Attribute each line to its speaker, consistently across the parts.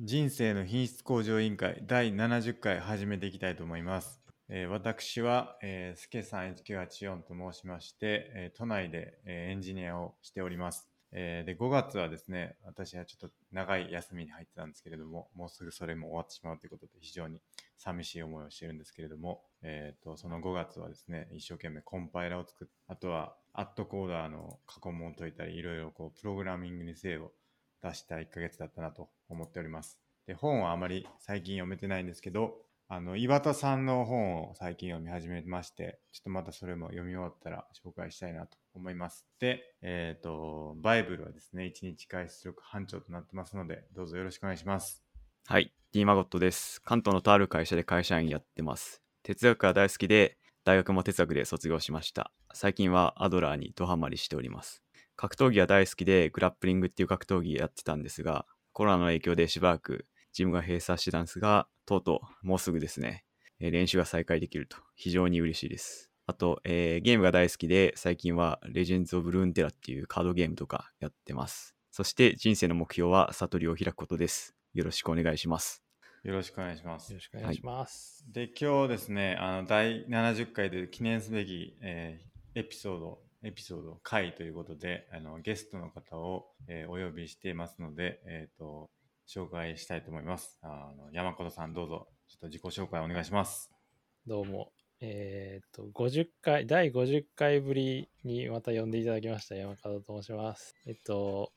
Speaker 1: 人生の品質向上委員会第70回始めていきたいと思います。えー私は、えー、すけさん1984と申しまして、えー都内で、えーエンジニアをしております。えーで、5月はですね、私はちょっと長い休みに入ってたんですけれども、もうすぐそれも終わってしまうということで、非常に寂しい思いをしてるんですけれども、えー、とその5月はですね一生懸命コンパイラを作ってあとはアットコーダーの過去問を解いたりいろいろこうプログラミングに精を出した1ヶ月だったなと思っておりますで本はあまり最近読めてないんですけどあの岩田さんの本を最近読み始めましてちょっとまたそれも読み終わったら紹介したいなと思いますでえっ、とバイブルはですね1日回出力班長となってますのでどうぞよろしくお願いします
Speaker 2: はい、D マゴットです。関東のとある会社で会社員やってます。哲学が大好きで、大学も哲学で卒業しました。最近はアドラーにドハマりしております。格闘技が大好きで、グラップリングっていう格闘技やってたんですが、コロナの影響でしばらくジムが閉鎖してたんですが、とうとうもうすぐですね、えー練習が再開できると非常に嬉しいです。あと、えーゲームが大好きで、最近はレジェンズ・オブ・ルーンテラっていうカードゲームとかやってます。そして人生の目標は悟りを開くことです。よろしくお願いします。
Speaker 1: よろしくお願いします
Speaker 3: よろしくお願いします。
Speaker 1: で今日ですねあの第70回で記念すべき、えーエピソードエピソード回ということであのゲストの方を、えーお呼びしていますので、えー、と紹介したいと思いますあの山本さんどうぞちょっと自己紹介お願いします
Speaker 3: どうも。えっ、と、50回、第50回ぶりにまた呼んでいただきました、山門と申します。えっと、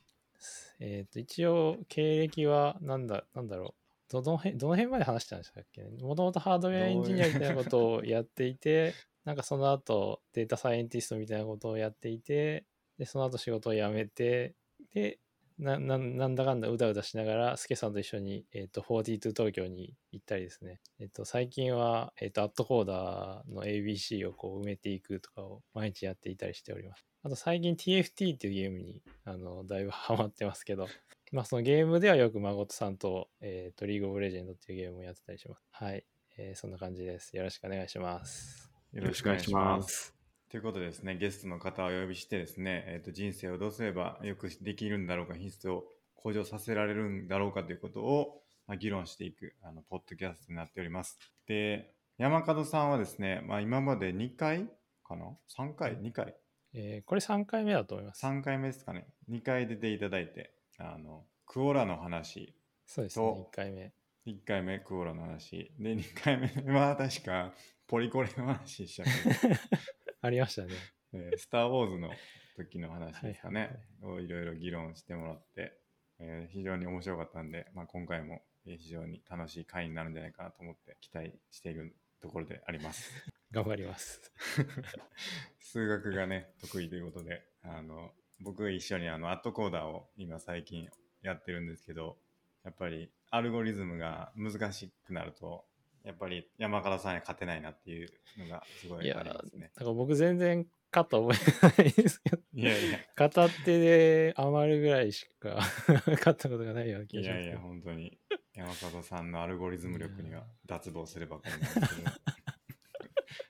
Speaker 3: えっ、と、一応、経歴は、なんだ、なんだろう。どの辺、どの辺まで話したんでしたっけね。もともとハードウェアエンジニアみたいなことをやっていて、なんかその後、データサイエンティストみたいなことをやっていて、で、その後仕事を辞めて、で、なななんだかんだうだうだしながら、スケさんと一緒に、えっと42東京に行ったりですね、えっと最近は、えっとアットコーダーの ABC をこう埋めていくとかを毎日やっていたりしております。あと最近 TFT っていうゲームにあのだいぶハマってますけど、まあ、そのゲームではよく誠さんと,、えっとリーグオブレジェンドっていうゲームをやってたりします。はい、えーそんな感じです。よろしくお願いします。
Speaker 1: よ
Speaker 2: よろしくお願いします。
Speaker 1: ということでですね、ゲストの方をお呼びしてですね、えー、と人生をどうすればよくできるんだろうか、品質を向上させられるんだろうかということを、まあ、議論していくあのポッドキャストになっております。で、山門さんはですね、まあ、今まで2回かな ?3 回 ?2 回
Speaker 3: えーこれ3回目だと思います。
Speaker 1: ?3 回目ですかね ?2 回出ていただいて、あの、クオラの話、
Speaker 3: そうですね、1
Speaker 1: と
Speaker 3: 回目。
Speaker 1: 1回目クオラの話、で、2回目は確かポリコレの話しちゃった。
Speaker 3: ありましたね。
Speaker 1: えースター・ウォーズの時の話ですかね、をいろいろ議論してもらって、えー非常に面白かったんで、まあ、今回もえー非常に楽しい回になるんじゃないかなと思って期待しているところであります。
Speaker 3: 頑張ります。
Speaker 1: 数学がね、得意ということで、あの僕一緒にあのアットコーダーを今最近やってるんですけど、やっぱりアルゴリズムが難しくなると、やっぱり山形さんには勝てないなっていうのがすご
Speaker 3: い
Speaker 1: い
Speaker 3: や
Speaker 1: ありますね。
Speaker 3: だから僕全然勝った覚えないですけど、
Speaker 1: いやいや、
Speaker 3: 片手で余るぐらいしか 勝ったことがないような気が
Speaker 1: い
Speaker 3: します
Speaker 1: や
Speaker 3: け
Speaker 1: いや、
Speaker 3: ど。
Speaker 1: 本当に山里さんのアルゴリズム力に
Speaker 3: い
Speaker 1: は
Speaker 3: や
Speaker 1: 脱帽すればかりなんですけど、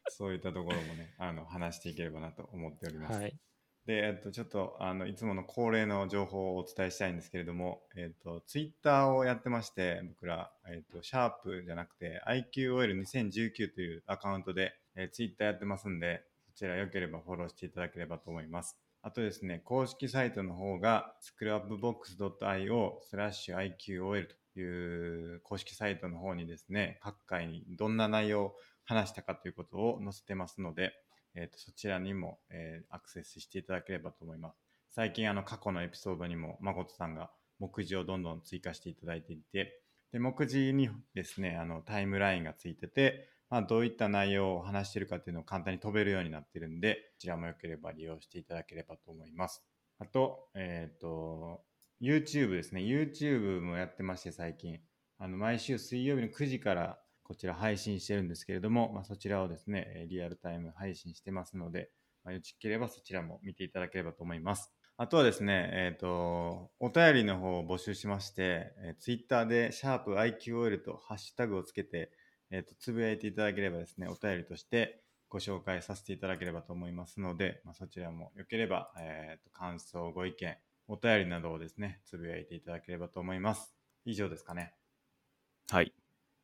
Speaker 1: そういったところもね、あの話していければなと思っております。
Speaker 3: はい。
Speaker 1: で、えっと、ちょっとあのいつもの恒例の情報をお伝えしたいんですけれども、えっと、ツイッターをやってまして、僕ら、えっと、シャープじゃなくて IQOL2019 というアカウントで、えーツイッターやってますんで、そちらよければフォローしていただければと思います。あとですね、公式サイトの方が scrapbox.io スラッシュ IQOL という公式サイトの方にですね、各回にどんな内容を話したかということを載せてますので、えーとそちらにも、えーアクセスしていただければと思います。最近あの過去のエピソードにも誠さんが目次をどんどん追加していただいていて、で目次にですねあのタイムラインがついてて、まあ、どういった内容を話しているかっていうのを簡単に飛べるようになってるんで、こちらもよければ利用していただければと思います。あと、えっ、と、YouTube ですね。YouTube もやってまして、最近。あの、毎週水曜日の9時からこちら配信してるんですけれども、まあ、そちらをですね、えーリアルタイム配信してますので、まあ、よければそちらも見ていただければと思います。あとはですね、えっ、と、お便りの方を募集しまして、えー、Twitter で、シャープ i q o l とハッシュタグをつけて、えっ、と、つぶやいていただければですね、お便りとしてご紹介させていただければと思いますので、まあ、そちらもよければ、えっ、と、感想、ご意見、お便りなどをですね、つぶやいていただければと思います。以上ですかね。
Speaker 2: はい。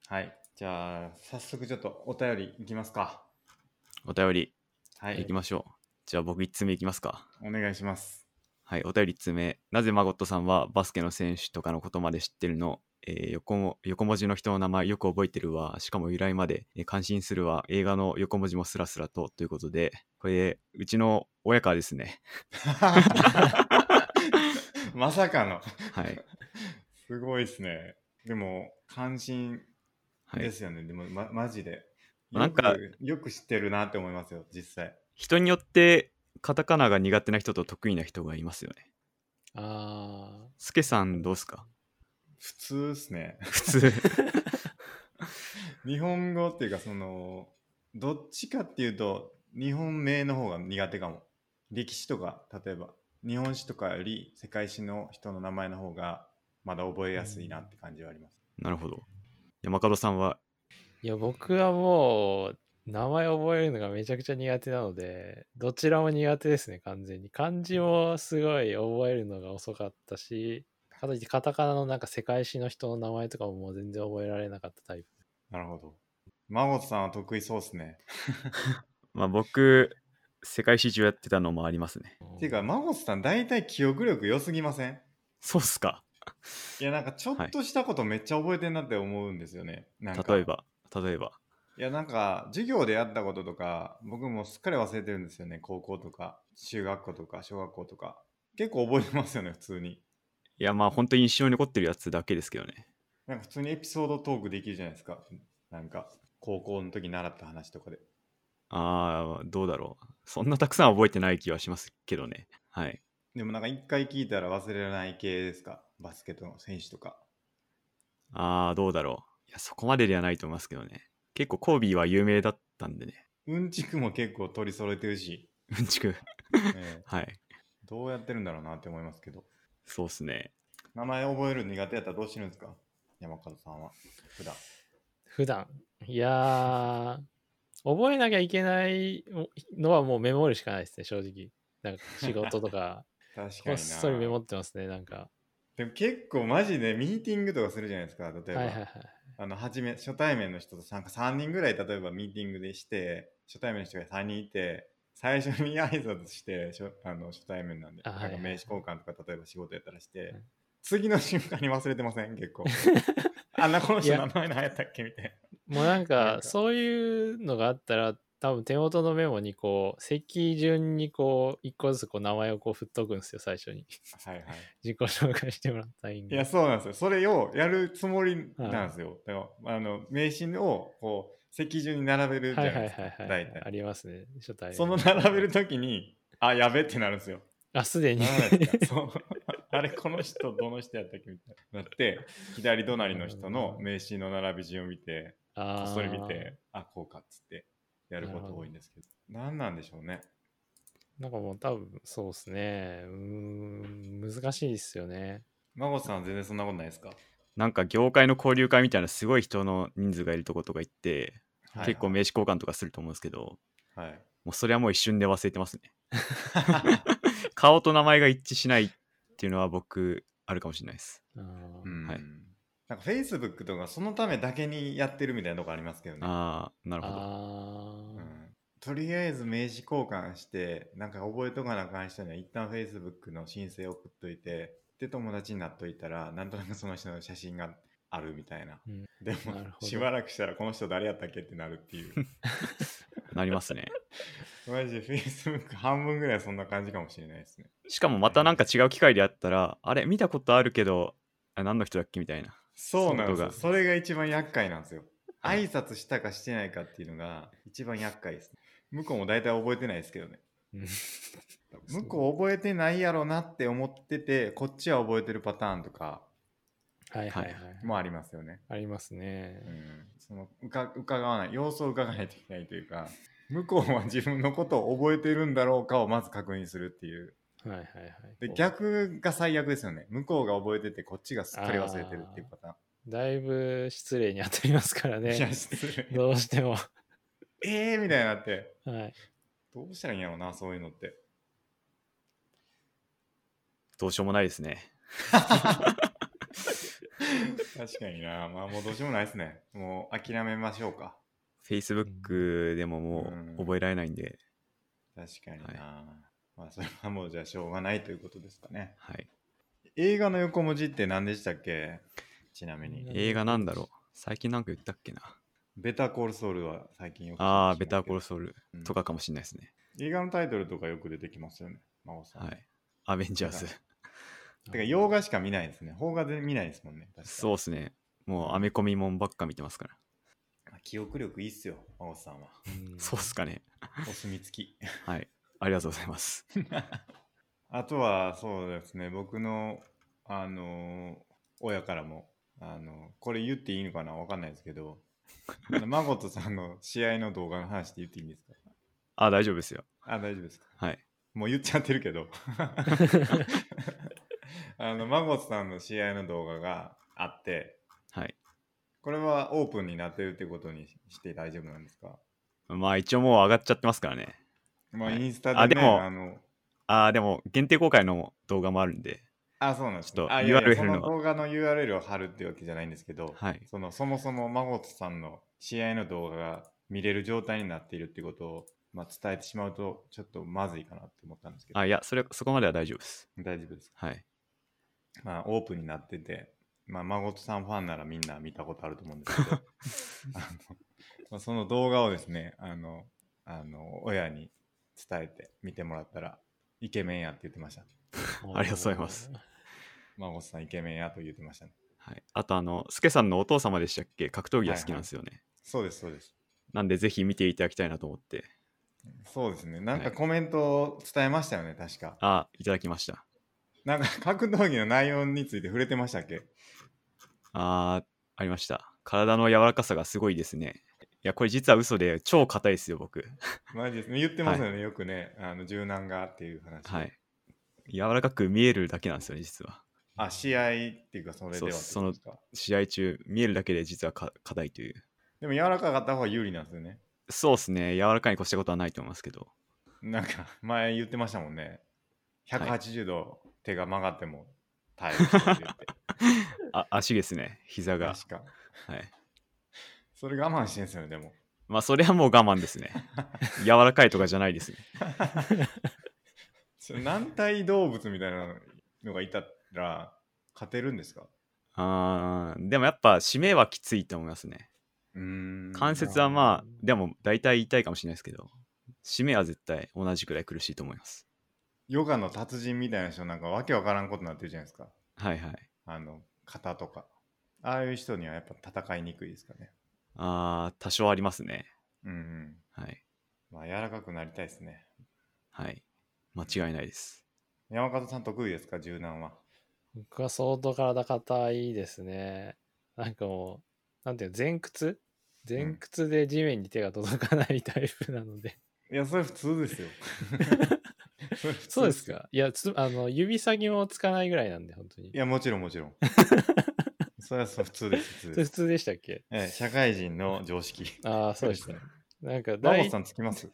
Speaker 1: はい。じゃあ、早速ちょっとお便りいきますか。
Speaker 2: お便り、
Speaker 1: はい。
Speaker 2: いきましょう。じゃあ僕1つ目いきますか。
Speaker 1: お願いし ます。
Speaker 2: はい、お便り1つ目。なぜマゴットさんはバスケの選手とかのことまで知ってるの、えー横も横文字の人の名前よく覚えてるわ。しかも由来まで、えー感心するわ。映画の横文字もスラスラと。ということで、これ、うちの親からですね。
Speaker 1: まさかの。
Speaker 2: はい。
Speaker 1: すごいですね。でも、関心
Speaker 2: は
Speaker 1: で
Speaker 2: い、
Speaker 1: すよね。でも、ま、マジで。
Speaker 2: なんか
Speaker 1: よく、よく知ってるなって思いますよ、実際。
Speaker 2: 人によって、カタカナが苦手な人と得意な人がいますよね。
Speaker 3: あ
Speaker 2: スケさんどうすか
Speaker 1: 普通っすね。
Speaker 2: 普通。
Speaker 1: 日本語っていうか、その、どっちかっていうと、日本名の方が苦手かも。歴史とか、例えば、日本史とかより世界史の人の名前の方が、まだ覚えやすいなって感じはあります。
Speaker 2: なるほど。山門さんは、
Speaker 3: ーいや、僕はもう、名前覚えるのがめちゃくちゃ苦手なので、どちらも苦手ですね、完全に。漢字もすごい覚えるのが遅かったし、かといってカタカナのなんか世界史の人の名前とかももう全然覚えられなかったタイプ。
Speaker 1: なるほど。孫さんは得意そうっすね。
Speaker 2: まあ僕、世界史中やってたのもありますね。
Speaker 1: っていうか、孫さん、大体記憶力良すぎません
Speaker 2: そうっすか。
Speaker 1: いや、なんかちょっとしたことめっちゃ覚えてんなって思うんですよね。なんか
Speaker 2: 例え。ば、例えば。
Speaker 1: いや、なんか授業でやったこととか、僕もすっかり忘れてるんですよね。高校とか、中学校とか、小学校とか。結構覚えてますよね、普通に。
Speaker 2: いやまあ本当に印象に残ってるやつだけですけどね。
Speaker 1: なんか普通にエピソードトークできるじゃないですか。なんか、高校の時習った話とかで。
Speaker 2: ああ、どうだろう。そんなたくさんは覚えてない気はしますけどね。はい。
Speaker 1: でもなんか一回聞いたら忘れられない系ですか。バスケットの選手とか。
Speaker 2: ああ、どうだろう。いや、そこまでではないと思いますけどね。結構コービーは有名だったんでね。
Speaker 1: うんちくも結構取り揃えてるし、
Speaker 2: うんちく。
Speaker 1: ええ
Speaker 2: はい。
Speaker 1: どうやってるんだろうなって思いますけど。
Speaker 2: そうっすね。
Speaker 1: 名前覚えるの苦手やったらどうしてるんですか山門さんは。普段。
Speaker 3: 普段いやー覚えなきゃいけないのはもうメモるしかないですね正直なんか仕事 とか
Speaker 1: 確か
Speaker 3: こっ
Speaker 1: に
Speaker 3: そりメモ
Speaker 1: な。
Speaker 3: ってますねなんか
Speaker 1: でも結構マジでミーティングとかするじゃないですか。例えば、
Speaker 3: はいはいはい
Speaker 1: あの初め初対面の人と参加3人ぐらい例えばミーティングでして、初対面の人が3人いて、最初に挨拶して、しょあの初対面なんで、
Speaker 3: あはいはい
Speaker 1: なんか名刺交換とか例えば仕事やったらして、
Speaker 3: うん
Speaker 1: 次の瞬間に忘れてません結 構。あんなこの
Speaker 3: い
Speaker 1: 人
Speaker 3: や
Speaker 1: 名前何やったっけみたいな。
Speaker 3: もうなん
Speaker 1: な
Speaker 3: か
Speaker 1: んか
Speaker 3: そういうのがあったら多分手元のメモにこう席順にこう一個ずつこう名前をこう振っとくんですよ最初に
Speaker 1: はいはい。
Speaker 3: 自己紹介してもらったらいいん
Speaker 1: い
Speaker 3: で
Speaker 1: や、そうなんですよ。それをやるつもりなんですよ。だからあの名刺をこう席順に並べるじ
Speaker 3: は
Speaker 1: ゃ
Speaker 3: い
Speaker 1: な
Speaker 3: はいい
Speaker 1: ですか、
Speaker 3: はいは
Speaker 1: 大
Speaker 3: いあ
Speaker 1: 体。
Speaker 3: りますね初対面
Speaker 1: その並べるときに、あ、やべってなるんですよ。
Speaker 3: あすでに
Speaker 1: ならないですか そうあれ、この人、どの人やったっけみたいになって、左隣の人の名刺の並び順を見て、こ
Speaker 3: あ
Speaker 1: っ
Speaker 3: ー
Speaker 1: そり見て、あ、こうかっつってやること多いんですけど、何なんでしょうね。
Speaker 3: なんかもう多分そうですねうーん難しいですよね
Speaker 1: 孫さんは全然そんなことないですか、
Speaker 2: なんか業界の交流会みたいなすごい人の人数がいるとことか行って、
Speaker 1: はい
Speaker 2: 結構名刺交換とかすると思うんですけど、
Speaker 1: はい。
Speaker 2: もうそれはもう一瞬で忘れてますね。 顔と名前が一致しないっていうのは僕、あるかもしれないです。
Speaker 3: あー
Speaker 1: うん
Speaker 2: はい
Speaker 1: なんか Facebook とかそのためだけにやってるみたいなとこありますけどね。
Speaker 2: ああ、なるほど。
Speaker 3: あ
Speaker 1: う
Speaker 3: ー
Speaker 1: んとりあえず名刺交換して、なんか覚えとかなあかん人には一旦 Facebook の申請送っといて、で友達になっといたら、なんとなくその人の写真があるみたいな。
Speaker 3: うん
Speaker 1: でも
Speaker 3: なるほど
Speaker 1: しばらくしたらこの人誰やったっけってなるって いう。
Speaker 2: なりますね。
Speaker 1: マジで Facebook 半分ぐらいそんな感じかもしれないですね。
Speaker 2: しかもまたなんか違う機会であったら、あれ見たことあるけど、あ何の人だっけみたいな。
Speaker 1: そうなんですよ。
Speaker 2: そういうことが
Speaker 1: それが一番厄介なんですよ。
Speaker 2: はい
Speaker 1: 挨拶したかしてないかっていうのが一番厄介です、ね。向こうも大体覚えてないですけどね。
Speaker 3: うん
Speaker 1: 向こう覚えてないやろなって思っててこっちは覚えてるパターンとか
Speaker 3: はいはいは。
Speaker 2: はい
Speaker 1: もありますよね、
Speaker 3: ありますね
Speaker 1: う。ん、そのうか伺わない様子を伺わないといけないというか向こうは自分のことを覚えてるんだろうかをまず確認するっていう
Speaker 3: はいはいはい。
Speaker 1: で
Speaker 3: こう
Speaker 1: 逆が最悪ですよね向こうが覚えててこっちがすっかり忘れてるっていうパタ
Speaker 3: だいぶ失礼に当たりますから
Speaker 1: ーンいや
Speaker 3: ね。
Speaker 1: 失礼
Speaker 3: どうしても。は
Speaker 1: えーみたいになって
Speaker 3: い。
Speaker 1: どうしたらいいんやろうなそういうのって
Speaker 2: どうしようもないですね。
Speaker 1: 確かにな。まあもうどうしようもないですね。もう諦めましょうか。
Speaker 2: Facebook でもも
Speaker 1: うん
Speaker 2: う覚えられないんで、
Speaker 1: 確かにな。まあそれはもうじゃあしょうがないということですかね。
Speaker 2: はい。
Speaker 1: 映画の横文字って何でしたっけちなみ
Speaker 3: うん
Speaker 1: に。
Speaker 2: 映画なんだろう最近なんか言ったっけな
Speaker 1: ベタコールソウルは最近よく聞き
Speaker 2: あ
Speaker 1: ま
Speaker 2: あ、
Speaker 1: す
Speaker 2: ベ
Speaker 1: けど
Speaker 2: ターコールソウル
Speaker 1: うん
Speaker 2: とかかもしれないですね。
Speaker 1: 映画のタイトルとかよく出てきますよね。真央さん。
Speaker 2: は。い。アベンジャーズ
Speaker 1: なん。てか洋画しか見ないですね。邦画で見ないですもんね。確かに
Speaker 2: そうですね。もうアメコミもんばっか見てますから。
Speaker 1: まあ記憶力いいっすよ、真央さんは。
Speaker 3: うん
Speaker 2: そうっすかね。
Speaker 1: お墨付き。
Speaker 2: はい。ありがとうございます。
Speaker 1: あとはそうですね、僕の、あのー親からも、あのこれ言っていいのかなわかんないですけど、孫とさんの試合の動画の話って言っていいんですか
Speaker 2: あ大丈夫ですよ。
Speaker 1: あ、大丈夫ですか
Speaker 2: はい。
Speaker 1: もう言っちゃってるけ ど。あの、孫とさんの試合の動画があって、
Speaker 2: はい。
Speaker 1: これはオープンになってるってことにして大丈夫なんですか
Speaker 2: まあ一応もう上がっちゃってますからね。
Speaker 1: まあ、
Speaker 2: はい
Speaker 1: インスタ
Speaker 2: あ
Speaker 1: で
Speaker 2: で
Speaker 1: ね、
Speaker 2: も
Speaker 1: あの、
Speaker 2: ああ、でも限定公開の動画もあるんで。
Speaker 1: あ、そうなんですね
Speaker 2: ちょっと
Speaker 1: あいやいや
Speaker 2: URL
Speaker 1: その
Speaker 2: の
Speaker 1: 動画の URL を貼るってわけじゃないんですけど、
Speaker 2: はい。
Speaker 1: そのそもそも孫さんの試合の動画が見れる状態になっているってことを、まあ、伝えてしまうとちょっとまずいかなって思ったんですけど、
Speaker 2: あいや、それ、そこまでは大丈夫です。
Speaker 1: 大丈夫ですか、
Speaker 2: はい。
Speaker 1: まあ、オープンになってて、まあ、孫さんファンならみんな見たことあると思うんです けどあの、まあ、その動画をですねあのあの親に伝えて見てもらったらイケメンやって言ってました
Speaker 2: ありがとうございます。
Speaker 1: 孫さんイケメンやと言ってましたね
Speaker 2: はい、あと、あの、スケさんのお父様でしたっけ格闘技が好きなんですよね。
Speaker 1: そうですそうです
Speaker 2: なんで、ぜひ見ていただきたいなと思って。
Speaker 1: そうですね。なん
Speaker 2: は
Speaker 1: か
Speaker 2: い
Speaker 1: コメントを伝えましたよね、確か。
Speaker 2: あいただきました。
Speaker 1: なんか格闘技の内容について触れてましたっけ
Speaker 2: あーありました。体の柔らかさがすごいですね。いや、これ実は嘘で、超硬いですよ、僕。
Speaker 1: マジですね。言ってますよね、よくね。あの柔軟がっていう話。
Speaker 2: はい。柔らかく見えるだけなんですよね、実は。
Speaker 1: あ、試合っていうか、それでは
Speaker 2: そう
Speaker 1: ってことですか。
Speaker 2: 試合中、見えるだけで実はか硬いという。
Speaker 1: でも柔らかかった方が有利なんですよね。
Speaker 2: そうですね、柔らかに越したことはないと思いますけど。
Speaker 1: なんか前言ってましたもんね。180度手が曲がっても耐えるって言って。
Speaker 2: あ足ですね、膝が。
Speaker 1: 確か。
Speaker 2: はい。
Speaker 1: それ我慢してんすよね、でも。
Speaker 2: まあ、それはもう我慢です ね。柔らかいとかじゃないですね。
Speaker 1: それ軟体動物みたいなのがいたら勝てるんですか
Speaker 2: あーでもやっぱ締めはきついと思いますね。
Speaker 1: うーん
Speaker 2: 関節はまあ、でも大体痛いかもしれないですけど、締めは絶対同じくらい苦しいと思います。
Speaker 1: ヨガの達人みたいな人なんかわけわからんことになってるじゃないですか。
Speaker 2: はいはい。
Speaker 1: あの、型とか。ああいう人にはやっぱ戦いにくいですかね。
Speaker 2: あー多少ありますね。
Speaker 1: うんうん。
Speaker 2: はい。
Speaker 1: まあ柔らかくなりたいですね。
Speaker 2: はい。間違いないです。
Speaker 1: 山形さん得意ですか柔軟は。
Speaker 3: 僕は相当体硬いですね。なんかもう、なんていうの、前屈前屈で地面に手が届かないタイプなので。
Speaker 1: いや、それ普通です よ。それ普通
Speaker 3: そうですかいやつ、あの、指先もつかないぐらいなんで、本当に
Speaker 1: い。や、もちろんもちろ ん。それはそう普通です。普
Speaker 3: そ
Speaker 1: 通
Speaker 3: れ
Speaker 1: で
Speaker 3: 普
Speaker 1: す。
Speaker 3: 通でしたっけ
Speaker 1: ええ、社会人の常識。
Speaker 3: ああ、そうでしたね。なんか
Speaker 1: マ
Speaker 3: 第
Speaker 1: モ
Speaker 3: 一、
Speaker 1: さんつきます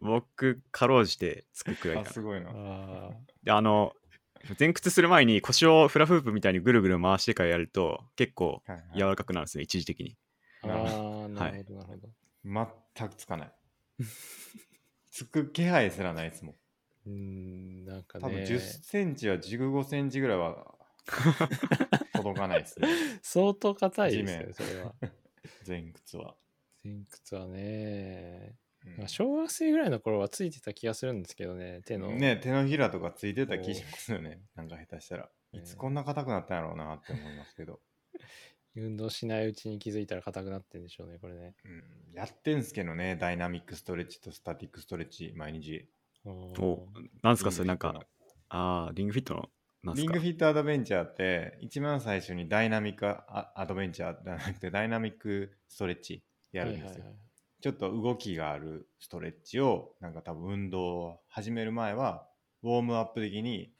Speaker 2: 僕、かろうじてつくくらい
Speaker 1: あ、
Speaker 2: か
Speaker 1: すごいな。
Speaker 3: あ
Speaker 2: な。ああの、前屈する前に腰をフラフープみたいにぐるぐる回してからやると、結構
Speaker 1: はい
Speaker 2: 柔
Speaker 1: はい
Speaker 2: らかくなるんですね、一時的に。
Speaker 3: ーあ
Speaker 1: なる
Speaker 3: ー、な
Speaker 2: は
Speaker 3: るほ
Speaker 2: い
Speaker 3: ど、なるほど。
Speaker 1: 全くつかない。つく気配すらないですもん。
Speaker 3: うーん、なんか
Speaker 1: 多分
Speaker 3: ね、
Speaker 1: 10センチは15センチぐらいは 届かないですね。
Speaker 3: 相当硬いですよね、
Speaker 1: 地
Speaker 3: そ れは。
Speaker 1: 前屈は。
Speaker 3: 前屈はね、
Speaker 1: うん
Speaker 3: まあ小学生ぐらいの頃はついてた気がするんですけどね、手の。
Speaker 1: ね手のひらとかついてた気しますよね。なんか下手したら。
Speaker 3: ね
Speaker 1: いつこんな硬くなったんやろうなって思いますけど。
Speaker 3: 運動しないうちに気づいたら硬くなってんでしょうね、これね。
Speaker 1: うん、やってんすけどね、ダイナミックストレッチとスタティックストレッチ、毎日。
Speaker 3: お
Speaker 2: おなんすか、それなんか、あーリングフィットの、なんす
Speaker 1: リン
Speaker 2: か
Speaker 1: グフィットアドベンチャーって、一番最初にダイナミックアアドベンチャーじゃなくて、ダイナミックストレッチやるんですよ。
Speaker 3: はいはいはい
Speaker 1: ちょっと動きがあるストレッチを、なんか多分運動を始める前は、ウォームアップ的に、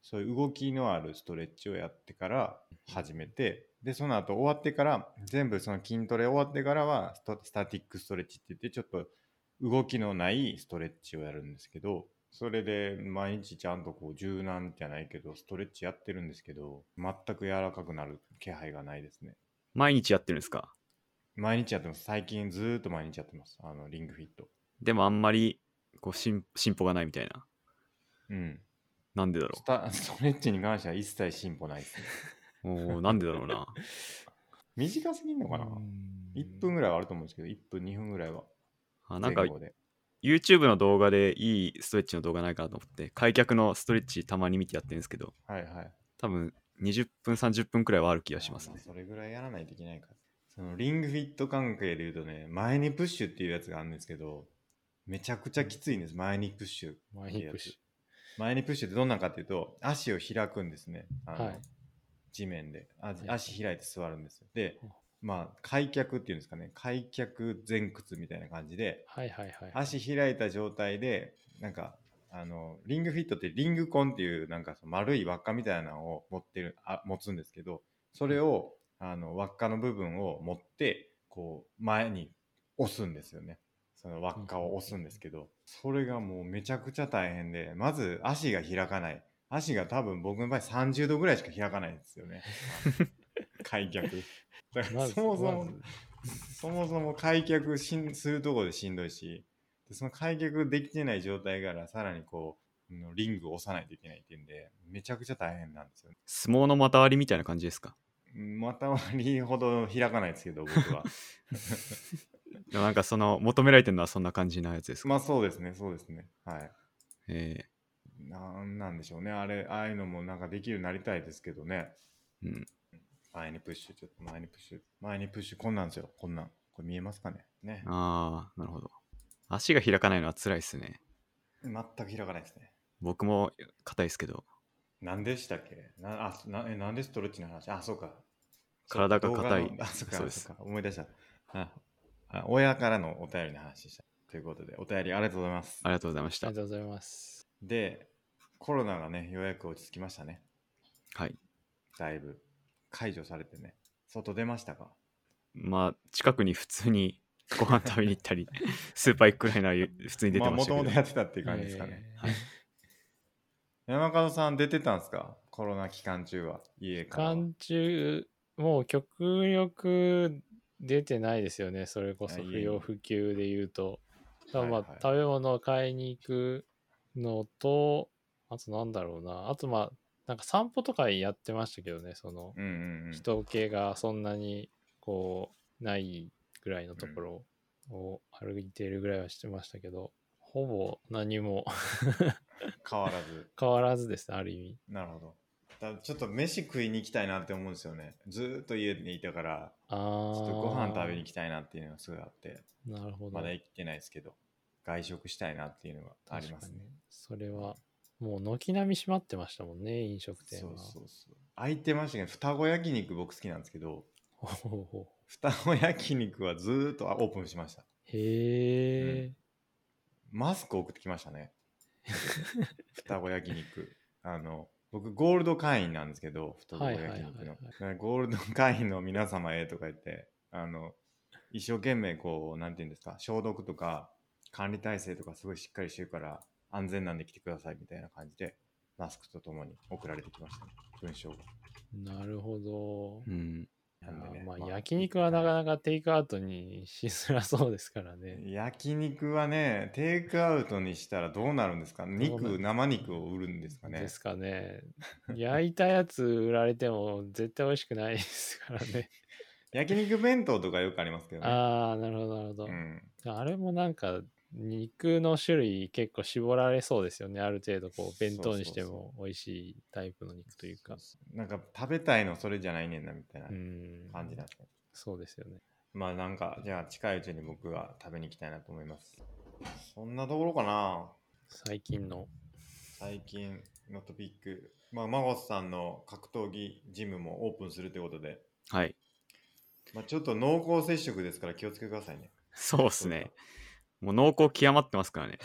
Speaker 1: そういう動きのあるストレッチをやってから始めて、で、その後終わってから、全部その筋トレ終わってからはスト、スタティックストレッチって言って、ちょっと動きのないストレッチをやるんですけど、それで毎日ちゃんとこう柔軟じゃないけどストレッチやってるんですけど全く柔らかくなる気配がないですね
Speaker 2: 毎日やってるんですか
Speaker 1: 毎日やってます最近ずーっと毎日やってますあのリングフィット
Speaker 2: でもあんまりこう進進歩がないみたいな。
Speaker 1: うん
Speaker 2: なんでだろ
Speaker 1: スタ ストレッチに関しては一切進歩ないですね
Speaker 2: う。おーなんでだろうな。
Speaker 1: 短すぎんのかな1分ぐらいはあると思うんですけど1分2分ぐらいは
Speaker 2: あな
Speaker 1: 前
Speaker 2: んか
Speaker 1: 後で
Speaker 2: YouTube の動画でいいストレッチの動画ないかなと思って、開脚のストレッチたまに見てやってるんですけど、
Speaker 1: はいはい
Speaker 2: 多分20分、30分くらいはある気がします
Speaker 1: あ
Speaker 2: ね
Speaker 1: あ。それぐらいやらないといけないから。そのリングフィット関係で言うとね、前にプッシュっていうやつがあるんですけど、めちゃくちゃきついんです、前にプッシュ。
Speaker 3: マイクシ
Speaker 1: 前にプッシュってどんなんかっていうと、足を開くんですね。あの
Speaker 3: はい
Speaker 1: 地面であ
Speaker 3: い。
Speaker 1: 足開いて座るんですよ。で
Speaker 3: ほう、
Speaker 1: まあ、開脚っていうんですかね、開脚前屈みたいな感じで、
Speaker 3: はいはいはい。
Speaker 1: 足開いた状態でなんかあのリングフィットってリングコンっていうなんかその丸い輪っかみたいなのを持ってるあ持つんですけどそれをあの輪っかの部分を持ってこう前に押すんですよねその輪っかを押すんですけどそれがもうめちゃくちゃ大変でまず足が開かない足が多分僕の場合30度ぐらいしか開かないんですよ ね開脚だから
Speaker 3: まず
Speaker 1: そもそ
Speaker 3: ま
Speaker 1: も
Speaker 3: ず
Speaker 1: そもそも開脚しんするとこでしんどいしでその開脚できてない状態からさらにこうあのリングを押さないといけないっていうんでめちゃくちゃ大変なんですよね
Speaker 2: 相撲の股割りみたいな感じですか。
Speaker 1: 股割りほど開かないですけど僕 は
Speaker 2: でもなんかその求められてるのはそんな感じなやつですか。
Speaker 1: まあそうですねそうですねはい
Speaker 2: え
Speaker 1: なんなんでしょうねあれああいうのもなんかできるようになりたいですけどね
Speaker 2: ーうん、
Speaker 1: 前にプッシュちょっと前にプッシュ前にプッシュこんなんですよこんなんこれ見えますかねね
Speaker 2: ああ、なるほど。足が開かないのは辛いですね。
Speaker 1: 全く開かないですね
Speaker 2: 僕も硬いですけど、
Speaker 1: 何でしたっけなあなえなんでストレッチの話あ、そうか。
Speaker 2: 体が硬
Speaker 1: 動画
Speaker 2: い
Speaker 1: の。あ、そうか、
Speaker 2: そ
Speaker 1: そうう
Speaker 2: です
Speaker 1: か。思い出した。ああ親からのお便りの話でした。ということで、お便りありがとうございます
Speaker 2: あ。りがとうございまし
Speaker 3: あ
Speaker 2: た
Speaker 3: り。がとうございます。
Speaker 1: で、コロナがね、ようやく落ち着きましたね。
Speaker 2: はい。
Speaker 1: だいぶ解除されてね。外出ましたか
Speaker 2: まあ、近くに普通に ご飯食べに行っ たり、スーパー行くくらいなら普通に出てました
Speaker 1: あ、
Speaker 2: け
Speaker 1: もと
Speaker 2: ど
Speaker 1: もとやってたっていう感じですかね。
Speaker 3: えー
Speaker 1: 山門さん、出てたんですかコロナ期間中は。家
Speaker 3: 期
Speaker 1: からは。
Speaker 3: 間中、もう極力出てないですよね、それこ
Speaker 1: い
Speaker 3: そ
Speaker 1: やい
Speaker 3: 不
Speaker 1: やいや
Speaker 3: 要不急で言うと。だからまあ、
Speaker 1: はいはい
Speaker 3: 食べ物を買いに行くのと、あとなんだろうな、あとまあ、なんか散歩とかやってましたけどね、その
Speaker 1: うんうんうん。
Speaker 3: 人気がそんなにこうないぐらいのところを歩いてるぐらいはしてましたけど、ほぼ何も
Speaker 1: 変わらず。
Speaker 3: 変わらずですね、ある意味。
Speaker 1: なるほど。だちょっと飯食いに行きたいなって思うんですよね。ずーっと家にいたから、
Speaker 3: あ
Speaker 1: ちょっと
Speaker 3: ー
Speaker 1: ご飯食べに行きたいなっていうのがすごいあって、
Speaker 3: なるほど。
Speaker 1: まだ行ってないですけど、外食したいなっていうのがあります
Speaker 3: 確か
Speaker 1: ね
Speaker 3: に。それは、もう軒並み閉まってましたもんね、飲食店
Speaker 1: そう
Speaker 3: は。
Speaker 1: そうそう。空いてましたけど、双子焼肉僕好きなんですけど、
Speaker 3: ほほほ ほ
Speaker 1: 双子焼肉はずーっとあオープンしました。
Speaker 3: へえ、
Speaker 1: マスク送ってきましたね。双子焼肉。あの、僕、ゴールド会員なんですけど、双子焼肉の。
Speaker 3: はいはいはいはい
Speaker 1: だからゴールド会員の皆様へとか言って、あの、一生懸命こう、なんていうんですか、消毒とか、管理体制とかすごいしっかりしてるから、安全なんで来てくださいみたいな感じで、マスクとともに送られてきましたね、文章が。
Speaker 3: なるほど。
Speaker 2: うん、
Speaker 1: なんでね
Speaker 3: あーまあ、
Speaker 1: まあ
Speaker 3: 焼肉はなかなかテイクアウトにしづらそうですからね。
Speaker 1: 焼肉はね、テイクアウトにしたらどうなるんですか
Speaker 3: どうな
Speaker 1: 肉、
Speaker 3: る
Speaker 1: 生肉を売るんですかね。
Speaker 3: ですかね。焼いたやつ売られても絶対美味しくないですから ね。
Speaker 1: 焼肉弁当とかよくありますけどね。
Speaker 3: ああ、なるほど、なるほど
Speaker 1: う。ん、
Speaker 3: あれもなんか、肉の種類結構絞られそうですよね。ある程度、こう、弁当にして
Speaker 1: そうそう
Speaker 3: も美味しいタイプの肉というか。
Speaker 1: なんか食べたいのそれじゃないねんなみたいな
Speaker 3: うん。
Speaker 1: 感じなんですね。
Speaker 3: そうですよね。
Speaker 1: まあなんかじゃあ近いうちに僕が食べに行きたいなと思います。そんなところかな
Speaker 3: 最近の。
Speaker 1: 最近のトピック。まあマゴスさんの格闘技ジムもオープンするということで、
Speaker 2: はい。
Speaker 1: まあ、ちょっと濃厚接触ですから気をつけてくださ いね。
Speaker 2: そうですね。もう濃厚極まってますからね。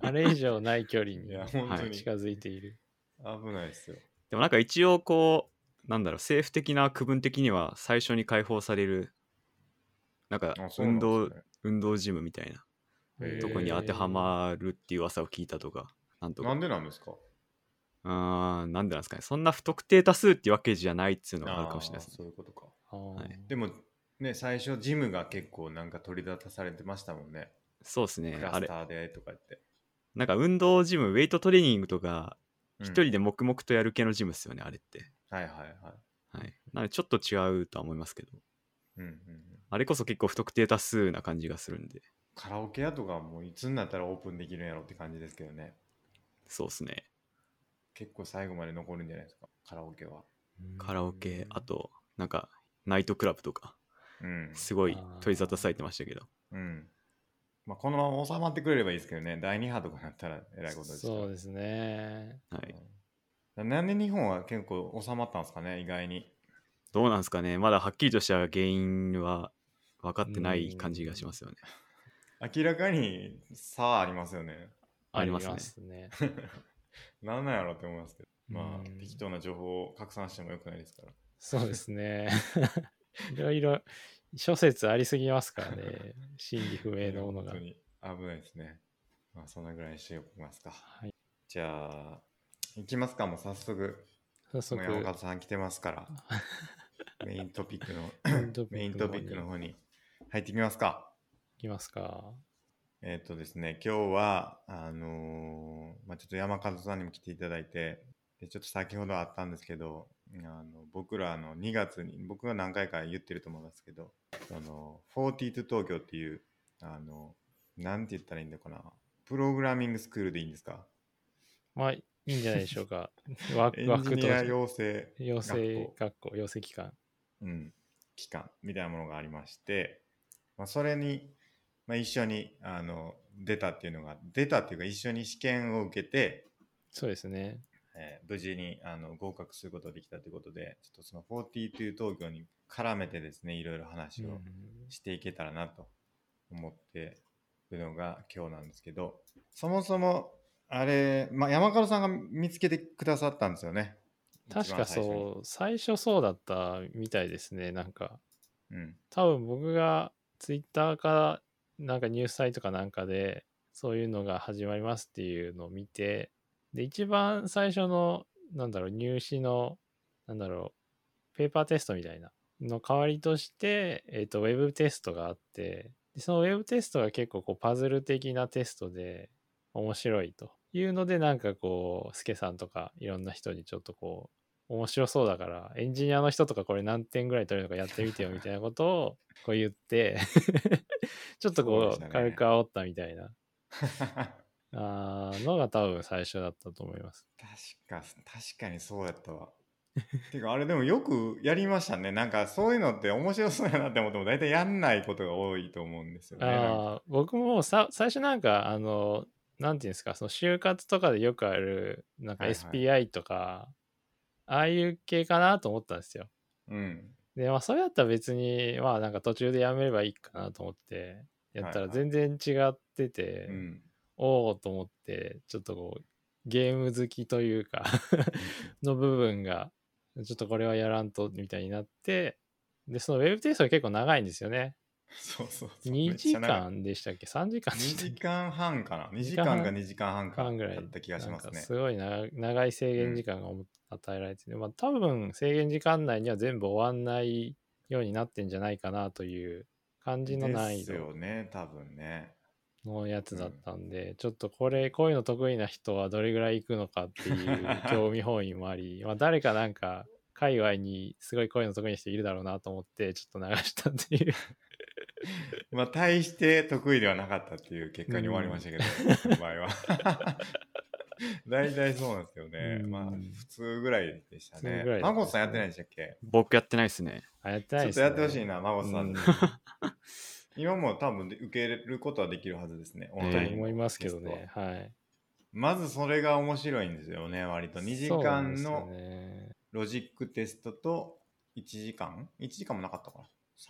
Speaker 3: あれ以上ない距離
Speaker 1: い
Speaker 3: に
Speaker 1: や本当
Speaker 2: は
Speaker 1: に
Speaker 2: い
Speaker 1: 危
Speaker 3: 近づいている。
Speaker 1: ないですよ。
Speaker 2: でもなんか一応こう、なんだろう、政府的な区分的には最初に解放される、なんか
Speaker 1: あそうな
Speaker 2: 運
Speaker 1: んですね
Speaker 2: 動、運動ジムみたいな
Speaker 3: へー
Speaker 2: とこに当てはまるっていう噂を聞いたとか、なんとか。
Speaker 1: なんでなんですか
Speaker 2: うーん、なんでなんですかね。そんな不特定多数ってわけじゃないっていうのがあるかもしれな
Speaker 1: あ
Speaker 2: い
Speaker 1: ー
Speaker 2: です
Speaker 1: そ
Speaker 2: ね。
Speaker 1: ういうことか。
Speaker 3: あー
Speaker 2: はい
Speaker 1: でも、ね、最初、ジムが結構なんか取り立たされてましたもんね。
Speaker 2: そうですね
Speaker 1: ク。ラ
Speaker 2: あ
Speaker 1: ス
Speaker 2: れ、
Speaker 1: ターでとか言って。
Speaker 2: なんか運動ジム、ウェイトトレーニングとか、
Speaker 1: うん
Speaker 2: 一人で黙々とやる系のジムですよね、あれって。
Speaker 1: はいはいはい。
Speaker 2: はい。なので、ちょっと違うとは思いますけど、
Speaker 1: うんうんうん、
Speaker 2: あれこそ結構不特定多数な感じがするんで、
Speaker 1: カラオケ屋とかもういつになったらオープンできるんやろって感じですけどね。
Speaker 2: そうですね。
Speaker 1: 結構最後まで残るんじゃないですか、カラオケは。
Speaker 2: カラオケ、あと、なんか、ナイトクラブとか、
Speaker 1: うん。
Speaker 2: すごい
Speaker 3: あー
Speaker 2: 取り沙汰されてましたけど、
Speaker 1: うん。まあ、このまま収まってくれればいいですけどね、第2波とかなったらえらいことですから
Speaker 3: そうですね。
Speaker 2: はい。
Speaker 1: うんなんで日本は結構収まったんですかね、意外に。
Speaker 2: どうなんですかね、まだはっきりとした原因は分かってない感じがしますよね。
Speaker 1: 明らかに差ありますよね。
Speaker 2: ありますね
Speaker 3: あね。
Speaker 1: なんなんやろって思いますけど。 ま
Speaker 3: うん
Speaker 1: あ、適当な情報を拡散してもよくないですから。
Speaker 3: そうですね。 いろいろ諸説ありすぎますから ね。真偽不明のもの
Speaker 1: い
Speaker 3: が。
Speaker 1: や本当に危ないですね。まあ、そんなぐらいにしておきますか。
Speaker 3: はい、
Speaker 1: じゃあ、行きますか、もう早速。
Speaker 3: 早
Speaker 1: も
Speaker 3: 速
Speaker 1: う、山形さん来てます から、メイントピックの、メイントピックの
Speaker 3: い
Speaker 1: 方に入ってきますか。
Speaker 3: きますか。
Speaker 1: えっ、とですね、今日は、あのーまあ、ちょっと山和さんにも来ていただいて、でちょっと先ほどあったんですけど、あの僕らあの2月に、僕が何回か言ってると思いますけど、あの42東京っていう、あの、なんて言ったらいいのかな、プログラミングスクールでいいんですか
Speaker 3: まあ、いいんじゃないでしょうか。ワ
Speaker 1: エ
Speaker 3: クワ
Speaker 1: ンジ
Speaker 3: クと
Speaker 1: ニア養成、
Speaker 3: 養成
Speaker 1: 学
Speaker 3: 学校、養成機関。
Speaker 1: うん、機関みたいなものがありまして、まあ、それに、まあ、一緒にあの出たっていうのが、出たっていうか一緒に試験を受けて、
Speaker 3: そうですね。
Speaker 1: えー無事にあの合格することができたということで、ちょっとその42東京に絡めてですね、いろいろ話
Speaker 3: う
Speaker 1: を
Speaker 3: ん
Speaker 1: していけたらなと思ってるのが今日なんですけど、そもそも、あれ、まあ、山川さんが見つけてくださったんですよね。
Speaker 3: 確かそう、最初そうだったみたいですね。なんか、
Speaker 1: う。うん。
Speaker 3: 多分僕がツイッターかなんかニュースサイトかなんかでそういうのが始まりますっていうのを見てで一番最初のなんだろう入試のなんだろうペーパーテストみたいなの代わりとして、えっとウェブテストがあってでそのウェブテストが結構こうパズル的なテストで面白いというのでなんかこうスケさんとかいろんな人にちょっとこう面白そうだからエンジニアの人とかこれ何点ぐらい取れるのかやってみてよみたいなことをこう言って ちょっと
Speaker 1: そうで
Speaker 3: こ
Speaker 1: した
Speaker 3: う
Speaker 1: ね
Speaker 3: 軽く煽ったみたいなあーのが多分最初だったと思います。
Speaker 1: 確か、確かにそうやったわ。てか、あれでもよくやりましたね。なんかそういうのって面白そうやなって思っても、大体やんないことが多いと思うんですよね。なんか
Speaker 3: ああ僕もさ最初なんかあのなんていうんですかその就活とかでよくあるなんか
Speaker 1: はいはい
Speaker 3: SPI とか、ああいう系かなと思ったんですよ。
Speaker 1: うん。
Speaker 3: でまあそれだったら別にまあなんか途中でやめればいいかなと思ってやった
Speaker 1: はい
Speaker 3: ら
Speaker 1: は
Speaker 3: 全然違ってて、
Speaker 1: うん。
Speaker 3: おおと思ってちょっとこうゲーム好きというかの部分がちょっとこれはやらんとみたいになってでそのウェブテストが結構長いんですよね
Speaker 1: そうそうそう。め
Speaker 3: 2
Speaker 1: っち
Speaker 3: 時
Speaker 1: ゃ長い
Speaker 3: 間でしたっけ3時間で
Speaker 1: 2
Speaker 3: したっ
Speaker 1: 時
Speaker 3: け
Speaker 1: 間半かな2時
Speaker 3: 時間
Speaker 1: 間
Speaker 3: 半
Speaker 1: か2時間半か
Speaker 3: 間ぐらい
Speaker 1: だった気がします
Speaker 3: なんか
Speaker 1: ね
Speaker 3: すごい長長い制限時間が与えられてて、まあ多分制限時間内には全部終わんないようになってんじゃないかなという感じの難
Speaker 1: で
Speaker 3: 易
Speaker 1: す
Speaker 3: 度
Speaker 1: よね多分ね
Speaker 3: のやつだったんで、ちょっとこれこういうの得意な人はどれぐらい行くのかっていう興味本位も ありまあ誰かなんか界隈にすごいこういうの得意な人いるだろうなと思ってちょっと流したっていう
Speaker 1: まあ大して得意ではなかったっていう結果に終わりましたけ ど、その場合は 大体そうなんですよね、
Speaker 3: うん
Speaker 1: まあ普通ぐらいでした
Speaker 3: 普
Speaker 1: ね
Speaker 3: 通ぐらいだったですね
Speaker 1: 孫さんやってないんでしたっけ
Speaker 2: 僕やってないですね。
Speaker 3: あやってない
Speaker 1: ちょ
Speaker 3: で
Speaker 1: っと
Speaker 3: すね
Speaker 1: やってほしいな孫さん、
Speaker 3: うん
Speaker 1: 今も多分受けることはできるはずですねオン
Speaker 3: と
Speaker 1: ラインの
Speaker 3: 思いますけ
Speaker 1: テ
Speaker 3: ど
Speaker 1: ス
Speaker 3: ね
Speaker 1: トは
Speaker 3: はい
Speaker 1: まずそれが面白いんですよね割と2時
Speaker 3: そうなん
Speaker 1: 間
Speaker 3: ですよ
Speaker 1: の
Speaker 3: ね
Speaker 1: ロジックテストと1時間 ?1 時間もなかったか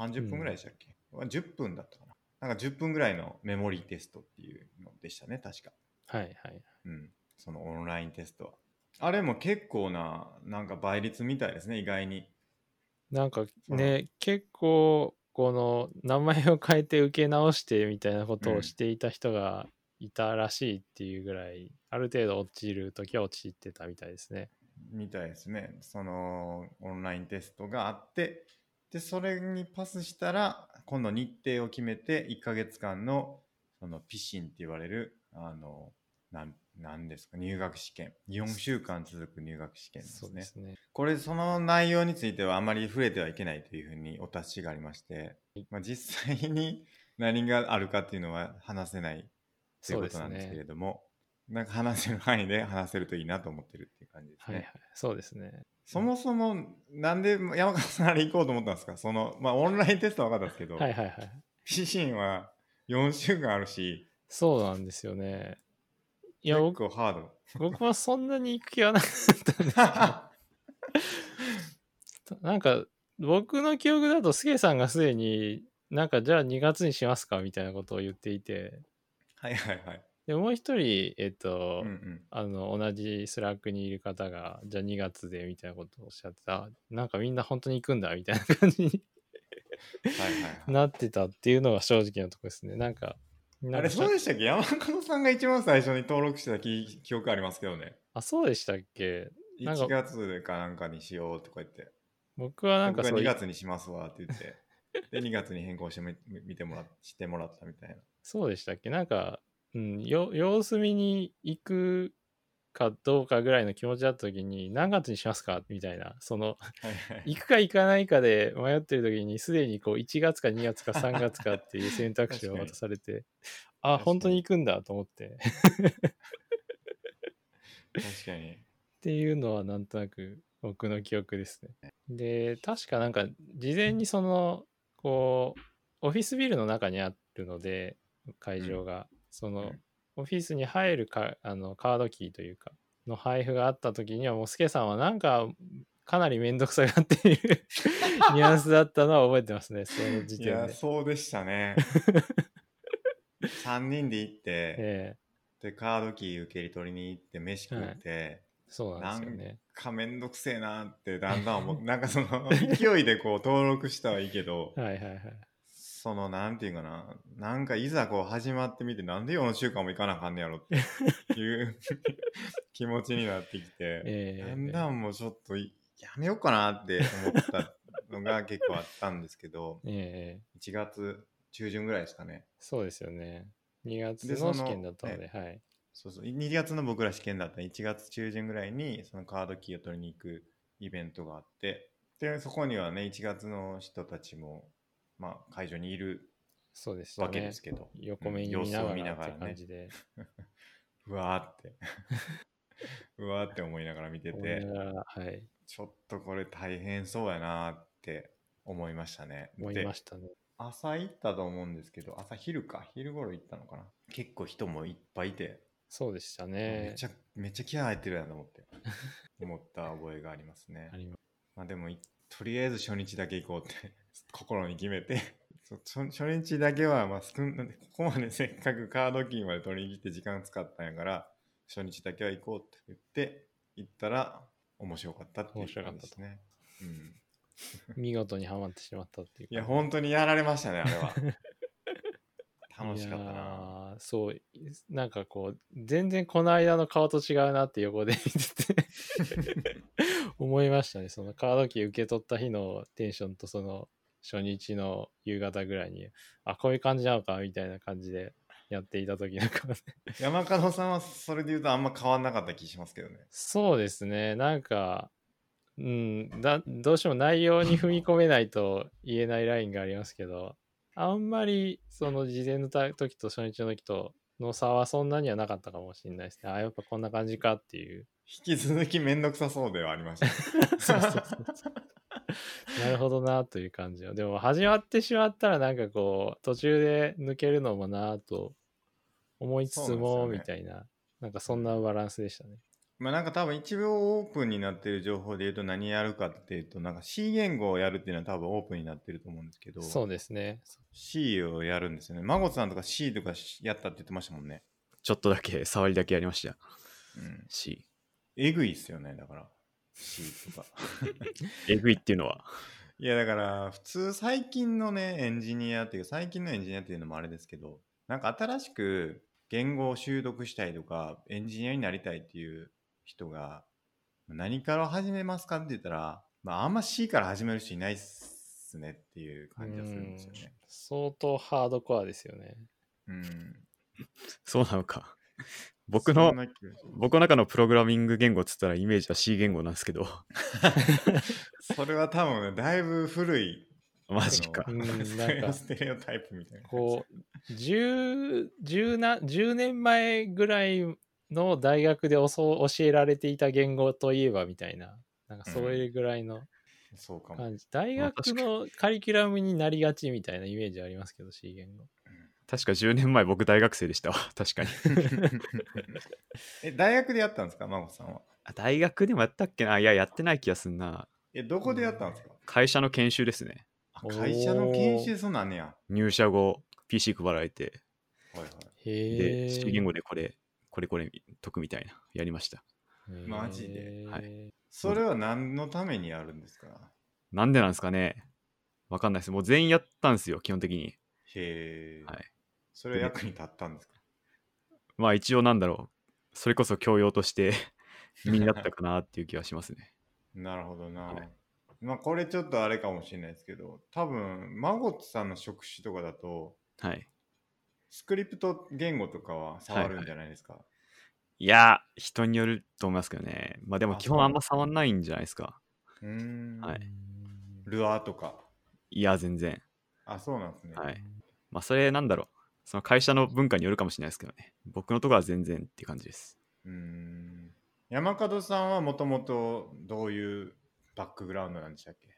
Speaker 1: な ?30 分ぐらいでしたっけ、は ?10 分だったかななんか10分ぐらいのメモリーテストっていうのでしたね、確か。
Speaker 3: はいはい
Speaker 1: うん。そのオンラインテストは。あれも結構な、なんか倍率みたいですね、意外に。
Speaker 3: なんか
Speaker 1: の
Speaker 3: ね、結構校の名前を変えて受け直してみたいなことをしていた人がいたらしいっていうぐらい、ある程度落ちるときは陥ってたみたいですね。
Speaker 1: みたいですね。そのオンラインテストがあって、で、それにパスしたら、今度日程を決めて、1ヶ月間の、そのピシンって言われる、あの、なん、なんですか、入学試験。4週間続く入学試験です
Speaker 3: そう
Speaker 1: ね
Speaker 3: で。すね。
Speaker 1: これ、その内容についてはあまり触れてはいけないというふうにお達しがありまして、まあ、実際に 何があるかっていうのは話せないとい
Speaker 3: そうう
Speaker 1: こ
Speaker 3: で
Speaker 1: と
Speaker 3: す
Speaker 1: なんですけれ
Speaker 3: ね。
Speaker 1: ども、なんか話せる範囲で話せるといいなと思ってるっていう感じです
Speaker 3: はい
Speaker 1: ね。
Speaker 3: はい。そうですね。
Speaker 1: そもそも、なんで山川さんあれ行こうと思ったんですかその、まあ、オンラインテストは分かったんですけど、
Speaker 3: はいはいはい。
Speaker 1: ピシンは4週間あるし、
Speaker 3: そうなんですよね。いや、
Speaker 1: 結
Speaker 3: 僕
Speaker 1: 構ハ ード。
Speaker 3: 僕はそんなに行く気はなかったんですけど、なんか僕の記憶だと、すげさんがすでに、なんかじゃあ2月にしますかみたいなことを言っていて、
Speaker 1: はいはいはい。
Speaker 3: で、もう一人、えっ
Speaker 1: う
Speaker 3: と、
Speaker 1: んうん。
Speaker 3: あの、同じスラックにいる方が、じゃあ2月でみたいなことをおっしゃってた、なんかみんな本当に行くんだみたいな感じに
Speaker 1: はいはいはい。
Speaker 3: なってたっていうのが正直なとこですね。なんか、な
Speaker 1: あ
Speaker 3: ん
Speaker 1: れ
Speaker 3: かしゃ
Speaker 1: そうでしたっけ山川さんが一番最初に登録してた記記憶ありますけどね。
Speaker 3: あそうでしたっけなんか
Speaker 1: 1月かなんかにしようとか言って、
Speaker 3: 僕はなん
Speaker 1: 僕は
Speaker 3: かそう
Speaker 1: 2
Speaker 3: い
Speaker 1: 月にしますわって言って、で、2月に変更してみ見てもらしてもらったみたいな。
Speaker 3: そうでしたっけなんか、うん、よ様子見に行くかどうかぐらいの気持ちだった時に何月にしますかみたいなその
Speaker 1: はいはい
Speaker 3: 行くか行かないかで迷ってる時にすでにこう1月か2月か3月かっていう選択肢を
Speaker 1: 確かに
Speaker 3: 渡されてあ
Speaker 1: 確かに
Speaker 3: 本当に行くんだと思ってっ
Speaker 1: 確かに。
Speaker 3: ていうのはなんとなく僕の記憶ですねで確かなんか事前にそのこうオフィスビルの中にあるので会場が、その、
Speaker 1: うん
Speaker 3: オフィスに入るかあのカードキーというかの配布があった時にはもうスケさんはなんかかなり面倒くさがって いるニュアンスだったのは覚えてますねその時
Speaker 1: い
Speaker 3: 点
Speaker 1: や、
Speaker 3: で。
Speaker 1: そうでした ね。3人で行って、
Speaker 3: ええ
Speaker 1: で、カードキー受け取りに行って、飯食って、
Speaker 3: そうなんですよね。
Speaker 1: かめんどくせえなって、だんだん 思う。なんかその、勢いでこう、登録したはいいけど、
Speaker 3: はいはいはい。
Speaker 1: その、なんていうかな、なんかいざこう、始まってみて、なんで4週間も行かなあかんねやろっていう気持ちになってきて、
Speaker 3: ええ
Speaker 1: だんだんもうちょっとい、やめようかなって思ったのが結構あったんですけど、
Speaker 3: ええええ
Speaker 1: 1月中旬ぐらいですかね。
Speaker 3: そうですよね。2月
Speaker 1: でその
Speaker 3: の試験だったので、はい。
Speaker 1: そうそう2月の僕ら試験だった1月中旬ぐらいにそのカードキーを取りに行くイベントがあってでそこにはね1月の人たちも、まあ、会場にいる
Speaker 3: そうですよ
Speaker 1: わけ
Speaker 3: ね
Speaker 1: です。けど、
Speaker 3: 横目に
Speaker 1: うん
Speaker 3: 見な
Speaker 1: 様子を
Speaker 3: が
Speaker 1: 見な
Speaker 3: ら
Speaker 1: がら
Speaker 3: って
Speaker 1: ね
Speaker 3: 感じで、
Speaker 1: うわーって うわーって思いながら見て
Speaker 3: 思い
Speaker 1: て
Speaker 3: ながら、はい、
Speaker 1: ちょっとこれ大変そうやなーって思いましたね
Speaker 3: 思い
Speaker 1: で
Speaker 3: ましたね。
Speaker 1: 朝行ったと思うんですけど朝昼か昼頃行ったのかな結構人もいっぱいいて
Speaker 3: そうでした
Speaker 1: め
Speaker 3: ね
Speaker 1: ち。ゃめちゃ気合入ってるやんと思って 思った覚えがありますね
Speaker 3: あ。りま
Speaker 1: まあでもいとりあえず初日だけ行こうって 心に決めて そ初初日だけはまあ少んなんでここまで せっかくカードキーまで取りに来て時間使ったんやから初日だけは行こうって言って行ったら面白かったっていう感じですね。うん、
Speaker 3: 見事にはまってしまったっていう
Speaker 1: い
Speaker 3: か。
Speaker 1: や本当にやられましたねあれは。 楽しかった
Speaker 3: いや
Speaker 1: な。
Speaker 3: ーそう、なんかこう、全然この間の顔と違うなって横で見 てて思いましたね。そのカードキー受け取った日のテンションとその初日の夕方ぐらいに、あ、こういう感じなのかみたいな感じでやっていた時の顔で。
Speaker 1: 山門さんはそれで言うとあんま変わんなかった気しますけどね。
Speaker 3: そうですね。なんか、うん、だどうしても内容に踏み込めないと言えないラインがありますけど、あんまりその事前のた時と初日の時との差はそんなにはなかったかもしれないですね。あ、やっぱこんな感じかっていう。
Speaker 1: 引き続きめんどくさそうではあり ました。
Speaker 3: そうそうそうそうなるほどなという感じは。でも始まってしまったらなんかこう途中で抜けるのもなと思いつつ
Speaker 1: そう
Speaker 3: も、
Speaker 1: なんで
Speaker 3: み
Speaker 1: す
Speaker 3: たいな、なんかそんなバランスでしたね。
Speaker 1: まあなんか多分一秒オープンになってる情報で言うと何やるかっていうとなんか C 言語をやるっていうのは多分オープンになってると思うんですけど
Speaker 3: そうですね。
Speaker 1: C をやるんですよね。孫さんとか C とかやったって言ってましたもんね。
Speaker 2: ちょっとだけ、触りだけやりました
Speaker 1: うん。
Speaker 2: し、
Speaker 1: えぐいっすよね、だから。C とか。
Speaker 2: えぐいっていうのは、
Speaker 1: いやだから普通最近のねエンジニアっていう最近のエンジニアっていうのもあれですけどなんか新しく言語を習得したいとかエンジニアになりたいっていう人が何から始めますかって言ったら、まあ、あんま C から始める人いないっすねっていう感じがするんですよね。
Speaker 3: 相当ハードコアですよね。
Speaker 1: うん、
Speaker 2: そうなのか。僕の
Speaker 1: そん、な気がし
Speaker 2: 僕の中のプログラミング言語っつったらイメージは C 言語なんですけど、
Speaker 1: それは多分ね、だいぶ古い
Speaker 2: マジか
Speaker 1: あ
Speaker 3: う。
Speaker 1: の
Speaker 3: ん
Speaker 1: そういう
Speaker 3: なん か
Speaker 1: ステレオタイプみたいな
Speaker 3: こう、10, 10, な10年前ぐらいの大学でおそ教えられていた言語といえばみたいな、なんかそういうぐらいの
Speaker 1: うそうかも
Speaker 3: 感じ。大
Speaker 2: まあ
Speaker 3: 学のカリキュラムになりがちみたいなイメージありますけど、C 言語。
Speaker 2: 確か10年前僕大学生でしたわ。 確かに。
Speaker 1: え大学でやったんですか真帆さんは
Speaker 2: あ大学でもやったっけないや、やってない気がすんな。
Speaker 1: えどこでやったんですか、
Speaker 2: 会社の研修ですね。
Speaker 1: あ会社の研修そんなんあんねや
Speaker 2: 入社後、PC 配られて、
Speaker 1: はいはい
Speaker 3: へ
Speaker 2: で、
Speaker 3: え。
Speaker 2: C 言語でこれ、これこれ解くみたいな、やりました。
Speaker 1: マジで
Speaker 2: はい
Speaker 3: へ
Speaker 1: それは何のためにやるんですか
Speaker 2: なんでなんですかねわかんないです。もう全員やったんですよ、基本的に。
Speaker 1: へえ、
Speaker 2: はい
Speaker 1: それは役に立ったんですか
Speaker 2: まあ一応なんだろう。それこそ教養として身になったかなっていう気はしますね。
Speaker 1: なるほどな、
Speaker 2: はい
Speaker 1: まあこれちょっとあれかもしれないですけど多分マゴットさんの職種とかだと
Speaker 2: はい。
Speaker 1: スクリプト言語とかは触るんじゃないですか、
Speaker 2: いや、人によると思いますけどね。まあでも
Speaker 1: あ
Speaker 2: 基本あんま触んないんじゃないですか。
Speaker 1: うーん、
Speaker 2: はい
Speaker 1: ルアーとか
Speaker 2: いや、全然。
Speaker 1: あそうなんですね、
Speaker 2: はい。まあそれなんだろう。その会社の文化によるかもしれないですけどね。僕のとこは全然っていう感じです。
Speaker 1: うーん山門さんはもともとどういうバックグラウンドなんでしたっけ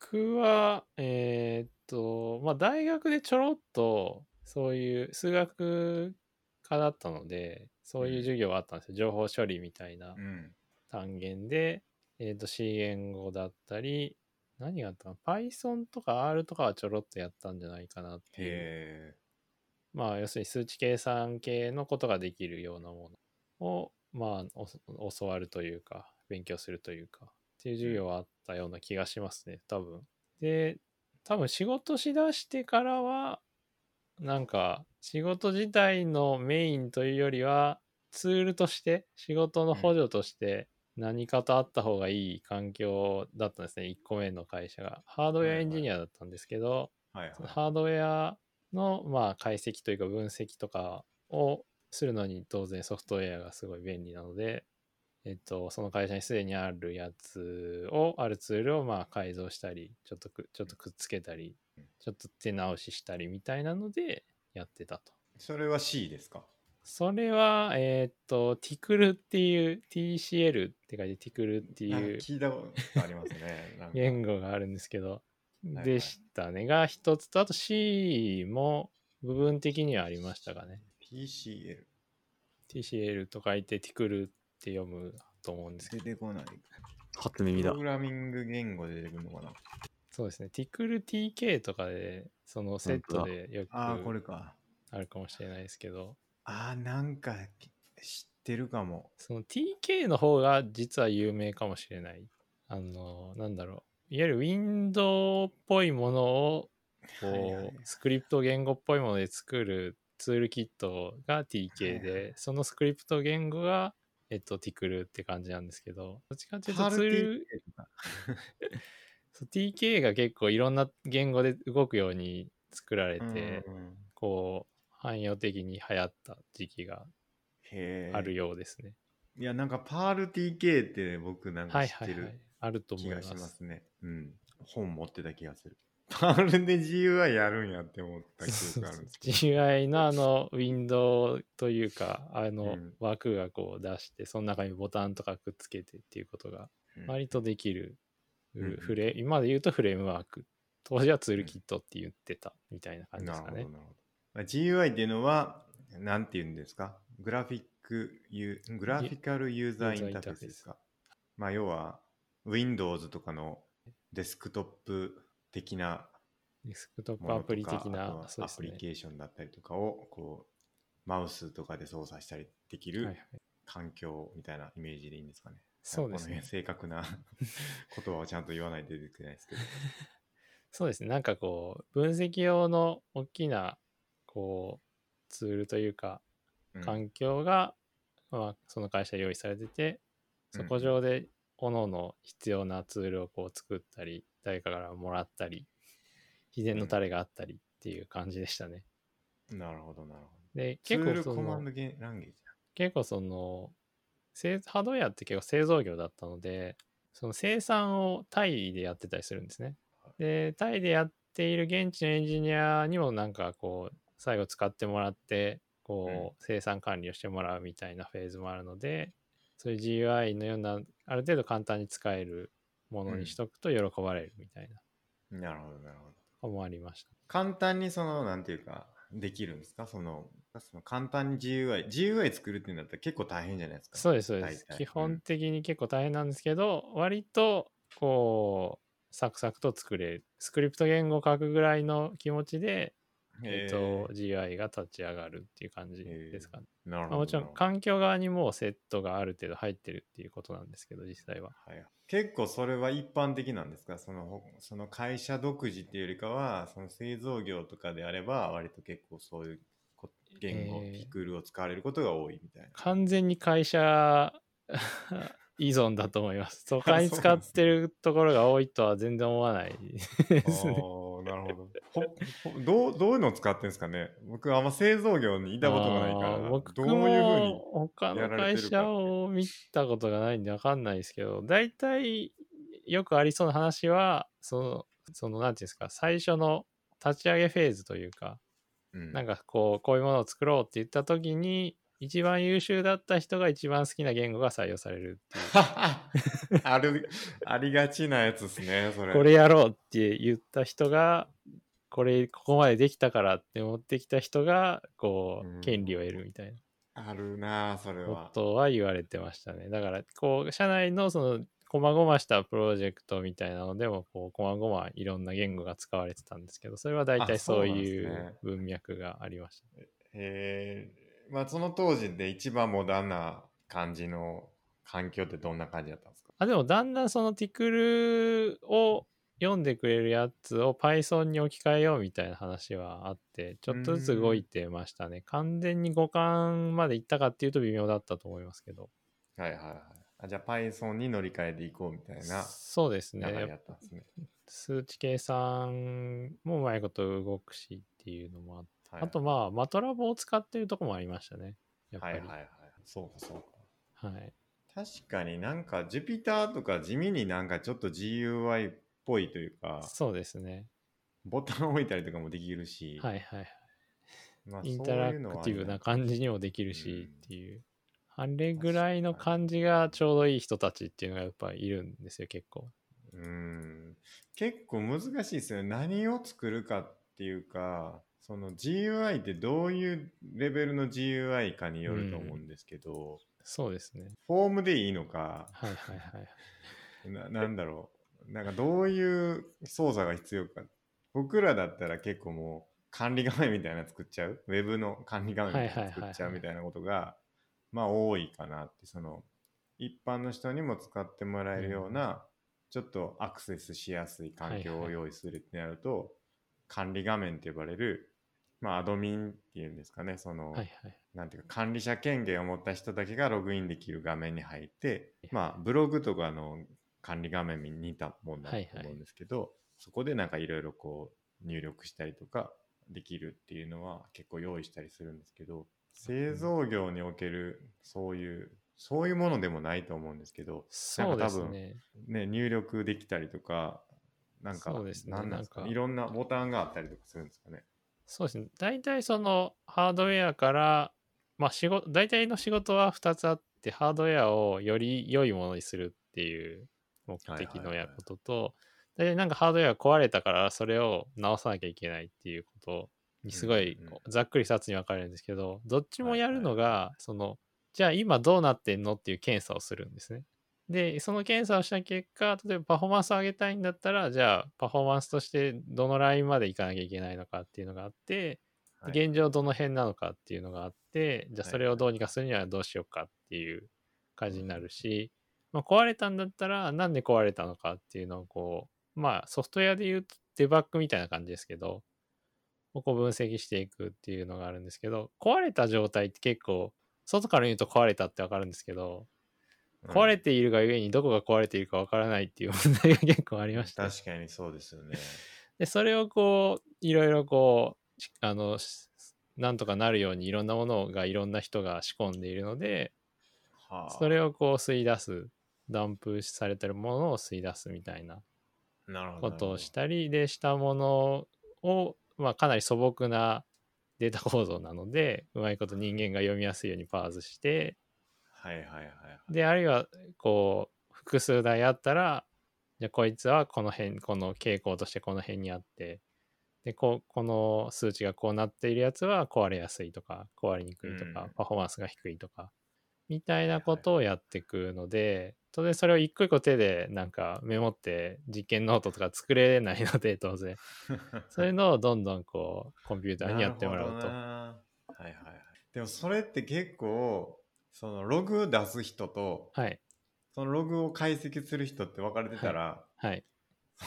Speaker 3: 僕は、えーっと、まあ、大学でちょろっと、そういう数学科だったので、そういう授業があったんですよ。情報処理みたいな
Speaker 1: うん。
Speaker 3: 単元で、えーっと、C 言語だったり、何があったの ?Python とか R とかはちょろっとやったんじゃないかなっていう。
Speaker 1: へ
Speaker 3: まあ、要するに数値計算系のことができるようなものを、まあ、おそ教わるというか、勉強するというか、っていう授業はあったような気がしますね、多分。で、多分仕事しだしてからは、なんか、仕事自体のメインというよりは、ツールとして、仕事の補助として、何かとあった方がいい環境だったんですね、1個目の会社が。ハードウェアエンジニアだったんですけど、
Speaker 1: え。はいはい。
Speaker 3: ハードウェアの、まあ、解析というか分析とかをするのに当然ソフトウェアがすごい便利なので、えっと、その会社にすでにあるやつを、あるツールをまあ改造したり、ちょっとくちょっとくっつけたり、ちょっと手直ししたりみたいなのでやってたと。
Speaker 1: それは C ですか
Speaker 3: それは、えっと、TCL っていう、TCL って書いて TCL って
Speaker 1: なんか
Speaker 3: いう
Speaker 1: 聞いたことあります ね。なんか
Speaker 3: 言語があるんですけど、
Speaker 1: いはい
Speaker 3: でしたねが一つとあと C も部分的にはありましたがね
Speaker 1: TCL。
Speaker 3: TCL と書いて TCL って読むと思うんですけど
Speaker 1: 出てこない。
Speaker 2: 初耳
Speaker 1: プ
Speaker 2: だ
Speaker 1: ロ。グラミング言語で出てくるのかな
Speaker 3: そうですね TCLTK とかでそのセット
Speaker 2: 本当だ
Speaker 3: でよく
Speaker 1: ああ、こ
Speaker 3: あ
Speaker 1: れか。
Speaker 3: るかもしれないですけど
Speaker 1: ああ、なんかき知ってるかも。
Speaker 3: その TK の方が実は有名かもしれないあのなんだろういわゆる Windows っぽいものをこう、
Speaker 1: はいはい
Speaker 3: スクリプト言語っぽいもので作るツールキットが TK
Speaker 1: はい
Speaker 3: で、そのスクリプト言語が、えっと、TCL って感じなんですけど、どっちかっていうと
Speaker 1: パル
Speaker 3: ツール、そう TK が結構いろんな言語で動くように作られて、
Speaker 1: うんうん
Speaker 3: こう、汎用的に流行った時期が
Speaker 1: へえ。
Speaker 3: あるようですね。
Speaker 1: いや、なんかパール TK って、僕なん
Speaker 3: は
Speaker 1: か
Speaker 3: い
Speaker 1: 知
Speaker 3: は
Speaker 1: っ
Speaker 3: い
Speaker 1: て
Speaker 3: は
Speaker 1: る
Speaker 3: い。あると思
Speaker 1: 気
Speaker 3: い
Speaker 1: が
Speaker 3: ま
Speaker 1: し
Speaker 3: す。
Speaker 1: ますね。うん。本持ってた気がする。 パールで GUI やるんやって思った記憶があるんですけど。
Speaker 3: GUI のあのウィンドウというかあ
Speaker 1: う
Speaker 3: の
Speaker 1: ん
Speaker 3: 枠がこう出してその中にボタンとかくっつけてっていうことが
Speaker 1: うん
Speaker 3: 割とできる
Speaker 1: うんうん
Speaker 3: フレ今で言うとフレームワーク当時はツールキットって言ってたみたいな感じで
Speaker 1: な
Speaker 3: す
Speaker 1: る
Speaker 3: か
Speaker 1: ほどなる
Speaker 3: ね
Speaker 1: ほどまあ GUI っていうのは、なんて言うんですかグラフィックユー、グラフィカルユーザーインターフェースですかまあ、要は、Windows とかのデスクトップ的な
Speaker 3: デスクトッ
Speaker 1: も
Speaker 3: プ
Speaker 1: の
Speaker 3: ア
Speaker 1: とか
Speaker 3: プリ的
Speaker 1: あ
Speaker 3: な
Speaker 1: とは
Speaker 3: そうで
Speaker 1: ア
Speaker 3: す
Speaker 1: プ
Speaker 3: ね
Speaker 1: リケーションだったりとかを、こう、マウスとかで操作したりでき
Speaker 3: はいは
Speaker 1: る
Speaker 3: い
Speaker 1: 環境みたいなイメージでいいんですかね。
Speaker 3: そうですね
Speaker 1: この辺正確 な言葉をちゃんと言わないと出てこないですけど。
Speaker 3: そうですね。なんかこう、分析用の大きな、こう、ツールというか、
Speaker 1: うん
Speaker 3: 環境が、まあ、その会社用意されてて、そこ上で、各々必要なツールをこう作ったり、誰かからもらったり、秘伝のタレがあったりっていう感じでしたね。
Speaker 1: なるほど、なるほど。
Speaker 3: で、
Speaker 1: ツ
Speaker 3: 結
Speaker 1: ー
Speaker 3: 構
Speaker 1: ル
Speaker 3: そ
Speaker 1: コマン
Speaker 3: の
Speaker 1: ド、ゲランゲージ
Speaker 3: 結構その、製ハードウェアって結構製造業だったので、その生産をタイでやってたりするんですね。で、タイでやっている現地のエンジニアにもなんかこう、最後使ってもらって、こう、生産管理をしてもらうみたいなフェーズもあるので、そういう GUI のような、ある程度簡単に使えるものにしとくと喜ばれるみたいな
Speaker 1: だ。なるほど、なるほど。
Speaker 3: のもありました。
Speaker 1: 簡単にその、なんていうか、できるんですかその、その簡単に GUI、GUI 作るっていうんだったら結構大変じゃないですか。
Speaker 3: そうです、そうです。
Speaker 1: 大体
Speaker 3: 基本的に結構大変なんですけど、割と、こう、サクサクと作れる。スクリプト言語書くぐらいの気持ちで、えっ、と、GI が立ち上がるっていう感じですかね。
Speaker 1: えーなるほ
Speaker 3: ま
Speaker 1: ど。
Speaker 3: あ、もち
Speaker 1: な
Speaker 3: ろ、
Speaker 1: んるほど
Speaker 3: 環境側にもうセットがある程度入ってるっていうことなんですけど、実際は。
Speaker 1: はい、結構それは一般的なんですかそのほその会社独自っていうよりかはその製造業とかであれば割と結構そういうこ言語、
Speaker 3: えー
Speaker 1: ピクルを使われることが多いみたいな。
Speaker 3: 完全に会社 依存だと思います。都会に使ってるところが多いとは全然思わない です
Speaker 1: ああ、
Speaker 3: ね。
Speaker 1: なるほど。ほほどうどういうのを使ってんですかね僕あんま製造業にいたことがないか
Speaker 3: あ
Speaker 1: ら、
Speaker 3: ー
Speaker 1: ど
Speaker 3: 僕
Speaker 1: ういうふうに
Speaker 3: も他
Speaker 1: や
Speaker 3: の
Speaker 1: られ
Speaker 3: 会
Speaker 1: てるか
Speaker 3: 社を見たことがないんで分かんないですけど、大体よくありそうな話は、その、その、なんていうんですか、最初の立ち上げフェーズというか、
Speaker 1: うん
Speaker 3: なんかこう、こういうものを作ろうって言った時に、一番優秀だった人が一番好きな言語が採用されるってい う。
Speaker 1: ある、ありがちなやつですね、それ。
Speaker 3: これやろうって言った人が、これ、ここまでできたからって持ってきた人が、こ
Speaker 1: うん
Speaker 3: う、権利を得るみたいな。
Speaker 1: あるなあ、それは。
Speaker 3: ことは言われてましたね。だから、こう、社内のその、こまごましたプロジェクトみたいなのでも、こう、こまごまいろんな言語が使われてたんですけど、それは大
Speaker 1: あ
Speaker 3: 体
Speaker 1: そう
Speaker 3: そう
Speaker 1: なんですね
Speaker 3: いう文脈がありました。
Speaker 1: えー、まあその当時で一番モダンな感じの環境ってどんな感じだったんですか
Speaker 3: あ、でも、だんだんそのティクルを読んでくれるやつを Python に置き換えようみたいな話はあって、ちょっとずつ動いてましたね。完全に互換までいったかっていうと微妙だったと思いますけど。
Speaker 1: はいはいはい。あじゃあ Python に乗り換えていこうみたいな
Speaker 3: そうです
Speaker 1: 流
Speaker 3: ね。
Speaker 1: れだったんですね。
Speaker 3: 数値計算もうまいこと動くしっていうのもあって、
Speaker 1: はい
Speaker 3: あとまあ、マトラボを使ってるとこもありましたね。やっぱ
Speaker 1: はい
Speaker 3: り。
Speaker 1: は
Speaker 3: はいい、
Speaker 1: はい。そうかそうか。確かになんか Jupyter とか地味になんかちょっと GUI っぽいというか、
Speaker 3: そうですね。
Speaker 1: ボタン置いたりとかもできるし、
Speaker 3: はいはいはい。
Speaker 1: まあ
Speaker 3: インタラクティブな感じにもできるしっていう。あれぐらいの感じがちょうどいい人たちっていうのがやっぱりいるんですよ、結構。
Speaker 1: うーん結構難しいですよね。何を作るかっていうか、その GUI ってどういうレベルの GUI かによると思うんですけど、
Speaker 3: そうですね。
Speaker 1: フォームでいいのか、
Speaker 3: はいはいは
Speaker 1: な
Speaker 3: い。
Speaker 1: なんだろう、なんかどういう操作が必要か。僕らだったら結構もう管理画面みたいなの作っちゃう、ウェブの管理画面みたいなの作っちゃう
Speaker 3: はいはいはいはい
Speaker 1: みたいなことが、まあ多いかなって、その一般の人にも使ってもらえるような、ちょっとアクセスしやすい環境
Speaker 3: はい
Speaker 1: を
Speaker 3: はい
Speaker 1: 用意するってなると、管理画面って呼ばれる、まあアドミンっていうんですかね、その、
Speaker 3: はいはい。
Speaker 1: なんていうか管理者権限を持った人だけがログインできる画面に入って
Speaker 3: い、
Speaker 1: まあ、ブログとかの管理画面に似たもんだと
Speaker 3: はいはい
Speaker 1: 思うんですけど、そこでなんかいろいろこう入力したりとかできるっていうのは結構用意したりするんですけど製造業におけるそういうそういうものでもないと思うんですけど、
Speaker 3: そうです
Speaker 1: なんか多
Speaker 3: ね。
Speaker 1: ね、入力できたりとかなんか
Speaker 3: そうですね
Speaker 1: なんなんですか
Speaker 3: なんか
Speaker 1: いろんなボタンがあったりとかするんですかね。
Speaker 3: そうですね。大体そのハードウェアから、まあ仕事、大体の仕事は2つあって、ハードウェアをより良いものにするっていう目的のやことと、大体なんかハードウェア壊れたからそれを直さなきゃいけないっていうことにすごい
Speaker 1: うんうんうん
Speaker 3: こうざっくり2つに分かれるんですけど、どっちもやるの
Speaker 1: はい
Speaker 3: が、その、じゃあ今どうなってんのっていう検査をするんですね。で、その検査をした結果、例えばパフォーマンスを上げたいんだったら、じゃあパフォーマンスとしてどのラインまでいかなきゃいけないのかっていうのがあって、
Speaker 1: はい
Speaker 3: 現状どの辺なのかっていうのがあって、じゃあ
Speaker 1: はい
Speaker 3: それをどうにかするにはどうしようかっていう感じになるし、まあ、壊れたんだったら、なんで壊れたのかっていうのを、こう、まあ、ソフトウェアで言うとデバッグみたいな感じですけど、ここ分析していくっていうのがあるんですけど、壊れた状態って結構、外から言うと壊れたってわかるんですけど、壊れているがゆえにどこが壊れているかわからないっていう問題が結構ありました。
Speaker 1: 確かにそうですよね。
Speaker 3: で、それをこう、いろいろこう、しあの、しなんとかなるようにいろんなものがいろんな人が仕込んでいるので、
Speaker 1: はあ、
Speaker 3: それをこう吸い出す、ダンプされてるものを吸い出すみたいな
Speaker 1: なるほど
Speaker 3: ことをしたり、で、したものを、まあ、かなり素朴なデータ構造なので、うまいこと人間が読みやすいようにパーズして、
Speaker 1: はいはいはいはい。
Speaker 3: で、あるいは、こう、複数台あったら、じゃあこいつはこの辺、この傾向としてこの辺にあって、で、こうこの数値がこうなっているやつは壊れやすいとか、壊れにくいとか、
Speaker 1: うん
Speaker 3: パフォーマンスが低いとか、みたいなことをやっていくので、当然それを一個一個手でなんかメモって実験ノートとか作れないので、当然。そういうのをどんどんこう、コンピューターにやってもら
Speaker 1: なる
Speaker 3: う
Speaker 1: ほ
Speaker 3: と
Speaker 1: ど。なはいはいはい。でもそれって結構、そのログ出す人と、
Speaker 3: はい。
Speaker 1: そのログを解析する人って分かれてたら、
Speaker 3: はい。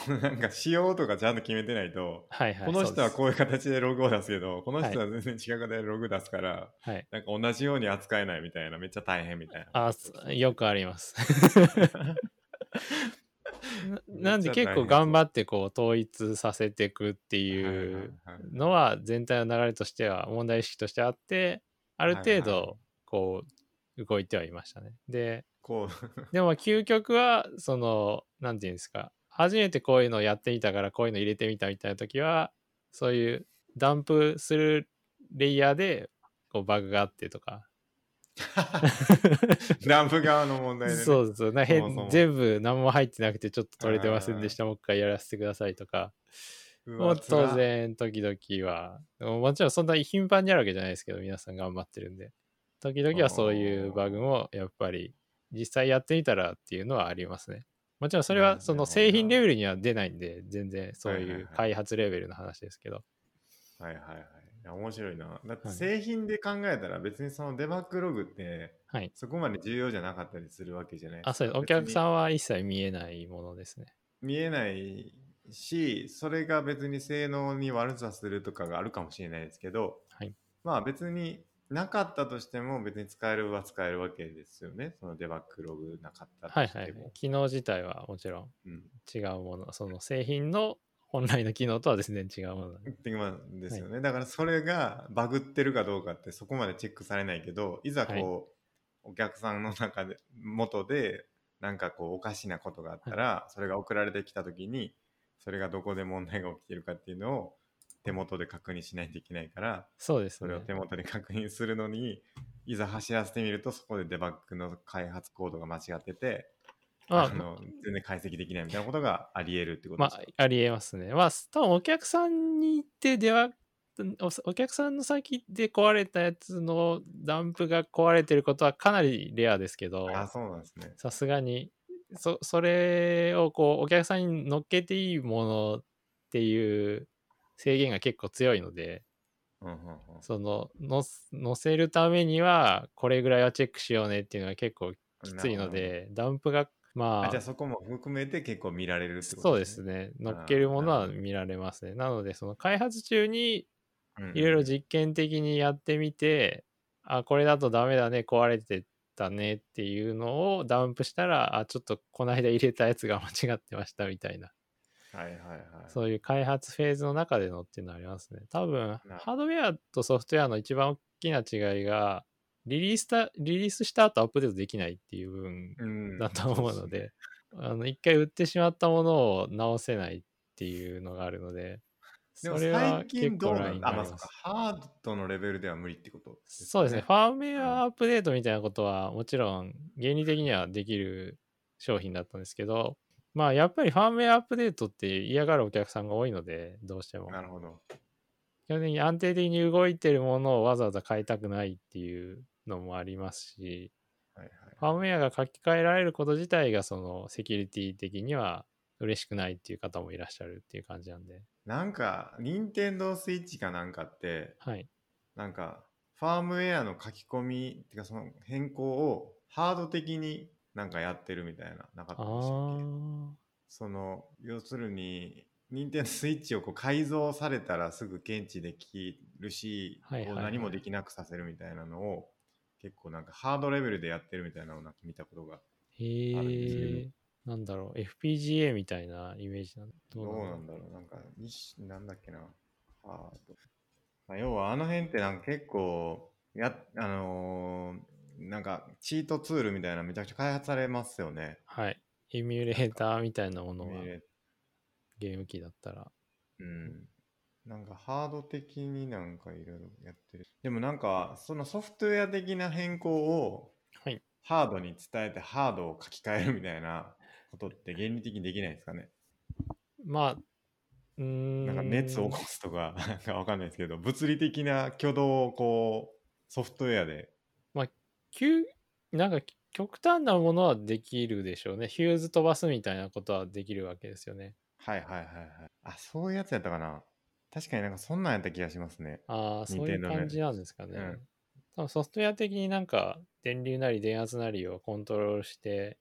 Speaker 1: そのなんか仕様とかちゃんと決めてないと、
Speaker 3: はいはい。
Speaker 1: この人は
Speaker 3: そう
Speaker 1: こういう形でログを出すけど、この人は全然違う形でログ出すから、
Speaker 3: ですはい。
Speaker 1: なんか同じように扱えないみたいな、めっちゃ大変みたいな。
Speaker 3: あそよくあ ります。ななんで
Speaker 1: めっちゃ
Speaker 3: 結
Speaker 1: 大変
Speaker 3: 構頑張ってこう統一させていくっていうのは全体の流れとしては問題意識としてあってある程
Speaker 1: はいは
Speaker 3: 度こう動いてはいましたね。で
Speaker 1: こ
Speaker 3: でも究極はその何て言うんですか初めてこういうのをやってみたからこういうの入れてみたみたいな時はそういうダンプするレイヤーでこうバグがあってとか
Speaker 1: う、 ダンプ側の問題で、ね。
Speaker 3: そうそうな変
Speaker 1: そもそも
Speaker 3: 全部何も入ってなくてちょっと取れてませんでしたもう一回やらせてくださいとか
Speaker 1: うわ
Speaker 3: もう当。
Speaker 1: 辛い
Speaker 3: 然時々はもうもちろんそんなに頻繁にあるわけじゃないですけど皆さん頑張ってるんで時々はそういうバグもやっぱり実際やってみたらっていうのはありますねもちろんそれ
Speaker 1: なる
Speaker 3: は
Speaker 1: ほど
Speaker 3: その製品レベルには出ないんで全然そう
Speaker 1: はいはい
Speaker 3: い
Speaker 1: は
Speaker 3: う
Speaker 1: い
Speaker 3: 開発レベルの話ですけど
Speaker 1: はいはいはい。いや面白いな。だって
Speaker 3: はい
Speaker 1: 製品で考えたら別にそのデバッグログって
Speaker 3: はい
Speaker 1: そこまで重要じゃなかったりするわけじゃない
Speaker 3: あそうですお客さんは一切見えないものですね
Speaker 1: 見えないし、それが別に性能に悪さするとかがあるかもしれないですけど、
Speaker 3: はい
Speaker 1: まあ別になかったとしても別に使えるは使えるわけですよね。そのデバッグログなかった
Speaker 3: は
Speaker 1: と
Speaker 3: い
Speaker 1: しても。
Speaker 3: はい機能自体はもちろん
Speaker 1: うん
Speaker 3: 違うものその製品の本来の機能とは全然違うものなんで
Speaker 1: ってことですよね、だからそれがバグってるかどうかってそこまでチェックされないけどいざこう、
Speaker 3: はい
Speaker 1: お客さんの中で元でなんかこうおかしなことがあったら、それが送られてきた時にそれがどこで問題が起きてるかっていうのを手元で確認しないといけないから
Speaker 3: そうです
Speaker 1: それを
Speaker 3: ね
Speaker 1: 手元で確認するのにいざ走らせてみるとそこでデバッグの開発コードが間違っててあ
Speaker 3: まあ
Speaker 1: の全然解析できないみたいなことがあり得るってこと
Speaker 3: ま
Speaker 1: ですか、
Speaker 3: あありえますねまあ多分お客さんに行ってではおお客さんの先で壊れたやつのダンプが壊れてることはかなりレアですけど
Speaker 1: あそうなんですね
Speaker 3: さすがにそそれをこうお客さんに乗っけていいものっていう制限が結構強いので
Speaker 1: うんうんうん
Speaker 3: そのの乗せるためにはこれぐらいはチェックしようねっていうのが結構きついのでダンプがま
Speaker 1: あ
Speaker 3: あ
Speaker 1: じゃあそこも含めて結構見られるってこ
Speaker 3: そ
Speaker 1: と
Speaker 3: うですね乗っけるものは見られますねなのでその開発中に
Speaker 1: ね
Speaker 3: いろいろ実験的にやってみて、あこれだとダメだね壊れてたねっていうのをダンプしたらあちょっとこの間入れたやつが間違ってましたみたいな
Speaker 1: はいはいはい。
Speaker 3: そういう開発フェーズの中でのっていうのはありますね。多分
Speaker 1: ほど、
Speaker 3: ハードウェアとソフトウェアの一番大きな違いが、リリースした、リリースした後アップデートできないっていう部分
Speaker 1: うん
Speaker 3: だと思うの
Speaker 1: そっすね
Speaker 3: で、あの、一回売ってしまったものを直せないっていうのがあるので、
Speaker 1: で
Speaker 3: そ
Speaker 1: も
Speaker 3: れは
Speaker 1: 最
Speaker 3: 結
Speaker 1: 近ど
Speaker 3: 構
Speaker 1: う
Speaker 3: ラ
Speaker 1: な
Speaker 3: イン
Speaker 1: ん
Speaker 3: が
Speaker 1: だあ、
Speaker 3: あり
Speaker 1: ま
Speaker 3: ま
Speaker 1: あ、
Speaker 3: す
Speaker 1: そっ。かハードのレベルでは無理ってこと
Speaker 3: そうですね、フ
Speaker 1: ァ
Speaker 3: ァームウェ
Speaker 1: うん
Speaker 3: アアップデートみたいなことは、もちろん原理的にはできる商品だったんですけど、まあやっぱりファームウェアアップデートって嫌がるお客さんが多いので、どうしても。
Speaker 1: なるほど。
Speaker 3: 基本的に安定的に動いてるものをわざわざ変えたくないっていうのもありますし、
Speaker 1: はいはい。
Speaker 3: ファームウェアが書き換えられること自体がそのセキュリティ的には嬉しくないっていう方もいらっしゃるっていう感じなんで、
Speaker 1: なんか、任天堂スイッチかなんかって、
Speaker 3: はい。
Speaker 1: なんか、ファームウェアの書き込み、ってかその変更をハード的になんかやってるみたいな、なかったでし
Speaker 3: あ
Speaker 1: たっけ
Speaker 3: ー
Speaker 1: その、要するに、任天堂スイッチをこう改造されたらすぐ現地できるし、
Speaker 3: はいはいはい
Speaker 1: こう何もできなくさせるみたいなのを、結構なんかハードレベルでやってるみたいなのをなんか見たことが、
Speaker 3: へ
Speaker 1: あるんですけ
Speaker 3: え。なんだろう、FPGA みたいなイメージなの
Speaker 1: ど
Speaker 3: ど
Speaker 1: う
Speaker 3: うなんだ
Speaker 1: な
Speaker 3: ろ
Speaker 1: んだろ
Speaker 3: う
Speaker 1: う、なんか、にしなんだっけな、ハード。まあ、要はあの辺ってなんか結構、や、あのーなんかチートツールみたいなのめちゃくちゃ開発されますよね。
Speaker 3: はい。エミュレーターみたいなものが
Speaker 1: 見れ
Speaker 3: ゲーム機だったら。
Speaker 1: うん。なんかハード的になんかいろいろやってる。でもなんかそのソフトウェア的な変更を
Speaker 3: はい。
Speaker 1: ハードに伝えてハードを書き換えるみたいなことって原理的にできないですかね。
Speaker 3: まあ、うーん。
Speaker 1: なんか熱を起こすとか、 なんかわかんないですけど、物理的な挙動をこうソフトウェアで。
Speaker 3: 急なんか極端なものはできるでしょうね。ヒューズ飛ばすみたいなことはできるわけですよね。
Speaker 1: はいはいはいはい。あ、そういうやつやったかな。確かになんかそんなんやった気がしますね。
Speaker 3: ああ、そういう
Speaker 1: 任天堂ね
Speaker 3: 感じなんですかね。
Speaker 1: うん
Speaker 3: 多分ソフトウェア的になんか電流なり電圧なりをコントロールして、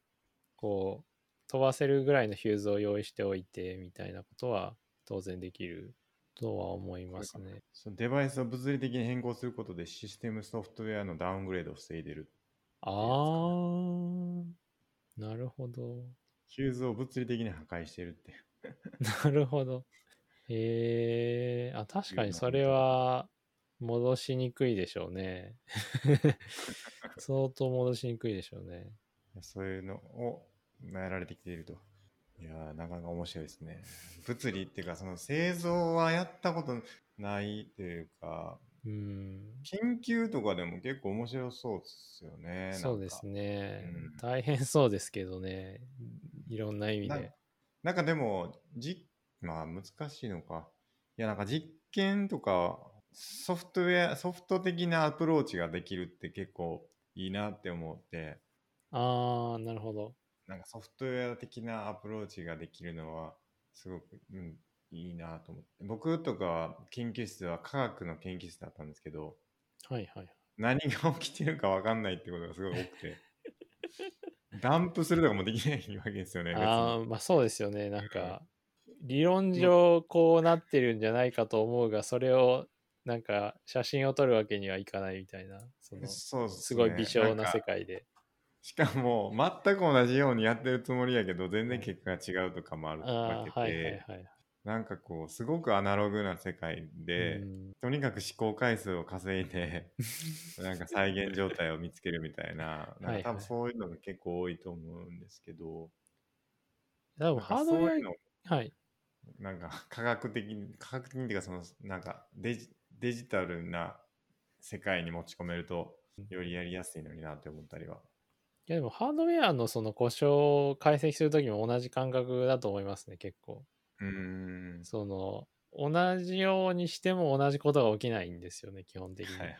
Speaker 3: こう、飛ばせるぐらいのヒューズを用意しておいてみたいなことは当然できるとは思いますね。
Speaker 1: そのデバイスを物理的に変更することでシステムソフトウェアのダウングレードを防いでる。
Speaker 3: あー、なるほど。
Speaker 1: ヒューズを物理的に破壊してるって。
Speaker 3: なるほど。へえあ、確かにそれは戻しにくいでしょうね。 相当戻しにくいでしょうね。
Speaker 1: そういうのをやられてきていると。いやー、なかなか面白いですね。物理っていうか、その製造はやったことないというか、
Speaker 3: うん。
Speaker 1: 研究とかでも結構面白そうですよね。
Speaker 3: そうです
Speaker 1: ね。
Speaker 3: ね、
Speaker 1: うん
Speaker 3: 大変そうですけどね。いろんな意味
Speaker 1: なん
Speaker 3: で
Speaker 1: か。なんかでも、じまあ難しいのか。いや、なんか実験とか、ソフトウェア、ソフト的なアプローチができるって結構いいなって思って、
Speaker 3: ああ、なるほど。
Speaker 1: なんかソフトウェア的なアプローチができるのはすごく、うん、いいなと思って僕とかは研究室は科学の研究室だったんですけど
Speaker 3: はいはい。
Speaker 1: 何が起きてるか分かんないってことがすごい多く てダンプするとかもできないわけですよね別に
Speaker 3: ああ、まあそうですよね。なんか、理論上こうなってるんじゃないかと思うが、それをなんか写真を撮るわけにはいかないみたいな、その
Speaker 1: そうっすね
Speaker 3: すごい微小
Speaker 1: ん
Speaker 3: な
Speaker 1: か
Speaker 3: 世界で。
Speaker 1: しかも全く同じようにやってるつもりやけど全然結果が違うとかもあるわ
Speaker 3: あ
Speaker 1: けで、
Speaker 3: あ、はいはいはい。
Speaker 1: なんかこうすごくアナログな世界で、
Speaker 3: うん
Speaker 1: とにかく試行回数を稼い でなんか再現状態を見つけるみたいななん
Speaker 3: はい
Speaker 1: か多分そういうのが結構多いと思うんですけど、
Speaker 3: 多分
Speaker 1: なんか
Speaker 3: ハード
Speaker 1: そう
Speaker 3: ウ
Speaker 1: いう
Speaker 3: ェ
Speaker 1: の
Speaker 3: ア、はい。
Speaker 1: なんか 科学的に科学的にっていうかそのなんかデジデジタルな世界に持ち込めるとよりやりやすいのになって思ったりは。
Speaker 3: いやでもハードウェアのその故障を解析するときも同じ感覚だと思いますね、結構。
Speaker 1: うーん
Speaker 3: その、同じようにしても同じことが起きないんですよね、基本的に。
Speaker 1: はい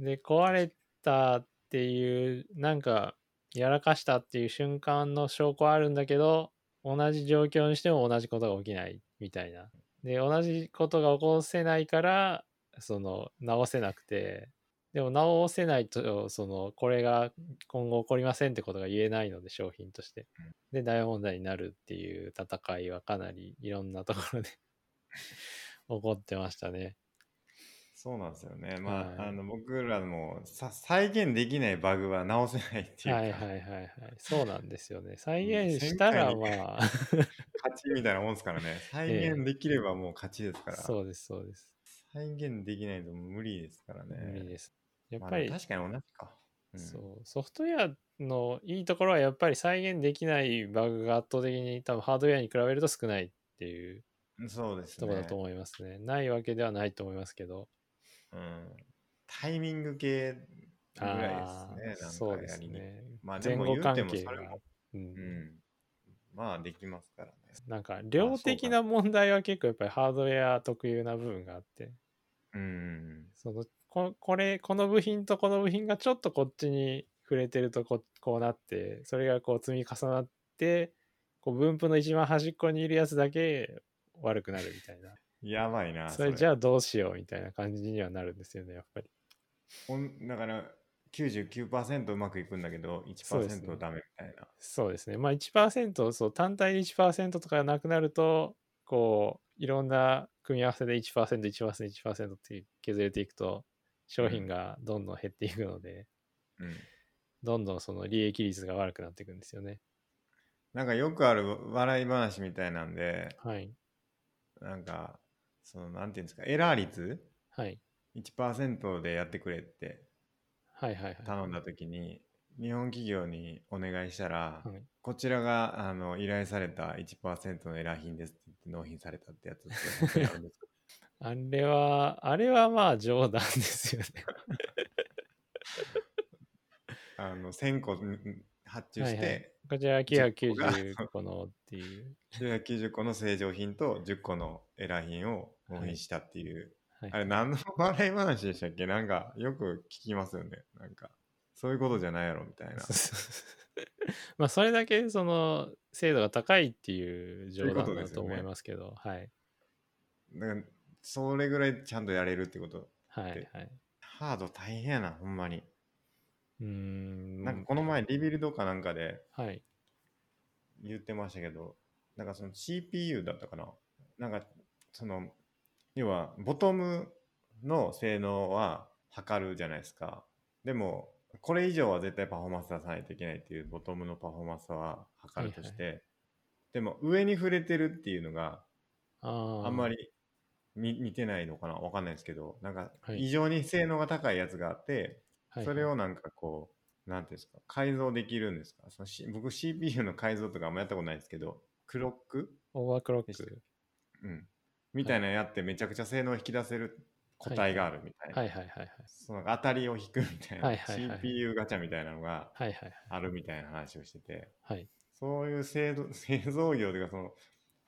Speaker 3: で、壊れたっていう、なんか、やらかしたっていう瞬間の証拠はあるんだけど、同じ状況にしても同じことが起きないみたいな。で、同じことが起こせないから、その、直せなくて、でも直せないと、その、これが今後起こりませんってことが言えないので、商品として。で、大問題になるっていう戦いはかなりいろんなところで 起こってましたね。
Speaker 1: そうなんですよね。まあ、
Speaker 3: はい
Speaker 1: あの僕らもさ再現できないバグは直せないっていうか、
Speaker 3: はいはいはいはい。そうなんです よね。再
Speaker 1: うん
Speaker 3: 現したら
Speaker 1: 1000回に
Speaker 3: まあ、
Speaker 1: 勝ちみたいなもんですからね。再現できればもう勝ちですから。
Speaker 3: そうですそうです。
Speaker 1: 再現できないと無理ですからね。
Speaker 3: 無理です。や
Speaker 1: ま
Speaker 3: っ
Speaker 1: あ
Speaker 3: ぱり、
Speaker 1: 確かに同じか。うん
Speaker 3: そう、ソフトウェアのいいところはやっぱり再現できないバグが圧倒的に多分ハードウェアに比べると少ないっていう
Speaker 1: そうです
Speaker 3: ところだ
Speaker 1: ね
Speaker 3: と思いますね。ないわけではないと思いますけど。
Speaker 1: うん。タイミング系ぐらいですね。なんかやりに
Speaker 3: そうですね。
Speaker 1: まあで
Speaker 3: 前
Speaker 1: も
Speaker 3: 後
Speaker 1: 言うて
Speaker 3: 関
Speaker 1: も
Speaker 3: 係が
Speaker 1: それも、
Speaker 3: うん
Speaker 1: うん。まあできますからね。
Speaker 3: なんか量的な問題は結構やっぱりハードウェア特有な部分があって。
Speaker 1: うん。
Speaker 3: そのここれこの部品とこの部品がちょっとこっちに触れてるとここうなってそれがこう積み重なってこう分布の一番端っこにいるやつだけ悪くなるみたいな
Speaker 1: やばいな。
Speaker 3: それじゃあどうしようみたいな感じにはなるんですよねやっぱり
Speaker 1: ほんだから99%うまくいくんだけど、
Speaker 3: そうですね
Speaker 1: 1%ダメみたいな。
Speaker 3: そうですね。まあ1%、そう、単体で1%とかなくなると、こう、いろんな組み合わせで1%、1%、1%って削れていくと、商
Speaker 1: う
Speaker 3: 品
Speaker 1: ん
Speaker 3: がどんどん減っていくので、
Speaker 1: うん
Speaker 3: どんどんその利益率が悪くなっていくんですよね。
Speaker 1: なんかよくある笑い話みたいなんで、
Speaker 3: はい。
Speaker 1: なんか、その、なんていうんですか、エラー率
Speaker 3: はい。
Speaker 1: 1%でやってくれって
Speaker 3: はいはいはい。
Speaker 1: 頼んだときに、日本企業にお願いしたら、
Speaker 3: はい
Speaker 1: こちらがあの依頼された1%のエラー品ですって言って納品されたってやつって本当にあるんですか
Speaker 3: あれは、あれはまあ冗談で すよね。
Speaker 1: あの1000個うん発注して、
Speaker 3: はいはいこちら
Speaker 1: 10個が
Speaker 3: 990個のっていう。
Speaker 1: 990個の正常品と10個のエラー品を納品したっていう、
Speaker 3: はい
Speaker 1: あれ何の笑い話でしたっけなんかよく聞きますよねなんかそういうことじゃないやろみたいな
Speaker 3: そうそうそう まあそれだけその精度が高いっていう
Speaker 1: そういう
Speaker 3: 冗
Speaker 1: こと
Speaker 3: 談だ
Speaker 1: です
Speaker 3: と
Speaker 1: よね
Speaker 3: 思いますけどはい
Speaker 1: なんかそれぐらいちゃんとやれるってこと
Speaker 3: はい
Speaker 1: で
Speaker 3: はい
Speaker 1: ハード大変やなほんまに
Speaker 3: うーん
Speaker 1: なんかこの前リビルドかなんかで
Speaker 3: はい
Speaker 1: 言ってましたけどなんかその CPU だったかななんかその要はボトムの性能は測るじゃないですかでもこれ以上は絶対パフォーマンス出さないといけないっていうボトムのパフォーマンスは測るとして、でも上に触れてるっていうのが
Speaker 3: あー
Speaker 1: あんまり見似てないのかなわかんないですけどなんか
Speaker 3: はい
Speaker 1: 異常に性能が高いやつがあって、
Speaker 3: はい
Speaker 1: それ
Speaker 3: はい
Speaker 1: をなんかこう、なんていうんですか、改造できるんですかその、C、僕 CPU の改造とかあんまやったことないんですけど、クロック
Speaker 3: オーバークロッ
Speaker 1: でした
Speaker 3: ク
Speaker 1: うん。みたいなのやってめちゃくちゃ性能を引き出せる個体があるみたいな。
Speaker 3: はいはいはいはい
Speaker 1: その当たりを引くみたいな、
Speaker 3: はいはいはい
Speaker 1: CPU ガチャみたいなのが
Speaker 3: はいはい
Speaker 1: あるみたいな話をしてて、
Speaker 3: はい
Speaker 1: そういう製造 製造業というか、その、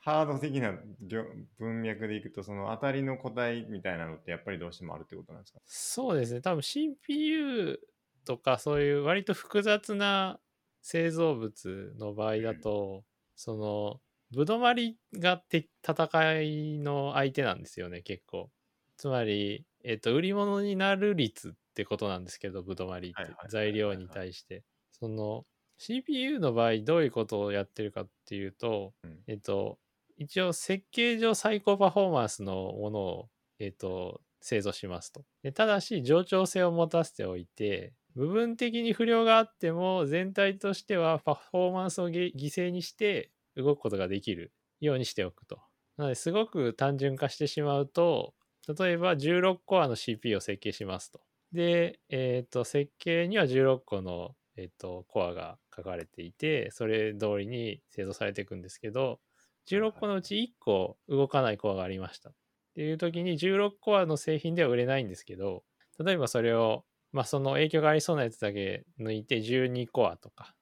Speaker 1: ハード的な業文脈でいくと、その当たりの個体みたいなのってやっぱりどうしてもあるってことなんですか
Speaker 3: そうですね多分 CPU とかそういう割と複雑な製造物の場合だと、そのぶどまりがて戦いの相手なんですよね結構つまり、えっと売り物になる率ってことなんですけどぶどまりっ
Speaker 1: はいはい
Speaker 3: て
Speaker 1: はいはい
Speaker 3: 材料に対してその CPU の場合どういうことをやってるかっていうと、
Speaker 1: うん
Speaker 3: えっと一応設計上最高パフォーマンスのものをえっ、と、製造しますと。でただし、冗長性を持たせておいて、部分的に不良があっても、全体としてはパフォーマンスをげ犠牲にして動くことができるようにしておくと。なので、すごく単純化してしまうと、例えば16コアの CPU を設計しますと。で、えっ、と、設計には16個の、えっとコアが書かれていて、それ通りに製造されていくんですけど、16個のうち1個動かないコアがありました。っていう時に16コアの製品では売れないんですけど例えばそれをまあその影響がありそうなやつだけ抜いて12コアとか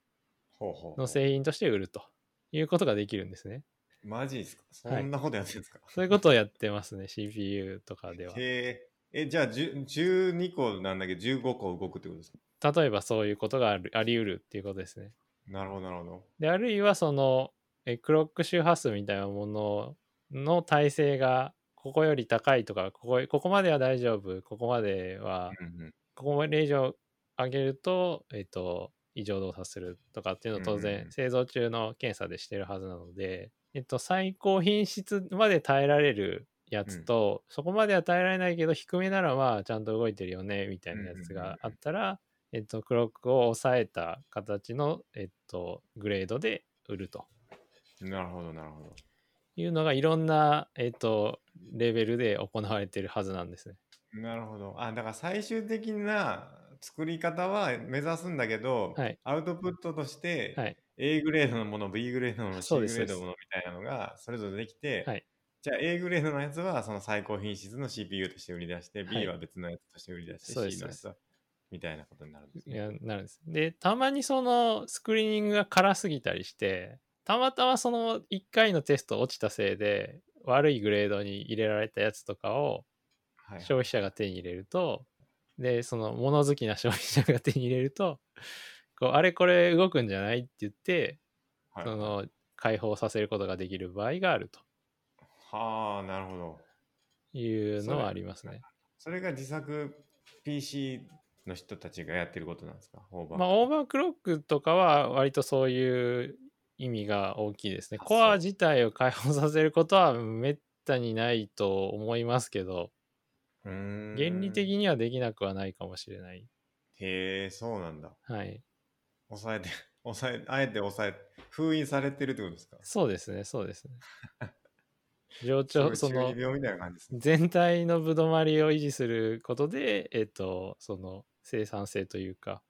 Speaker 1: ほうほうほう
Speaker 3: の製品として売るということができるんですね
Speaker 1: マジですかそ
Speaker 3: はい
Speaker 1: んなことやってるんですか、
Speaker 3: そういうことをやってますね CPU とかでは
Speaker 1: へえ、え、じゃあ10 12個なんだけど15個動くってことですか
Speaker 3: 例えばそういうことがあるあり得るっていうことですね
Speaker 1: なるほど、なるほど。
Speaker 3: であるいはそのえクロック周波数みたいなものの耐性がここより高いとかここここまでは大丈夫ここまでは
Speaker 1: うんうん
Speaker 3: ここ0以上上げると、えっ、と、異常動作するとかっていうのを当
Speaker 1: うんうん
Speaker 3: 然
Speaker 1: うん
Speaker 3: 製造中の検査でしてるはずなので、えっと、最高品質まで耐えられるやつと、そこまでは耐えられないけど、低めならまあちゃんと動いてるよね、みたいなやつがあったら、えっと、クロックを抑えた形の、えっと、グレードで売ると
Speaker 1: なるほど、なるほど。
Speaker 3: いうのがいろんな、えっと、レベルで行われてるはずなんですね。
Speaker 1: なるほど。あ、だから最終的な作り方は目指すんだけど、
Speaker 3: はい
Speaker 1: アウトプットとして
Speaker 3: はい。
Speaker 1: A グレードのもの、B グレードのもの、C
Speaker 3: そう
Speaker 1: グレ
Speaker 3: です
Speaker 1: ードのものみたいなのがそれぞれできて、
Speaker 3: はい
Speaker 1: じゃあ A グレードのやつはその最高品質の CPU として売り出して、
Speaker 3: はい
Speaker 1: B は別のやつとして売り出して、
Speaker 3: そうです
Speaker 1: C のやつはみたいなことになるんです
Speaker 3: い
Speaker 1: ね。
Speaker 3: やなるんです。で、たまにそのスクリーニングが辛すぎたりして、たまたまその1回のテスト落ちたせいで、悪いグレードに入れられたやつとかを
Speaker 1: はい。
Speaker 3: 消費者が手に入れると、で、その物好きな消費者が手に入れると、こうあれこれ動くんじゃないって言って、
Speaker 1: はい
Speaker 3: その解放させることができる場合があると
Speaker 1: はあ、なるほど。
Speaker 3: いうの
Speaker 1: それ
Speaker 3: はありますね。
Speaker 1: それが自作 PC の人たちがやってることなんですかオーバー
Speaker 3: まあ、オーバークロックとかは割とそういう意味が大きいですね。
Speaker 1: あ
Speaker 3: コ
Speaker 1: そ
Speaker 3: ア
Speaker 1: う
Speaker 3: 自体を解放させることはめったにないと思いますけど、
Speaker 1: うーん
Speaker 3: 原理的にはできなくはないかもしれない。
Speaker 1: へえそうなんだ
Speaker 3: はい。
Speaker 1: 抑えて 抑えあえて抑え封印されてるってことですか
Speaker 3: そうですね、そ うですね。上長、
Speaker 1: す
Speaker 3: そ
Speaker 1: ごい中
Speaker 3: の
Speaker 1: 二病みたいな感じですね
Speaker 3: 全体のぶどまりを維持することで、えっと、その生産性というか、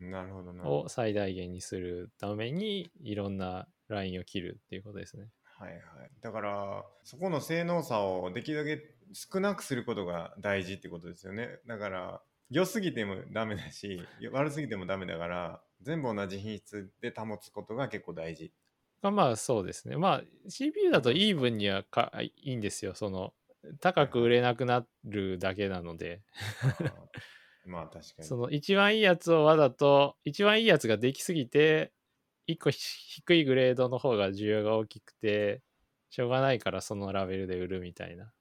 Speaker 1: なるほどなはい
Speaker 3: を最大限にするために、いろんなラインを切るっていうことですね。
Speaker 1: はいだからそこの性能差をできるだけ少なくすることが大事ってことですよねだから良すぎてもダメだし よ悪すぎてもダメだから全部同じ品質で保つことが結構大 事
Speaker 3: がまあそうですね。まあ CPU だとイーブンにはかいいんですよ。その高く売れなくなるだけなので、
Speaker 1: あーまあ確かに
Speaker 3: その一番いいやつをわざと、一番いいやつができすぎて、一個ひ低いグレードの方が需要が大きくて、しょうがないからそのラベルで売るみたいな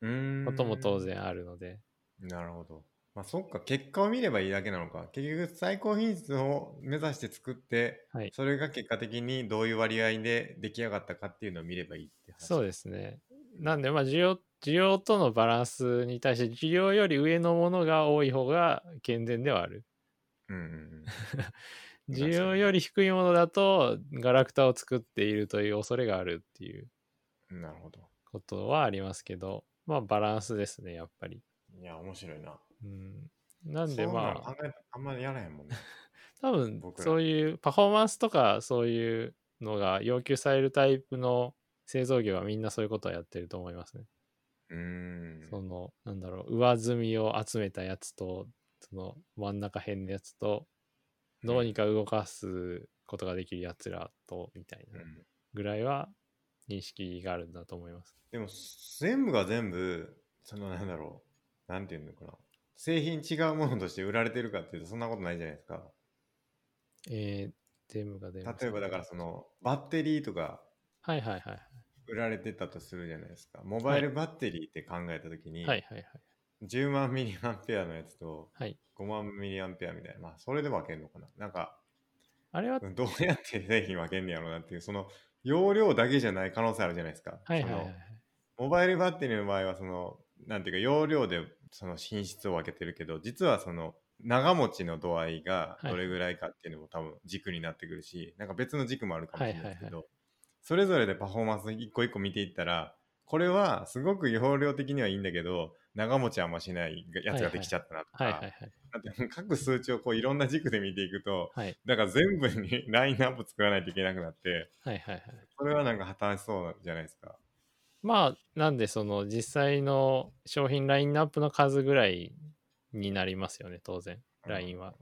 Speaker 1: うーん
Speaker 3: ことも当然あるので、
Speaker 1: なるほど。まあそっか、結果を見ればいいだけなのか。結局最高品質を目指して作って、
Speaker 3: はい
Speaker 1: それが結果的にどういう割合で出来上がったかっていうのを見ればいいって話。
Speaker 3: そうですね。なんでまあ需要、需要とのバランスに対して需要より上のものが多い方が健全ではある。
Speaker 1: うんうんうん。確か
Speaker 3: 需
Speaker 1: に
Speaker 3: 要より低いものだとガラクタを作っているという恐れがあるっていう
Speaker 1: なるほど。
Speaker 3: ことはありますけどまあバランスですねやっぱり、
Speaker 1: いや、面白いな。
Speaker 3: うん、なんで
Speaker 1: そなの
Speaker 3: まあ
Speaker 1: 考えあんまりやらへん もんね。
Speaker 3: 多分
Speaker 1: 僕ら
Speaker 3: そういうパフォーマンスとかそういうのが要求されるタイプの製造業はみんなそういうことはやってると思いますね、
Speaker 1: うーん。
Speaker 3: そのなんだろう上積みを集めたやつとその真ん中辺のやつとどうにか動かすことができるやつらとみたいな、
Speaker 1: うん
Speaker 3: ぐらいは認識があるんだと思います。
Speaker 1: でも、全部が全部、そのなんだろう。なんていうのかな。製品違うものとして売られてるかっていうと、そんなことないじゃないですか。
Speaker 3: えー、デムが出ます
Speaker 1: 例えばだからその、バッテリーとか、
Speaker 3: はいはいはい。
Speaker 1: 売られてたとするじゃないですか。モバイルバッテリーって考えたときに、
Speaker 3: はいはいはい。
Speaker 1: 10万ミリアンペアのやつと
Speaker 3: はい、
Speaker 1: 5万ミリアンペアみたいな、まあ、それで分けるのかな。なんか、
Speaker 3: あれは、
Speaker 1: うんどうやって 製品分けんねやろうなっていう、その容量だけじゃない可能性あるじゃないですか。
Speaker 3: はいはいは
Speaker 1: その
Speaker 3: い。
Speaker 1: モバイルバッテリーの場合は、その、なんていうか、容量でその品質を分けてるけど、実はその、長持ちの度合いが
Speaker 3: はい
Speaker 1: どれぐらいかっていうのも多分軸になってくるし、なんか別の軸もあるかもしれないですけど、
Speaker 3: はいはい
Speaker 1: それぞれでパフォーマンス一個一個見ていったら、これはすごく容量的にはいいんだけど、長持ちはあんましないやつができちゃったなとか、
Speaker 3: はいはいはい。
Speaker 1: だってもう各数値をこういろんな軸で見ていくと、
Speaker 3: はい
Speaker 1: だから全部に ラインナップ作らないといけなくなって、
Speaker 3: はいはいはい。
Speaker 1: それはなんか破綻しそうじゃないですか。
Speaker 3: まあ、なんでその実際の商品ラインナップの数ぐらいになりますよね、当然。ラインは。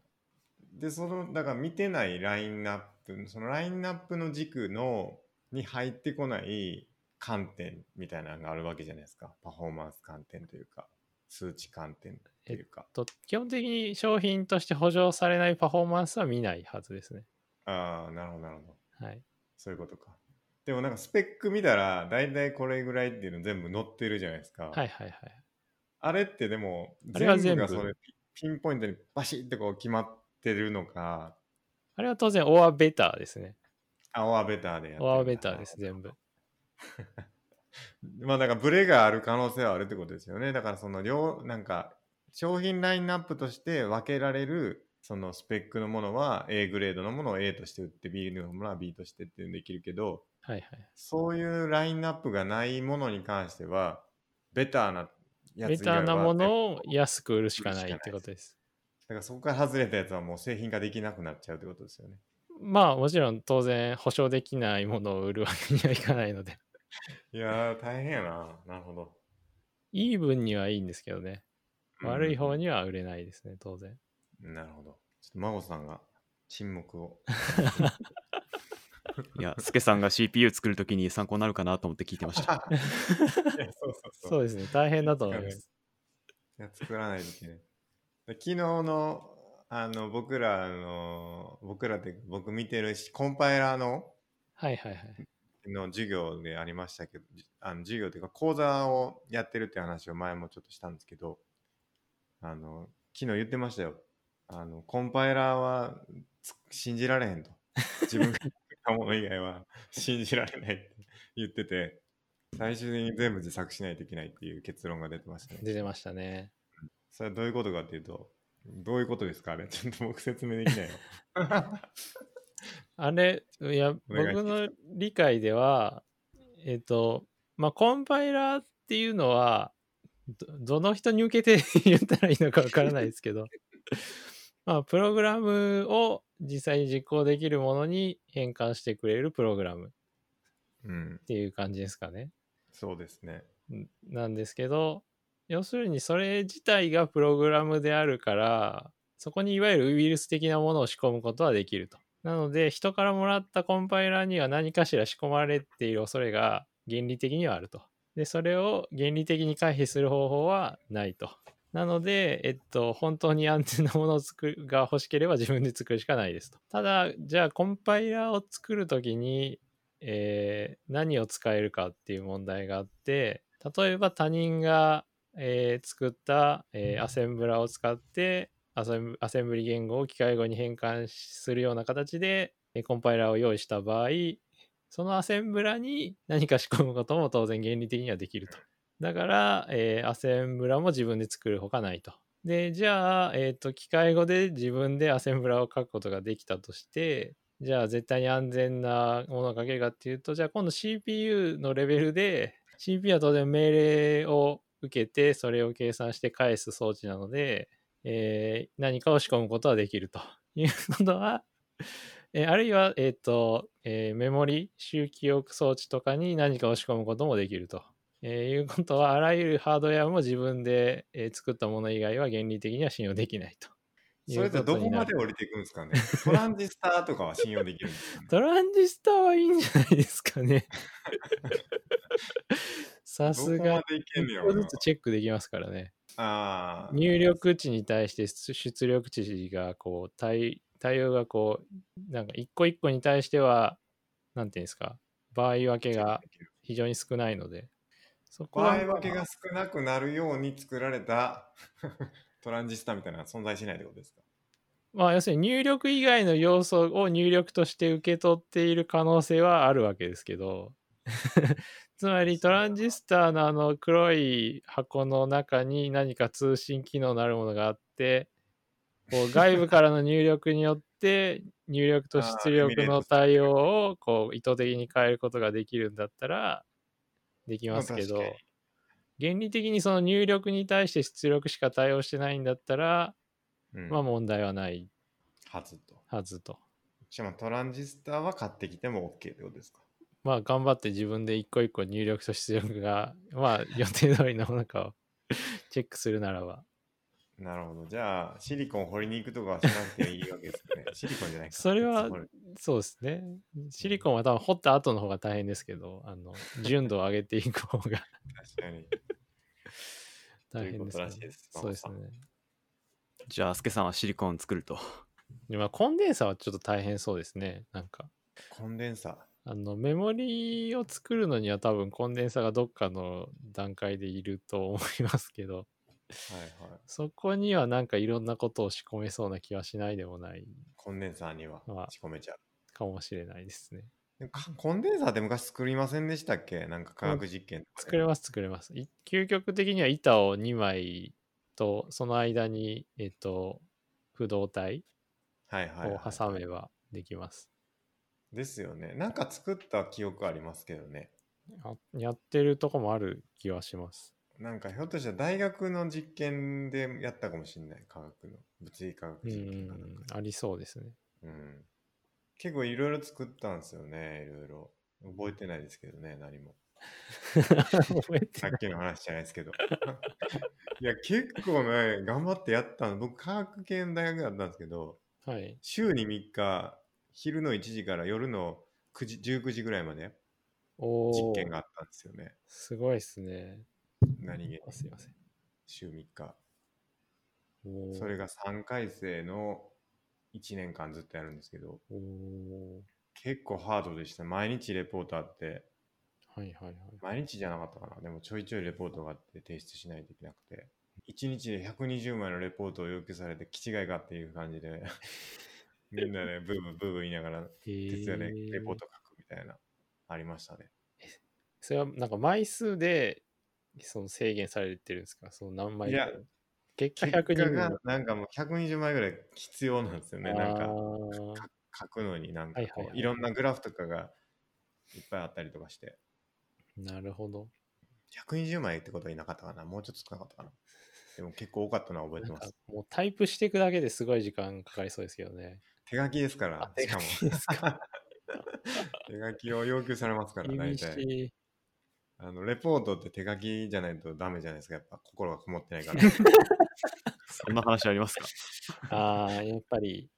Speaker 1: でそのだから見てないラインナップそのラインナップの軸のに入ってこない観点みたいなのがあるわけじゃないですかパフォーマンス観点というか数値観点というか
Speaker 3: と基本的に商品として補助されないパフォーマンスは見ないはずですね。
Speaker 1: ああなるほどなるほど
Speaker 3: はい。
Speaker 1: そういうことかでもなんかスペック見たら大体これぐらいっていうの全部載ってるじゃないですか、
Speaker 3: はいはいはい。
Speaker 1: あれってでも
Speaker 3: あれは
Speaker 1: 全部が
Speaker 3: 全部
Speaker 1: それピピンポイントにバシッとこう決まってるのか
Speaker 3: あれは当然、オアベターですね。
Speaker 1: 青はベターでやってるんだ
Speaker 3: オアベターです、全部。
Speaker 1: まあだからブレがある可能性はあるってことですよね。だからその両、なんか商品ラインナップとして分けられるそのスペックのものは A グレードのものを A として売って B のものは B としてっていうのできるけど、
Speaker 3: はいはい。
Speaker 1: そういうラインナップがないものに関しては、ベターなやつ
Speaker 3: ベ
Speaker 1: 以外は
Speaker 3: ターなも
Speaker 1: だ
Speaker 3: のを安く売るしかないってことです。
Speaker 1: からそこから外れたやつはもう製品化できなくなっちゃうってことですよね。
Speaker 3: まあもちろん当然保証できないものを売るわけにはいかないので、
Speaker 1: いやー、大変やな。なるほど。
Speaker 3: イーブンにはいいんですけどね、悪い方
Speaker 1: に。
Speaker 3: には売れないですね、当 然。
Speaker 1: なるほど。ちょっと孫さんが沈黙を。
Speaker 2: いや、スケさんが CPU 作るときに参考になるかなと思って聞いてました。
Speaker 1: いやそうそうそう。
Speaker 3: そうですね、大変だと思いま。
Speaker 1: いいですいや作らないといけない。 で昨日のあの僕らの僕らで僕見てるしコンパイラーの
Speaker 3: はいはいはい。
Speaker 1: の授業でありましたけどじあの授業というか講座をやってるって話を前もちょっとしたんですけどあの昨日言ってましたよあのコンパイラーはつ信じられへんと。自分が作ったもの以外は信じられないって言ってて、最終的に全部自作しないといけないっていう結論が出てましたね。
Speaker 3: 出てましたね。
Speaker 1: それはどういうことかっていうと、どういうことですかあれ、 ちょっと僕説明できないよ。
Speaker 3: あれ、いや、
Speaker 1: お願いします
Speaker 3: 僕の理解では、えっ、と、まあ、コンパイラーっていうのは、どどの人に向けて言ったらいいのかわからないですけ ど、まあ、プログラムを実際に実行できるものに変換してくれるプログラムっ
Speaker 1: うん、
Speaker 3: て いう感じですかね。
Speaker 1: そうですね。
Speaker 3: んなんですけど、要するにそれ自体がプログラムであるから、そこにいわゆるウイルス的なものを仕込むことはできると。なので、人からもらったコンパイラーには何かしら仕込まれている恐れが原理的にはあると。で、それを原理的に回避する方法はないと。なので、えっと、本当に安全なものを作るが欲しければ自分で作るしかないですと。ただ、じゃあコンパイラーを作るときに、えー何を使えるかっていう問題があって例えば他人が、えー作った、えーアセンブラを使ってアセンブアセンブリ言語を機械語に変換するような形で、えーコンパイラーを用意した場合そのアセンブラに何か仕込むことも当然原理的にはできるとだから、えーアセンブラも自分で作るほかないとでじゃあ、えー、と機械語で自分でアセンブラを書くことができたとしてじゃあ絶対に安全なものを書けるかっていうと、じゃあ今度 CPU のレベルで、CPU は当然命令を受けて、それを計算して返す装置なので、えー何かを仕込むことはできるということは、 えーあるいは、えっ、と、えーメモリ周期記憶装置とかに何かを仕込むこともできると、えーいうことは、あらゆるハードウェアも自分で、えー作ったもの以外は原理的には信用できないと。
Speaker 1: それってど
Speaker 3: いう
Speaker 1: こ
Speaker 3: にな
Speaker 1: ま
Speaker 3: る
Speaker 1: で降りていくんですかねトランジスターとかは信用できるんですかね
Speaker 3: トランジスタはいいんじゃないですかね。さ
Speaker 1: ど
Speaker 3: す
Speaker 1: こま
Speaker 3: が、
Speaker 1: でいけんの
Speaker 3: 1
Speaker 1: や
Speaker 3: 個
Speaker 1: ろ
Speaker 3: ず
Speaker 1: な
Speaker 3: つチェックできますからね。
Speaker 1: ああ、
Speaker 3: 入力値に対して出出力値が、こう、対対応がこう、なんか一個一個に対しては、なんていうんですか、場合分けが非常に少ないので、そこ
Speaker 1: 場
Speaker 3: は
Speaker 1: 合分けが少なくなるように作られた トランジスタみたいなのは存在しないってことですか
Speaker 3: まあ、要するに入力以外の要素を入力として受け取っている可能性はあるわけです けどつまりトランジスタのあの黒い箱の中に何か通信機能のあるものがあってこう外部からの入力によって入力と出力の対応をこう意図的に変えることができるんだったらできますけど
Speaker 1: まあ確か
Speaker 3: 原理的にその入力に対して出力しか対応してないんだったら
Speaker 1: うん
Speaker 3: まあ問題はない
Speaker 1: 初と。
Speaker 3: はずと。
Speaker 1: しかもトランジスタは買ってきても OK ってことですか
Speaker 3: まあ頑張って自分で一個一個入力と出力が、 まあ予定通りのものかを チェックするならば。
Speaker 1: なるほど。じゃあ、シリコン掘りに行くとかはしなくていいわけです ね。シリコンじゃないか。
Speaker 3: それは
Speaker 1: つ
Speaker 3: い
Speaker 1: 掘る
Speaker 3: そうですね。シリコンは多分掘った後の方が大変ですけど、あの、純度を上げていく方が
Speaker 1: 確かに。
Speaker 3: 大変ですね、
Speaker 1: ということらしいです
Speaker 3: そうですね。
Speaker 2: じゃあ、すけさんはシリコン作る と。
Speaker 3: でまあコンデンサはちょっと大変そうですね。なんか、
Speaker 1: コンデンサ
Speaker 3: あの、メモリを作るのには多分コンデンサがどっかの段階でいると思いますけど、
Speaker 1: ー。はいはい。
Speaker 3: そこにはなんかいろんなことを仕込めそうな気はしないでもない
Speaker 1: コンデンサーには
Speaker 3: まあ
Speaker 1: 仕込めちゃう。
Speaker 3: かもしれないですね。
Speaker 1: でもかコンデンサーって昔作りませんでしたっけなんか科学実験とか
Speaker 3: 作
Speaker 1: で。
Speaker 3: れます作れます。い究極的には板を2枚とその間に、えっと、不動体
Speaker 1: はいはい、
Speaker 3: を
Speaker 1: は
Speaker 3: 挟めばできます。
Speaker 1: い。ですよね。なんか作った記憶ありますけどね。
Speaker 3: あやってるとこもある気はします。
Speaker 1: なんかひょっとしたら大学の実験でやったかもしれない。科学の。物理科学
Speaker 3: うんう
Speaker 1: 実
Speaker 3: ん
Speaker 1: 験か
Speaker 3: う
Speaker 1: なん
Speaker 3: ん
Speaker 1: か、
Speaker 3: ありそ うですね。
Speaker 1: うん。結構いろいろ作ったんですよね。いろいろ。覚えてないですけどね、何も。
Speaker 3: 覚えて
Speaker 1: さ
Speaker 3: ない
Speaker 1: っきの話じゃないですけど。 いや、結構ね、頑張ってやったの。僕、科学系の大学だったんですけど、
Speaker 3: はい。
Speaker 1: 週に3日、昼の1時から夜の9時19時ぐらいまで
Speaker 3: お
Speaker 1: 実
Speaker 3: お。
Speaker 1: 験があったんですよね。
Speaker 3: すごいですね。
Speaker 1: 何気に
Speaker 3: あすいません。
Speaker 1: 週3日。
Speaker 3: おー
Speaker 1: それが3回生の1年間ずっとやるんですけど、
Speaker 3: おー
Speaker 1: 結構ハードでした。毎日レポートあって、
Speaker 3: はいはいはい。
Speaker 1: 毎日じゃなかったかな。でもちょいちょいレポートがあって提出しないといけなくて。
Speaker 3: う
Speaker 1: 1日で120枚のレポートを要求されて、気違いかっていう感じ で、みんなでブーブーブーブー言いながら、
Speaker 3: へー
Speaker 1: 徹夜でレポート書くみたいな、ありましたね。
Speaker 3: それはなんか枚数でその制限されてるんですかその何枚
Speaker 1: いや
Speaker 3: とか結果
Speaker 1: 結果
Speaker 3: 100人
Speaker 1: がなんかもう120枚ぐらい必要なんですよね。なんか
Speaker 3: 分
Speaker 1: か書くのになんか
Speaker 3: はいはい
Speaker 1: こ
Speaker 3: は
Speaker 1: う
Speaker 3: い
Speaker 1: いろんなグラフとかがいっぱいあったりとかして
Speaker 3: なるほど。
Speaker 1: 120枚ってことはいなかったかなもうちょっと少なかったかなでも結構多かったのは覚えて
Speaker 3: なん
Speaker 1: ま
Speaker 3: か
Speaker 1: す
Speaker 3: もうタイプしていくだけですごい時間かかりそうですけどね。
Speaker 1: 手書きですから
Speaker 3: あ
Speaker 1: し
Speaker 3: 手書
Speaker 1: かも
Speaker 3: きですか
Speaker 1: 手書きを要求されますから大
Speaker 3: 厳し
Speaker 1: 体
Speaker 3: い。
Speaker 1: あのレポートって手書きじゃないとダメじゃないですかやっぱ心がこもってないから
Speaker 2: そんな話ありますか
Speaker 3: ああ、やっぱり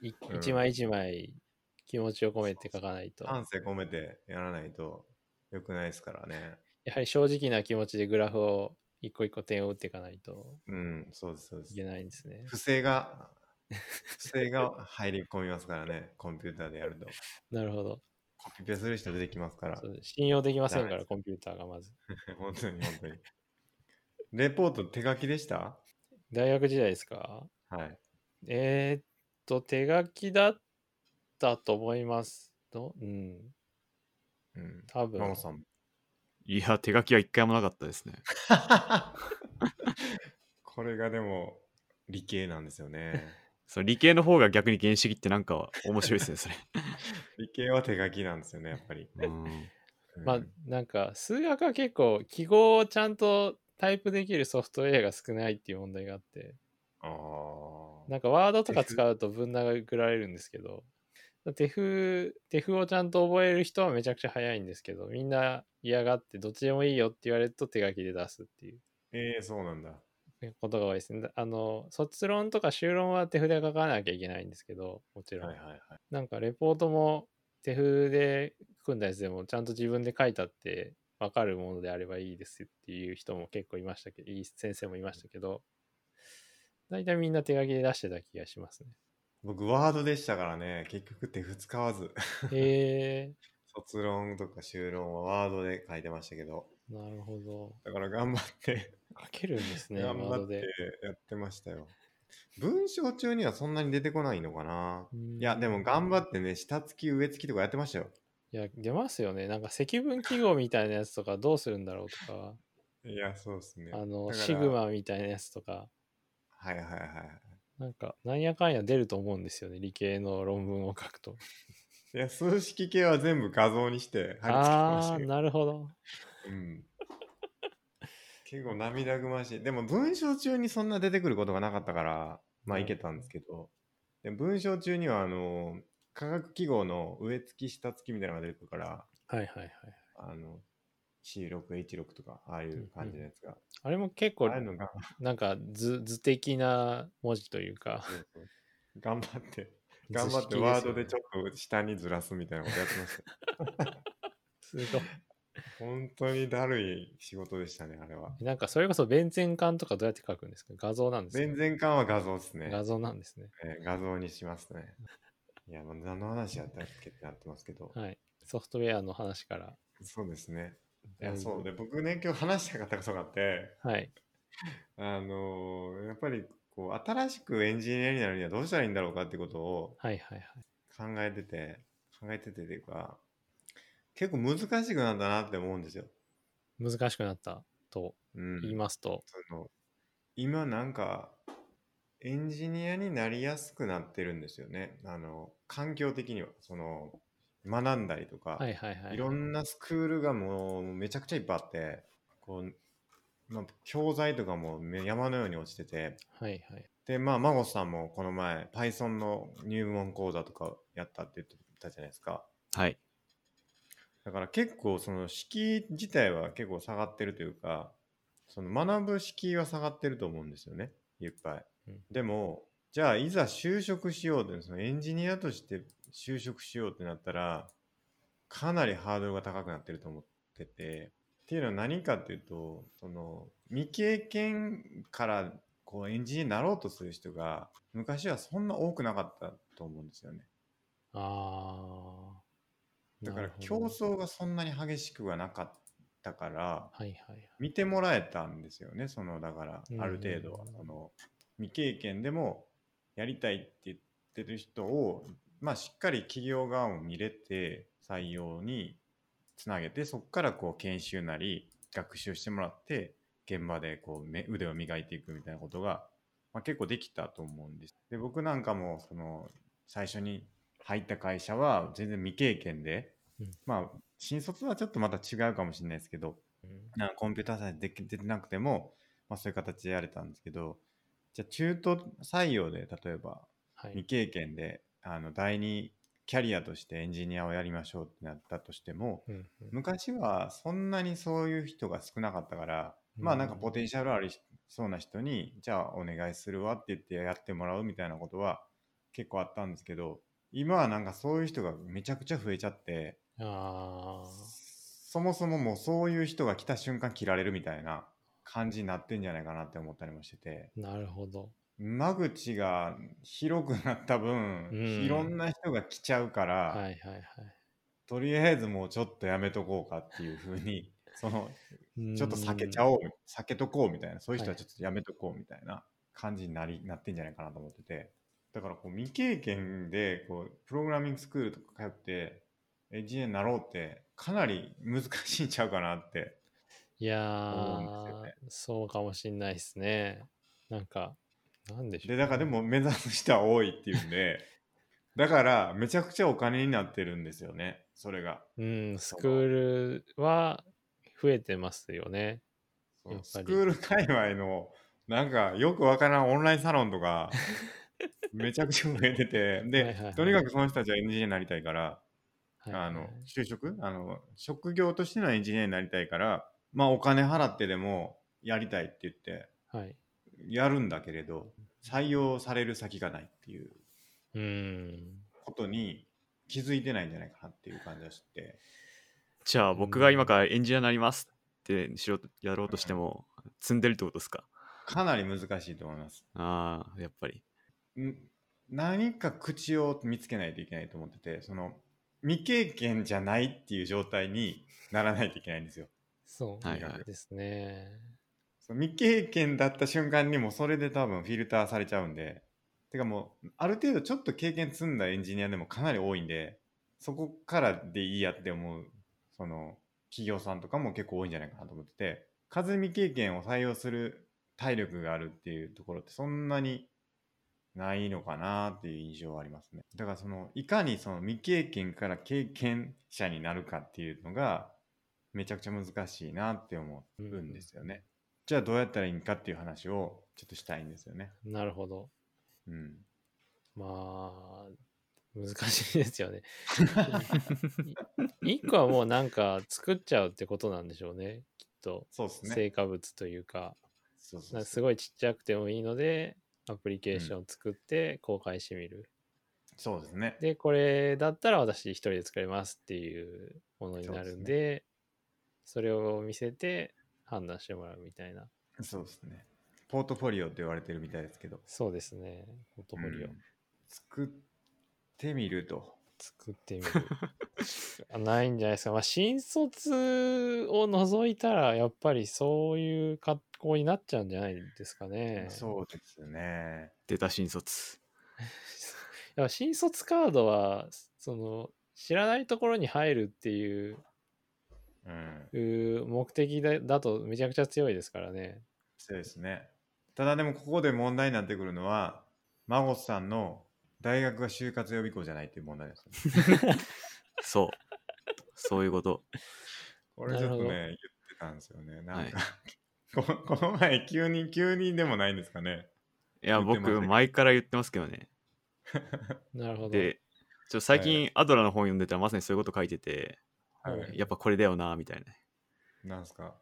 Speaker 3: い
Speaker 1: うん
Speaker 3: 一枚一枚気持ちを込めて書かないと。
Speaker 1: 感性込めてやらないと良くないですからね
Speaker 3: やはり正直な気持ちでグラフを一個一個点を打っていかないと
Speaker 1: うんそうですそうです
Speaker 3: いけないんですね。
Speaker 1: 不正が不正が入り込みますからねコンピューターでやると
Speaker 3: なるほど。
Speaker 1: コピペする人出てきますから
Speaker 3: そう信用できませ
Speaker 1: ダ
Speaker 3: んか
Speaker 1: メで
Speaker 3: ら、コンピューターがまず。
Speaker 1: 本当に本当に。レポート手書きでした
Speaker 3: 大学時代ですか
Speaker 1: はい。
Speaker 3: えーっと、手書きだったと思います。どうん、
Speaker 1: うん。
Speaker 3: 多分。
Speaker 1: マモさんも。
Speaker 2: いや、手書きは一回もなかったですね。
Speaker 1: これがでも理系なんですよ ね。
Speaker 2: その理系の方が逆に原始的ってなんか面白いですね、それ。
Speaker 1: 理系は手書きなんですよね、やっぱり。
Speaker 2: うん
Speaker 1: うん
Speaker 3: まあ、なんか、数学は結構、記号をちゃんとタイプできるソフトウェアが少ないっていう問題があって、
Speaker 1: あー
Speaker 3: なんか、ワードとか使うとぶん殴られるんですけど、手風、手風をちゃんと覚える人はめちゃくちゃ早いんですけど、みんな嫌がって、どっちでもいいよって言われると手書きで出すっていう。
Speaker 1: ええそうなんだ。
Speaker 3: ことが多いですね。あの、卒論とか修論は手筆で書かなきゃいけないんですけど、もちろん。
Speaker 1: はいはいはい。
Speaker 3: なんかレポートも手筆で組んだやつでもちゃんと自分で書いたって分かるものであればいいですっていう人も結構いましたけど、いい先生もいましたけど、大体みんな手書きで出してた気がし ますね。
Speaker 1: 僕、ワードでしたからね、結局手筆使わず、
Speaker 3: へえ
Speaker 1: 卒論とか修論はワードで書いてましたけど、
Speaker 3: ー、なるほど。
Speaker 1: だから頑張って、
Speaker 3: 書けるんですね、ワ
Speaker 1: 頑
Speaker 3: ー
Speaker 1: 張
Speaker 3: ド
Speaker 1: って
Speaker 3: で。
Speaker 1: やってましたよ。文章中にはそんなに出てこないのかな
Speaker 3: う
Speaker 1: い
Speaker 3: ん
Speaker 1: や、でも頑張ってね、下付き、上付きとかやってましたよ。
Speaker 3: いや、出ますよね。なんか積分記号みたいなやつとかどうするんだろうとか、
Speaker 1: いや、そうですね。
Speaker 3: あの、
Speaker 1: だから
Speaker 3: シグ。マみたいなやつとか。
Speaker 1: はいはいはい。
Speaker 3: なんか、なんやかんや出ると思うんですよね、理系の論文を書くと。
Speaker 1: いや、数式系は全部画像にして貼り付けてまし
Speaker 3: あ
Speaker 1: た
Speaker 3: あー、
Speaker 1: けど。
Speaker 3: なるほど。
Speaker 1: うん。結構涙ぐましい。でも文章中にそんな出てくることがなかったから、まあ
Speaker 3: うん
Speaker 1: いけたんですけど、で文章中には、あの、化学記号の上付き、下付きみたいなのが出てくるから、
Speaker 3: はいはいはい。
Speaker 1: あの、C6、H6 とか、ああいう感じのやつが。
Speaker 3: あれも結構
Speaker 1: ああい、うのが、
Speaker 3: なんか図、図的な文字というか、
Speaker 1: そうそう頑張 って、 頑張ってワードでちょっと下にずらすみたいなことやってました。
Speaker 3: 図式ですよね。
Speaker 1: 本当にだるい仕事でしたね、あれは。
Speaker 3: すごい。なんか、それこそ、弁前管とかどうやって書くんですか画像なんですか
Speaker 1: 全然感は画像ですね。
Speaker 3: 画像なんですね。
Speaker 1: えー画像にしますね。 いや、もう何の話やったっけってなってますけど。
Speaker 3: はい。ソフトウェアの話から。
Speaker 1: そうですね。い
Speaker 3: だ
Speaker 1: や、
Speaker 3: ぶ
Speaker 1: そうで、僕ね、今日話したかったことがあって、
Speaker 3: はい。
Speaker 1: あのーやっぱり、こう、新しくエンジニアになるにはどうしたらいいんだろうかってことを
Speaker 3: はいはいはい。
Speaker 1: 考えてて、考えててというか、結構難しくなったなって思うんですよ。
Speaker 3: 難しくなったと
Speaker 1: うん。
Speaker 3: 言いますと、
Speaker 1: その今なんかエンジニアになりやすくなってるんですよねあの環境的にはその学んだりとか、
Speaker 3: はいはいはい。
Speaker 1: いろんなスクールがもうめちゃくちゃいっぱいあってこう、まあ、教材とかもめ山のように落ちてて
Speaker 3: はいはい。
Speaker 1: でまあ孫さんもこの前 Python の入門講座とかやったって言ってたじゃないですか
Speaker 2: はい。
Speaker 1: だから結構その敷居自体は結構下がってるというか、その学ぶ敷居は下がってると思うんですよね、いっぱい。
Speaker 3: うん
Speaker 1: でも、じゃあいざ就職しようって、そのエンジニアとして就職しようってなったら、かなりハードルが高くなってると思ってて、っていうのは何かっていうと、その未経験からこうエンジニアになろうとする人が、昔はそんな多くなかったと思うんですよね。
Speaker 3: ああ。
Speaker 1: だから
Speaker 3: なる
Speaker 1: 競
Speaker 3: ほど
Speaker 1: 争がそんなに激しくはなかっったから、
Speaker 3: はいはい。
Speaker 1: 見てもらえたんですよね、その、だから
Speaker 3: う、ん
Speaker 1: ある程度は、その、未経験でもやりたいって言ってる人を、まあ、しっかり企業側も見れて、採用につなげて、そこからこう、研修なり、学習してもらって、現場でこうめ腕を磨いていくみたいなことが、まあ、結構できたと思うんです。で僕なんかもその最初に入った会社は全然未経験で、
Speaker 3: うん
Speaker 1: まあ新卒はちょっとまた違うかもしれないですけど
Speaker 3: うん
Speaker 1: なんかコンピューターサイエンスでき出てなくても、まあ、そういう形でやれたんですけどじゃあ中途採用で例えば
Speaker 3: は
Speaker 1: 未
Speaker 3: い。
Speaker 1: 経験であの第二キャリアとしてエンジニアをやりましょうってなったとしても、
Speaker 3: うんうん
Speaker 1: 昔はそんなにそういう人が少なかったから、
Speaker 3: うん
Speaker 1: まあなんかポテンシャルありそうな人にじゃあお願いするわって言ってやってもらうみたいなことは結構あったんですけど今はなんかそういう人がめちゃくちゃ増えちゃって
Speaker 3: あ
Speaker 1: そもそももうそういう人が来た瞬間切られるみたいな感じになってんじゃないかなって思ったりもしてて
Speaker 3: あ、なるほど。
Speaker 1: 間口が広くなった分、
Speaker 3: うん
Speaker 1: いろんな人が来ちゃうから、
Speaker 3: はいはいはい。
Speaker 1: とりあえずもうちょっとやめとこうかっていうふう にそのちょっと避けちゃ
Speaker 3: う
Speaker 1: おう、避けとこうみたいな、そういう人は
Speaker 3: はい
Speaker 1: ちょっとやめとこうみたいな感じになりなってんじゃないかなと思ってて、だからこう未経験でこうプログラミングスクールとか通って、エンジニアになろうって、かなり難しいんちゃうかなって。
Speaker 3: ん。いや
Speaker 1: 思うんですよ
Speaker 3: ー
Speaker 1: ね、
Speaker 3: そうかもしんないですね。なんか、なんでしょ
Speaker 1: で、
Speaker 3: う、
Speaker 1: だからで、も目指す人は多いっていうんで、 だからめちゃくちゃお金になってるんですよね、それが。
Speaker 3: うん、ス
Speaker 1: その
Speaker 3: クールは増えてますよね。
Speaker 1: そう
Speaker 3: やっぱ
Speaker 1: ス
Speaker 3: り
Speaker 1: クール界隈のなんかよくわからんオンラインサロンと かめちゃくちゃ増えててで、
Speaker 3: はいはいはい
Speaker 1: とにかくその人たちはエンジニアになりたいから、
Speaker 3: はいはいはい
Speaker 1: あの就職あの職業としてのエンジニアになりたいからまあお金払ってでもやりたいって言って
Speaker 3: はい。
Speaker 1: やるんだけれど採用される先がないっていう
Speaker 3: うん。
Speaker 1: ことに気づいてないんじゃないかなっていう感じがして
Speaker 2: じゃあ僕が今からエンジニアになりますってしろやろうとしても積んでるってことですか
Speaker 1: かなり難しいと思います
Speaker 2: ああやっぱり
Speaker 1: ん何か口を見つけないといけないと思っててその未経験じゃないっていう状態にならないといけないんですよ。
Speaker 3: そう、
Speaker 2: はいはい
Speaker 3: ですね。
Speaker 1: その未経験だった瞬間にもうそれで多分フィルターされちゃうんでてかもうある程度ちょっと経験積んだエンジニアでもかなり多いんでそこからでいいやって思うその企業さんとかも結構多いんじゃないかなと思ってて数未経験を採用する体力があるっていうところってそんなにないのかなっていう印象はありますねだからそのいかにその未経験から経験者になるかっていうのがめちゃくちゃ難しいなって思うんですよね、じゃあどうやったらいいんかっていう話をちょっとしたいんですよね。
Speaker 3: なるほど。
Speaker 1: うん。
Speaker 3: まあ、難しいで すよね。い一個はもうなんか作っちゃうってことなんでしょうね。きっと。
Speaker 1: そうですね。
Speaker 3: 成果物というか、
Speaker 1: そうそう
Speaker 3: な
Speaker 1: そう
Speaker 3: んかすごいちっちゃくてもいいので、アプリケーションを作って公開してみる。
Speaker 1: そうですね。
Speaker 3: で、これだったら私一人で作れますっていうものになるんで、そ
Speaker 1: そう
Speaker 3: れを見せて判断してもらうみたいな。
Speaker 1: そうですね。ポートフォリオって言われてるみたいですけど。
Speaker 3: そうですね。ポートフォリオ。
Speaker 1: うん作ってみると。
Speaker 3: 作ってみる あないんじゃないですか、まあ、新卒を除いたらやっぱりそういう格好になっちゃうんじゃないですかねう
Speaker 1: そうですね。
Speaker 2: 出た新卒
Speaker 3: や新卒カードはその知らないところに入るっていう
Speaker 1: うん。
Speaker 3: うー目的だだとめちゃくちゃ強いですからね
Speaker 1: そうですね。ただでもここで問題になってくるのは、孫さんの大学が就活予備校じゃないっていう問題です、 ね。
Speaker 2: そうそういうこと
Speaker 1: これちょっとね、
Speaker 3: な
Speaker 1: 言ってたんですよね。なんか、 ここの前急に、急にでもないんですかね。
Speaker 2: いや
Speaker 1: 言ってました
Speaker 2: 僕
Speaker 1: けど
Speaker 2: 前から言ってますけどね
Speaker 3: なるほど
Speaker 2: でちょっと最
Speaker 1: は
Speaker 2: 近アドラの本読んでたらまさにそういうこと書いてて
Speaker 1: はい。
Speaker 2: やっぱこれだよなみたいな
Speaker 1: なんすか。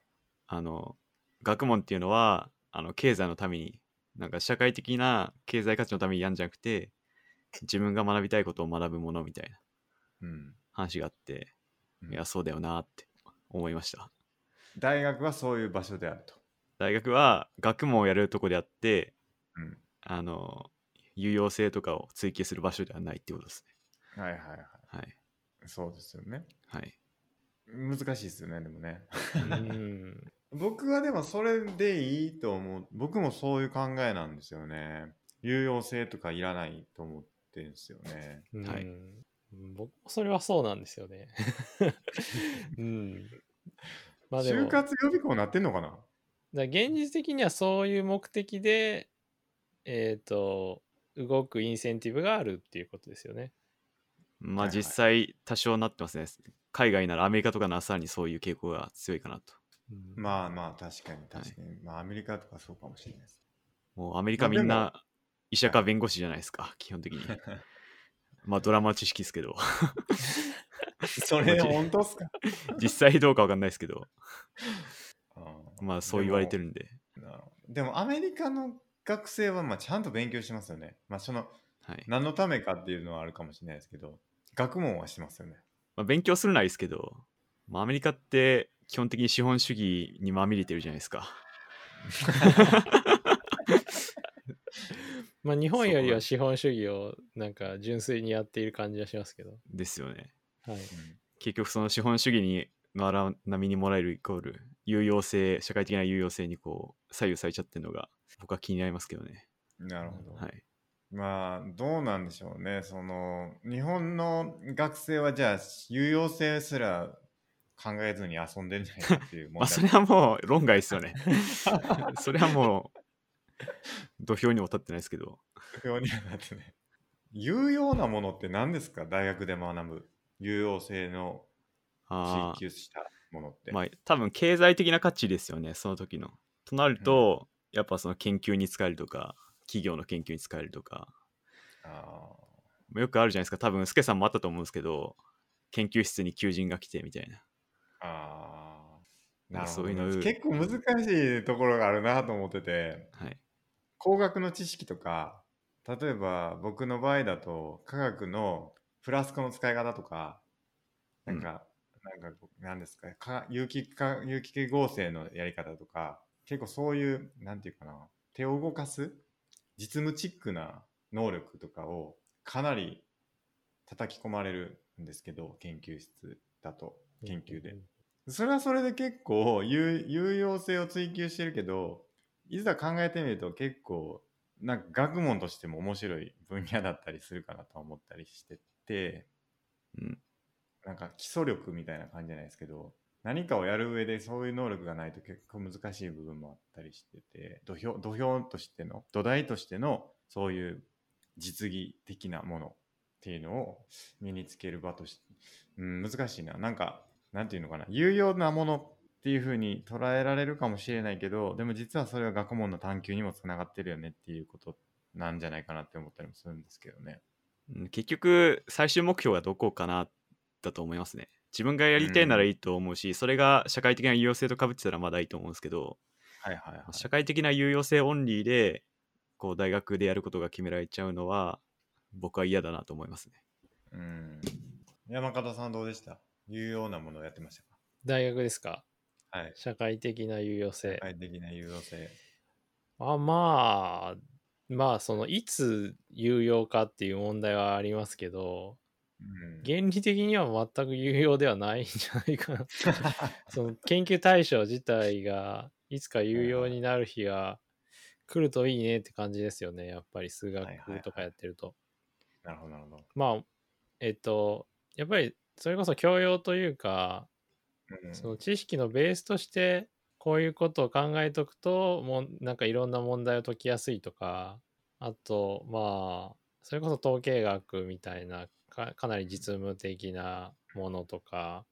Speaker 2: あの学問っていうのはあの経済のためになんか社会的な経済価値のためにやんじゃなくて自分が学びたいことを学ぶものみたいな
Speaker 1: うん。
Speaker 2: 話があって
Speaker 1: うん
Speaker 2: いやそうだよなって思いました
Speaker 1: 大学はそういう場所であると。
Speaker 2: 大学は学問をやるとこであって
Speaker 1: う
Speaker 2: あの有用性とかを追求する場所ではないってことです
Speaker 1: ん。はいはいはい。
Speaker 2: ねはい
Speaker 1: そうですよね。
Speaker 2: はい
Speaker 1: 難しいですよね、でもね。
Speaker 3: うん。
Speaker 1: 僕はでもそれでいいと思う。僕もそういう考えなんですよね。有用性とかいらないと思ってんですよね。
Speaker 2: はい
Speaker 3: うん僕もそれはそうなんですよね。 うん。まあでも、
Speaker 1: 就
Speaker 3: だか
Speaker 1: 活予備校なってんのかな
Speaker 3: ら現実的にはそういう目的で、えっ、と、動くインセンティブがあるっていうことですよね。
Speaker 2: ま
Speaker 1: は
Speaker 2: あ
Speaker 1: いはい
Speaker 2: 実際多少なってますね。海外ならアメリカとかならさらにそういう傾向が強いかなと。
Speaker 1: まあまあ確かに確かに。まあアメリカとかそうかもしれないです。
Speaker 2: もうアメリカ
Speaker 1: まあ
Speaker 2: み
Speaker 1: でも
Speaker 2: んな医者か弁護士じゃないですか、基本 的に。まあドラマ知識ですけど、
Speaker 1: それ 本当っすか
Speaker 2: 実際どうかわかんないですけど、
Speaker 1: うん
Speaker 2: まあそう言われてるんで。
Speaker 1: なるほどでもアメリカの学生はまあちゃんと勉強してますよね。まあその
Speaker 2: はい
Speaker 1: 何のためかっていうのはあるかもしれないですけど、学問はしてますよね。
Speaker 2: まあ、勉強するのはいいですけど、まあ、アメリカって基本的に資本主義にまみれてるじゃないですか。
Speaker 3: まあ日本よりは
Speaker 2: そ
Speaker 3: 資本主義をなんか純粋にやっている感じがしますけど。
Speaker 2: ですよね。
Speaker 3: はい。
Speaker 2: 結局その資本主義にの荒波にもらえるイコール有用性社会的な有用性にこう左右されちゃってるのが僕は気になりますけどね。
Speaker 1: うんなるほど。
Speaker 2: はい、
Speaker 1: まあどうなんでしょうねその日本の学生はじゃあ有用性すら考えずに遊んでるんじゃないかっていう問題
Speaker 2: まあそれはもう論外です よね。それはもう土俵にも立ってないですけど
Speaker 1: 表にはなってね有用なものって何ですか大学で学ぶ有用性の
Speaker 2: あ
Speaker 1: 追求
Speaker 2: ー
Speaker 1: したものって、
Speaker 2: まあ多分経済的な価値ですよねその時の。となると、やっぱその研究に使えるとか企業の研究に使えるとか
Speaker 1: あ
Speaker 2: まあよくあるじゃないですか多分スケさんもあったと思うんですけど研究室に求人が来てみたいな。
Speaker 1: ーあーなるほ
Speaker 2: そ
Speaker 1: ど
Speaker 2: ういうの
Speaker 1: ね結構難しいところがあるなと思ってて
Speaker 2: はい
Speaker 1: 工学の知識とか例えば僕の場合だと科学のフラスコの使い方とかなんか、なんかこうなんですかか有機化有機系合成のやり方とか結構そういうなんていうかな手を動かす実務チックな能力とかをかなり叩き込まれるんですけど研究室だと研究で。それはそれで結構有有用性を追求してるけどいざ考えてみると結構なんか学問としても面白い分野だったりするかなとは思ったりしてて
Speaker 2: うん
Speaker 1: なんか基礎力みたいな感じじゃないですけど何かをやる上でそういう能力がないと結構難しい部分もあったりしてて土俵土俵としての土台としてのそういう実技的なものっていうのを身につける場として、うん、難しいななんかなんていうのかな有用なものっていうふうに捉えられるかもしれないけどでも実はそれは学問の探求にもつながってるよねっていうことなんじゃないかなって思ったりもするんですけどね。
Speaker 2: うん結局最終目標がどこかなだと思いますね自分がやりたいならいいと思うし、それが社会的な有用性とかぶってたらまだいいと思うんですけど、
Speaker 1: はいはいはい。
Speaker 2: 社会的な有用性オンリーでこう大学でやることが決められちゃうのは僕は嫌だなと思いますね
Speaker 1: うん、山形さんどうでした有用なものをやってました
Speaker 3: 大学ですか
Speaker 1: かはい。
Speaker 3: 社会的な有用性
Speaker 1: 具。体的な有用性。
Speaker 3: あまあまあそのいつ有用かっていう問題はありますけど
Speaker 1: うん
Speaker 3: 原理的には全く有用ではないんじゃないか なその研究対象自体がいつか有用になる日が来るといいねって感じですよねやっぱり数学
Speaker 1: はいはいはい
Speaker 3: とかやってると、
Speaker 1: なるほどなるほど。
Speaker 3: まあえっとやっぱりそれこそ教養というか
Speaker 1: うん
Speaker 3: その知識のベースとしてこういうことを考えとくともうなんかいろんな問題を解きやすいとかあとまあそれこそ統計学みたいなかかなり実務的なものとか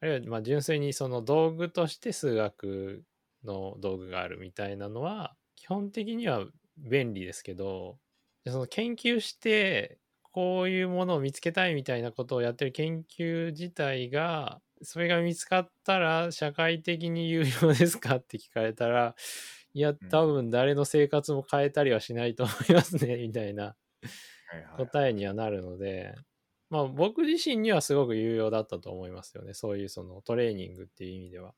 Speaker 3: あるいはまあ純粋にその道具として数学の道具があるみたいなのは基本的には便利ですけどでその研究してこういうものを見つけたいみたいなことをやってる研究自体がそれが見つかったら社会的に有用ですかって聞かれたらいや
Speaker 1: ん
Speaker 3: 多分誰の生活も変えたりはしないと思いますね みたいな
Speaker 1: はいはい
Speaker 3: 答えにはなるので、まあ僕自身にはすごく有用だったと思いますよね。そういうそのトレーニングっていう意味では、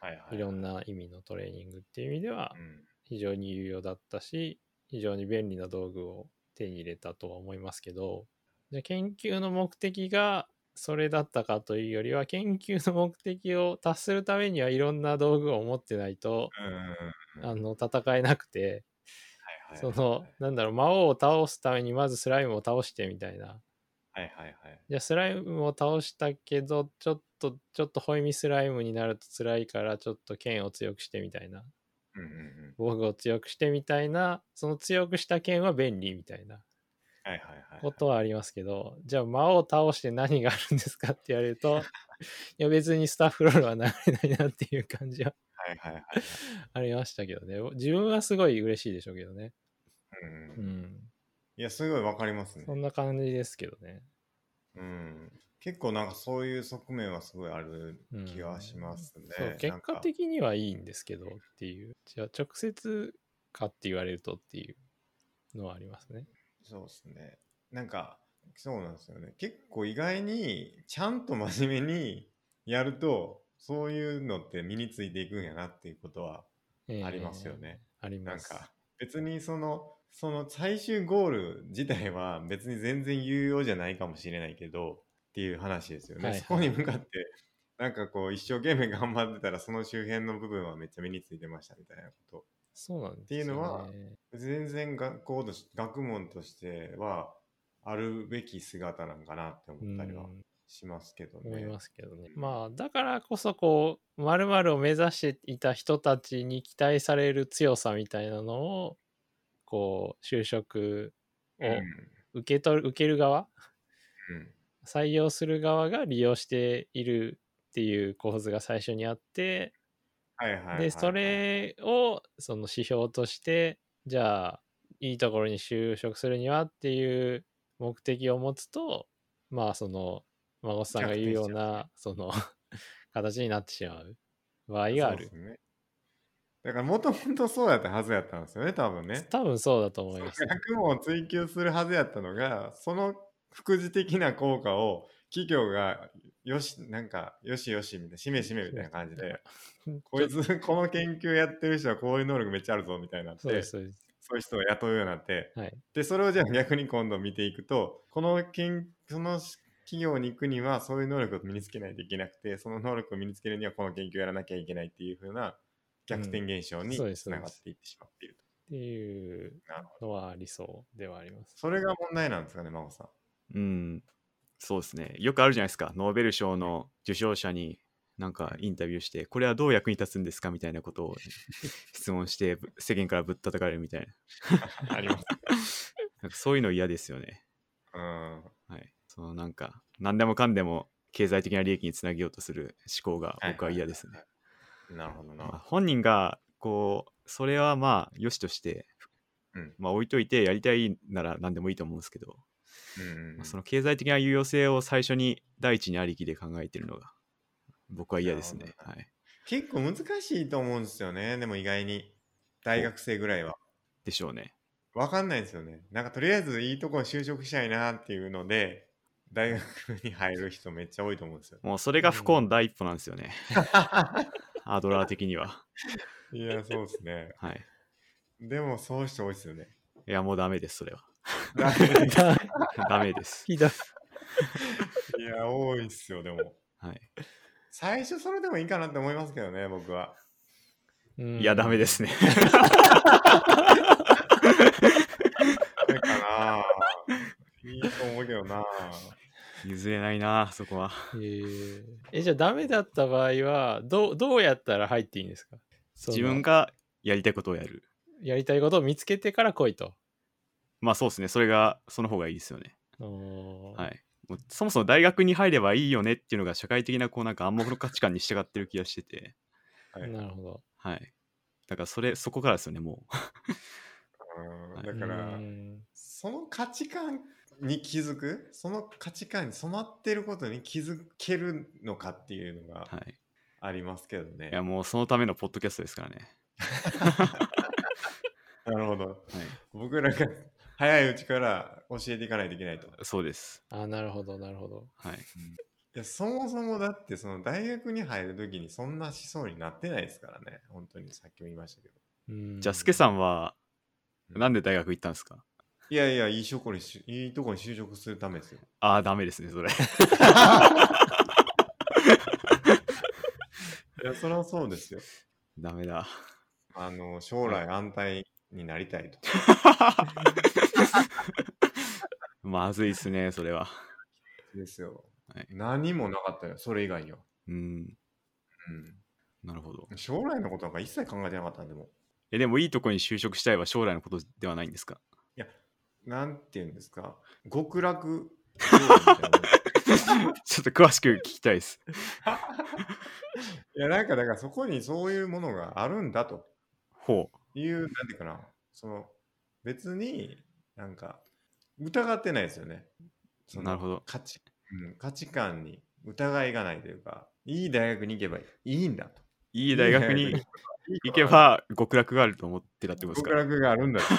Speaker 1: はいはい
Speaker 3: ろん。な意味のトレーニングっていう意味では
Speaker 1: うん
Speaker 3: 非常に有用だったし、非常に便利な道具を手に入れたとは思いますけど、じゃあ研究の目的がそれだったかというよりは、研究の目的を達するためにはいろんな道具を持ってないと、
Speaker 1: うんうんうん
Speaker 3: あの、戦えなくて、
Speaker 1: はい
Speaker 3: その、なんだろう、魔王を倒すためにまずスライムを倒してみたいな。
Speaker 1: はいはいはい。
Speaker 3: じゃあスライムを倒したけど、ちょっと、ちょっとホイミスライムになると辛いから、ちょっと剣を強くしてみたいな。
Speaker 1: うんうんうん。
Speaker 3: 防具を強くしてみたいな。その強くした剣は便利みたいな
Speaker 1: はいはいはい。
Speaker 3: ことはありますけど、じゃあ魔王を倒して何があるんですかって言われる と、いや別にスタッフロールは流れないなっていう感じは
Speaker 1: はいはいはい。
Speaker 3: ありましたけどね。自分はすごい嬉しいでしょうけどね。
Speaker 1: うん
Speaker 3: う
Speaker 1: うん、
Speaker 3: ん。
Speaker 1: いや、すごいわかりますね
Speaker 3: そ。んな感じですけどね。
Speaker 1: うん、結構なんかそういう側面はすごいある気がしますね。
Speaker 3: そう結果
Speaker 1: に。
Speaker 3: 的にはいいんですけどっていうじゃあ直接かって言われるとっていうのはありますね
Speaker 1: そうですね。なんか、そうなんですよね。結構意外に、ちゃんと真面目にやると、そういうのって身についていくんやなっていうことはありますよね。
Speaker 3: えーあり
Speaker 1: なん
Speaker 3: ます
Speaker 1: か、別にその、その最終ゴール自体は別に全然有用じゃないかもしれないけど、っていう話ですよね。
Speaker 3: はいはい
Speaker 1: そこに向かって、なんかこう一生懸命頑張ってたらその周辺の部分はめっちゃ身についてましたみたいなこと
Speaker 3: そうなんです、ね、
Speaker 1: っていうのは全然学校とし学問としてはあるべき姿なんかなって思ったりは
Speaker 3: うん
Speaker 1: しますけどね。
Speaker 3: 思いますけどね、
Speaker 1: うん
Speaker 3: まあだからこそこうまるを目指していた人たちに期待される強さみたいなのをこう就職を
Speaker 1: うん
Speaker 3: 受け取る、受ける側
Speaker 1: うん
Speaker 3: 採用する側が利用しているっていう構図が最初にあって
Speaker 1: はいはいはいはい
Speaker 3: でそれをその指標としてじゃあいいところに就職するにはっていう目的を持つとまあその孫さんが言うようなその 形になってしまう場合があ
Speaker 1: そう
Speaker 3: る、
Speaker 1: ですねだからもともとそうやったはずやったんですよね多分ね。
Speaker 3: 多分そうだと思います、
Speaker 1: 学問を追求するはずやったのがその副次的な効果を企業がよしなんかよしよしみたいなしめしめみたいな感じで こいつこの研究やってる人はこういう能力めっちゃあるぞみたいになって
Speaker 3: そうですそうです
Speaker 1: そういう人を雇うようになって、
Speaker 3: はい
Speaker 1: でそれをじゃあ逆に今度見ていくとこの研その企業に行くにはそういう能力を身につけないといけなくてその能力を身につけるにはこの研究をやらなきゃいけないっていう風な逆転現象に
Speaker 3: そうです
Speaker 1: つながっていってしまっていると、
Speaker 3: っていう
Speaker 1: なるほど
Speaker 3: のはありそうではあり ます
Speaker 1: それが問題なんですかね真帆さん。
Speaker 2: うん、そうですね。よくあるじゃないですか。ノーベル賞の受賞者になんかインタビューして、これはどう役に立つんですかみたいなことを質問して、ぶ世間からぶったたかれるみたいな。
Speaker 1: あります。
Speaker 2: なんかそういうの嫌ですよね。
Speaker 1: うん。
Speaker 2: はい。そのなんか、何でもかんでも経済的な利益につなげようとする思考が僕は嫌ですね。
Speaker 1: なるほど
Speaker 2: まあ
Speaker 1: な。
Speaker 2: 本人が、こう、それはまあ、良しとして、
Speaker 1: うん
Speaker 2: まあ置いといてやりたいなら何でもいいと思うんですけど、
Speaker 1: うん
Speaker 2: まあその経済的な有用性を最初に第一にありきで考えてるのが僕は嫌ですね。
Speaker 1: なるほ
Speaker 2: はい、
Speaker 1: 結構難しいと思うんですよね。でも意外に。大学生ぐらいは。
Speaker 2: でしょうね。
Speaker 1: わかんないですよね。なんかとりあえずいいとこに就職したいなっていうので、大学に入る人めっちゃ多いと思うん ですよ。
Speaker 2: もうそれが不幸の第一歩なんですよね。アドラー的には。
Speaker 1: いや、そうですね。
Speaker 2: はい。
Speaker 1: でもそういう人多いですよ ね。
Speaker 2: いや、もうダメです、そ れは。
Speaker 1: だい
Speaker 2: ダメです。
Speaker 3: ひどい
Speaker 1: や、多いっすよ、でも。
Speaker 2: はい。
Speaker 1: 最初それでもいいかなって思いますけどね、僕は。
Speaker 3: うん
Speaker 2: いや、ダメですね。
Speaker 1: それか な。いいと思うけどな。
Speaker 2: 譲れないな、そこは。
Speaker 3: えーえじゃあダメだった場合はどうどうやったら入っていいんですかその
Speaker 2: 自分がやりたいことをやる。
Speaker 3: やりたいことを見つけてから来いと。
Speaker 2: まあそうですね。それが、その方がいいですよね。は。
Speaker 3: はい
Speaker 2: もうそもそも大学に入ればいいよねっていうのが社会的なこうなんか暗黙の価値観に従ってる気がしてて。
Speaker 1: はい
Speaker 3: なるほど。
Speaker 2: はい。だからそれ、そこからですよね、もう。
Speaker 1: うんだか
Speaker 3: う
Speaker 1: ら
Speaker 3: ー、ん
Speaker 1: その価値観に気づくその価値観に染まってることに気づけるのかっていうのが
Speaker 2: はい。
Speaker 1: ありますけどね。
Speaker 2: いや、もうそのためのポッドキャストですからね。
Speaker 1: なるほど。
Speaker 2: はい。
Speaker 1: 僕らが早いうちから教えていかないといけないと。い
Speaker 2: そうです。
Speaker 3: あ、なるほど、なるほど。
Speaker 2: はい。
Speaker 1: やそもそもだってその大学に入る時にそんな思想になってないですからね。本当にさっきも言いましたけど。
Speaker 3: うーん
Speaker 2: じゃあ、スケさんは、
Speaker 1: うん
Speaker 2: なんで大学行ったんですか
Speaker 1: いやいや、いいとこにし、いいとこに就職するためですよ。
Speaker 2: ああ、ダメですね、それ。
Speaker 1: いや、それはそうですよ。
Speaker 2: ダメだ。
Speaker 1: あの、将来安泰になりたいと。
Speaker 2: まずいっすね、それは。
Speaker 1: ですよ。
Speaker 2: はい
Speaker 1: 何もなかったよ、それ以外には。
Speaker 2: うん、
Speaker 1: うん
Speaker 2: なるほど。
Speaker 1: 将来のことなんか一切考えてなかったんでも
Speaker 2: え、でもいいとこに就職したいは将来のことではないんですか
Speaker 1: う、なんていうんですか、極 楽浄土みたいな。
Speaker 2: ちょっと詳しく聞きたいです。
Speaker 1: いや、なんか、だからそこにそういうものがあるんだと
Speaker 2: ほう。
Speaker 1: いう、なんていうかな、その、別になんか、疑ってないですよね。その
Speaker 2: なるほど
Speaker 1: 価値、うん、価値観に疑いがないというか、いい大学に行けばいいんだと。
Speaker 2: いい大学
Speaker 1: いい
Speaker 2: に
Speaker 1: 大
Speaker 2: 行けば極楽があると思ってたってこと
Speaker 1: 極
Speaker 2: ですか
Speaker 1: 楽があるん だと。っ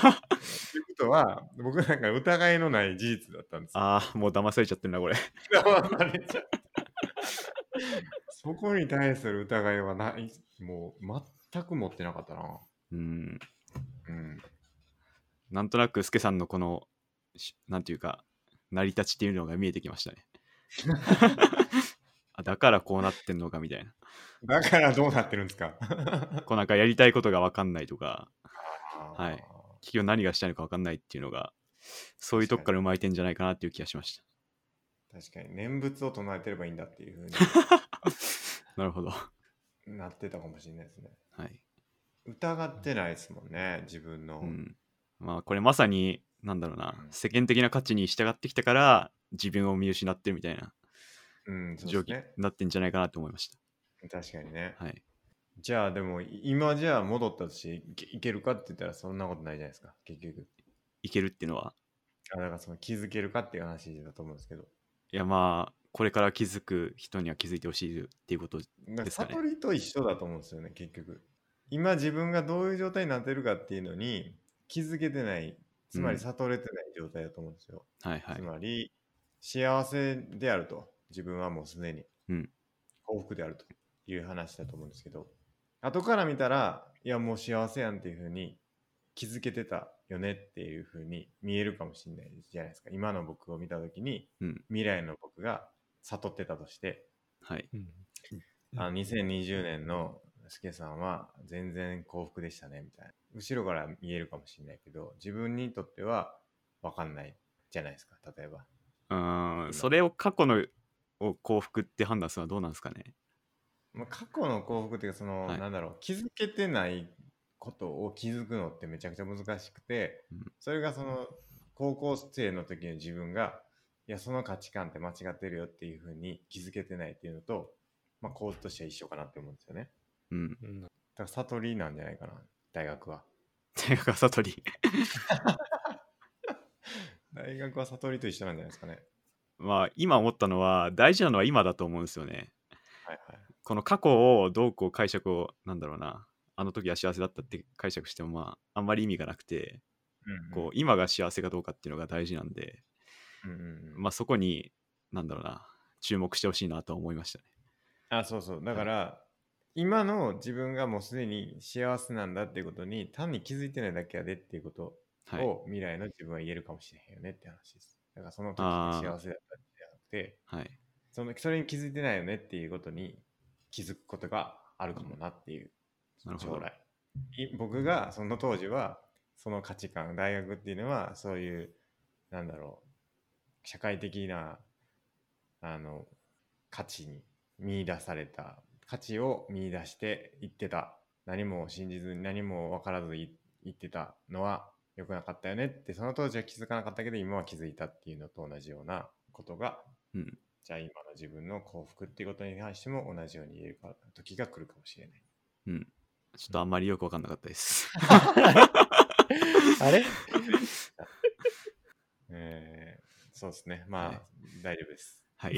Speaker 1: ていうことは、僕なんか疑いのない事実だったんですよ。
Speaker 2: ああ、もう騙されちゃってるな、これ。
Speaker 1: 騙されちゃったそこに対する疑いはない、もう全く持ってなかったな。
Speaker 2: うん。
Speaker 1: うん。
Speaker 2: なんとなく、スケさんのこの、しなんていうか、成り立ちっていうのが見えてきましたね。 あだからこうなってんのかみたいな。
Speaker 1: だからどうなってるんですか
Speaker 2: こうなんかやりたいことが分かんないとか、。
Speaker 1: はい
Speaker 2: 企業何がしたいのか分かんないっていうのが、そういうとこから生まれてんじゃないかなっていう気がしまし
Speaker 1: 確かに念仏を唱えてればいいんだっていう
Speaker 2: た。なる ほど。
Speaker 1: ふうになってたかもしれないですね。
Speaker 2: はい。
Speaker 1: 疑ってないですもんね、自分の。
Speaker 2: うん。まあこれまさに、なんだろうな
Speaker 1: う、ん
Speaker 2: 世間的な価値に従ってきたから、自分を見失ってるみたいな
Speaker 1: うん、そう
Speaker 2: 状
Speaker 1: です
Speaker 2: 況に
Speaker 1: ね。
Speaker 2: なってんじゃないかなと思いまし
Speaker 1: 確かにね。
Speaker 2: た。はい。
Speaker 1: じゃあでも、今じゃあ戻ったとしていけいけるかって言ったらそんなことないじゃないですか、結局。
Speaker 2: いけるっていうのは、
Speaker 1: あだからその気づけるかっていう話だと思うんですけど。
Speaker 2: いやまあ、これから気づく人には気づいてほしいっていうこと。
Speaker 1: なんか
Speaker 2: ですかね
Speaker 1: 悟りと一緒だと思うんですよね、結局。今自分がどういう状態になってるかっていうのに気づけてない、つま
Speaker 2: う
Speaker 1: り
Speaker 2: ん
Speaker 1: 悟れてない状態だと思うんですよ。
Speaker 2: はいはい
Speaker 1: つ。まり、幸せであると、自分はもうすでに
Speaker 2: うん
Speaker 1: 幸福であるという話だと思うんですけど、後から見たら、いや、もう幸せやんっていうふうに気づけてたよねっていうふうに見えるかもしれないじゃないですか。今の僕を見たときに、
Speaker 2: うん
Speaker 1: 未来の僕が悟ってたとして、
Speaker 2: はい。
Speaker 3: うん
Speaker 1: あの2020年のスケさんは全然幸福でしたねみたいな。後ろから見えるかもしれないけど、自分にとっては分かんないじゃないですか、例えば。
Speaker 2: うーん、それを過去のを幸福って判断するのはどうなんですかね。
Speaker 1: まあ、過去の幸福っていうかその、
Speaker 2: はい
Speaker 1: なんだろう気づけてないことを気づくのってめちゃくちゃ難しくて、
Speaker 2: うん
Speaker 1: それがその高校生の時の自分がいやその価値観って間違ってるよっていうふうに気づけてないっていうのと、まあ、構図としては一緒かなって思うんですよね
Speaker 2: うん。
Speaker 3: うん
Speaker 1: だから悟りなんじゃないかな大学は
Speaker 2: 大学は悟り。
Speaker 1: 大学は悟りと一緒なんじゃないですかね
Speaker 2: まあ今思ったのは、大事なのは今だと思うんですよね。
Speaker 1: はいはい
Speaker 2: この過去をどうこう解釈を、なんだろうな、あの時は幸せだったって解釈しても、まあ、あんまり意味がなくて、
Speaker 1: うんうん
Speaker 2: こう、今が幸せかどうかっていうのが大事なんで、
Speaker 1: うんうんうん
Speaker 2: まあそこに、なんだろうな、注目してほしいなとは思いましたね。
Speaker 1: あそうそうだから、今の自分がもうすでに幸せなんだっていうことに単に気づいてないだけやでっていうこと
Speaker 2: はい。
Speaker 1: を未来の自分は言えるかもしれへんよねって話です。だからその時が幸せだったんじゃなくて、
Speaker 2: はい。
Speaker 1: そのそれに気づいてないよねっていうことに気づくことがあるかもなっていう、
Speaker 2: なるほど
Speaker 1: 将来。い僕がその当時はその価値観、大学っていうのはそういう、なんだろう、社会的なあの価値に見出された、価値を見出していってた、何も信じずに何も分からずい言ってたのは良くなかったよねって、その当時は気づかなかったけど、今は気づいたっていうのと同じようなことが
Speaker 2: うん。
Speaker 1: じゃあ今の自分の幸福っていうことに関しても同じように言えるか時が来るかもしれない。
Speaker 2: うん。ちょっとあんまりよくわかんなかったです。
Speaker 3: あれ
Speaker 1: えーそうですね。まあ、
Speaker 2: はい
Speaker 1: 大丈夫です。
Speaker 2: はい。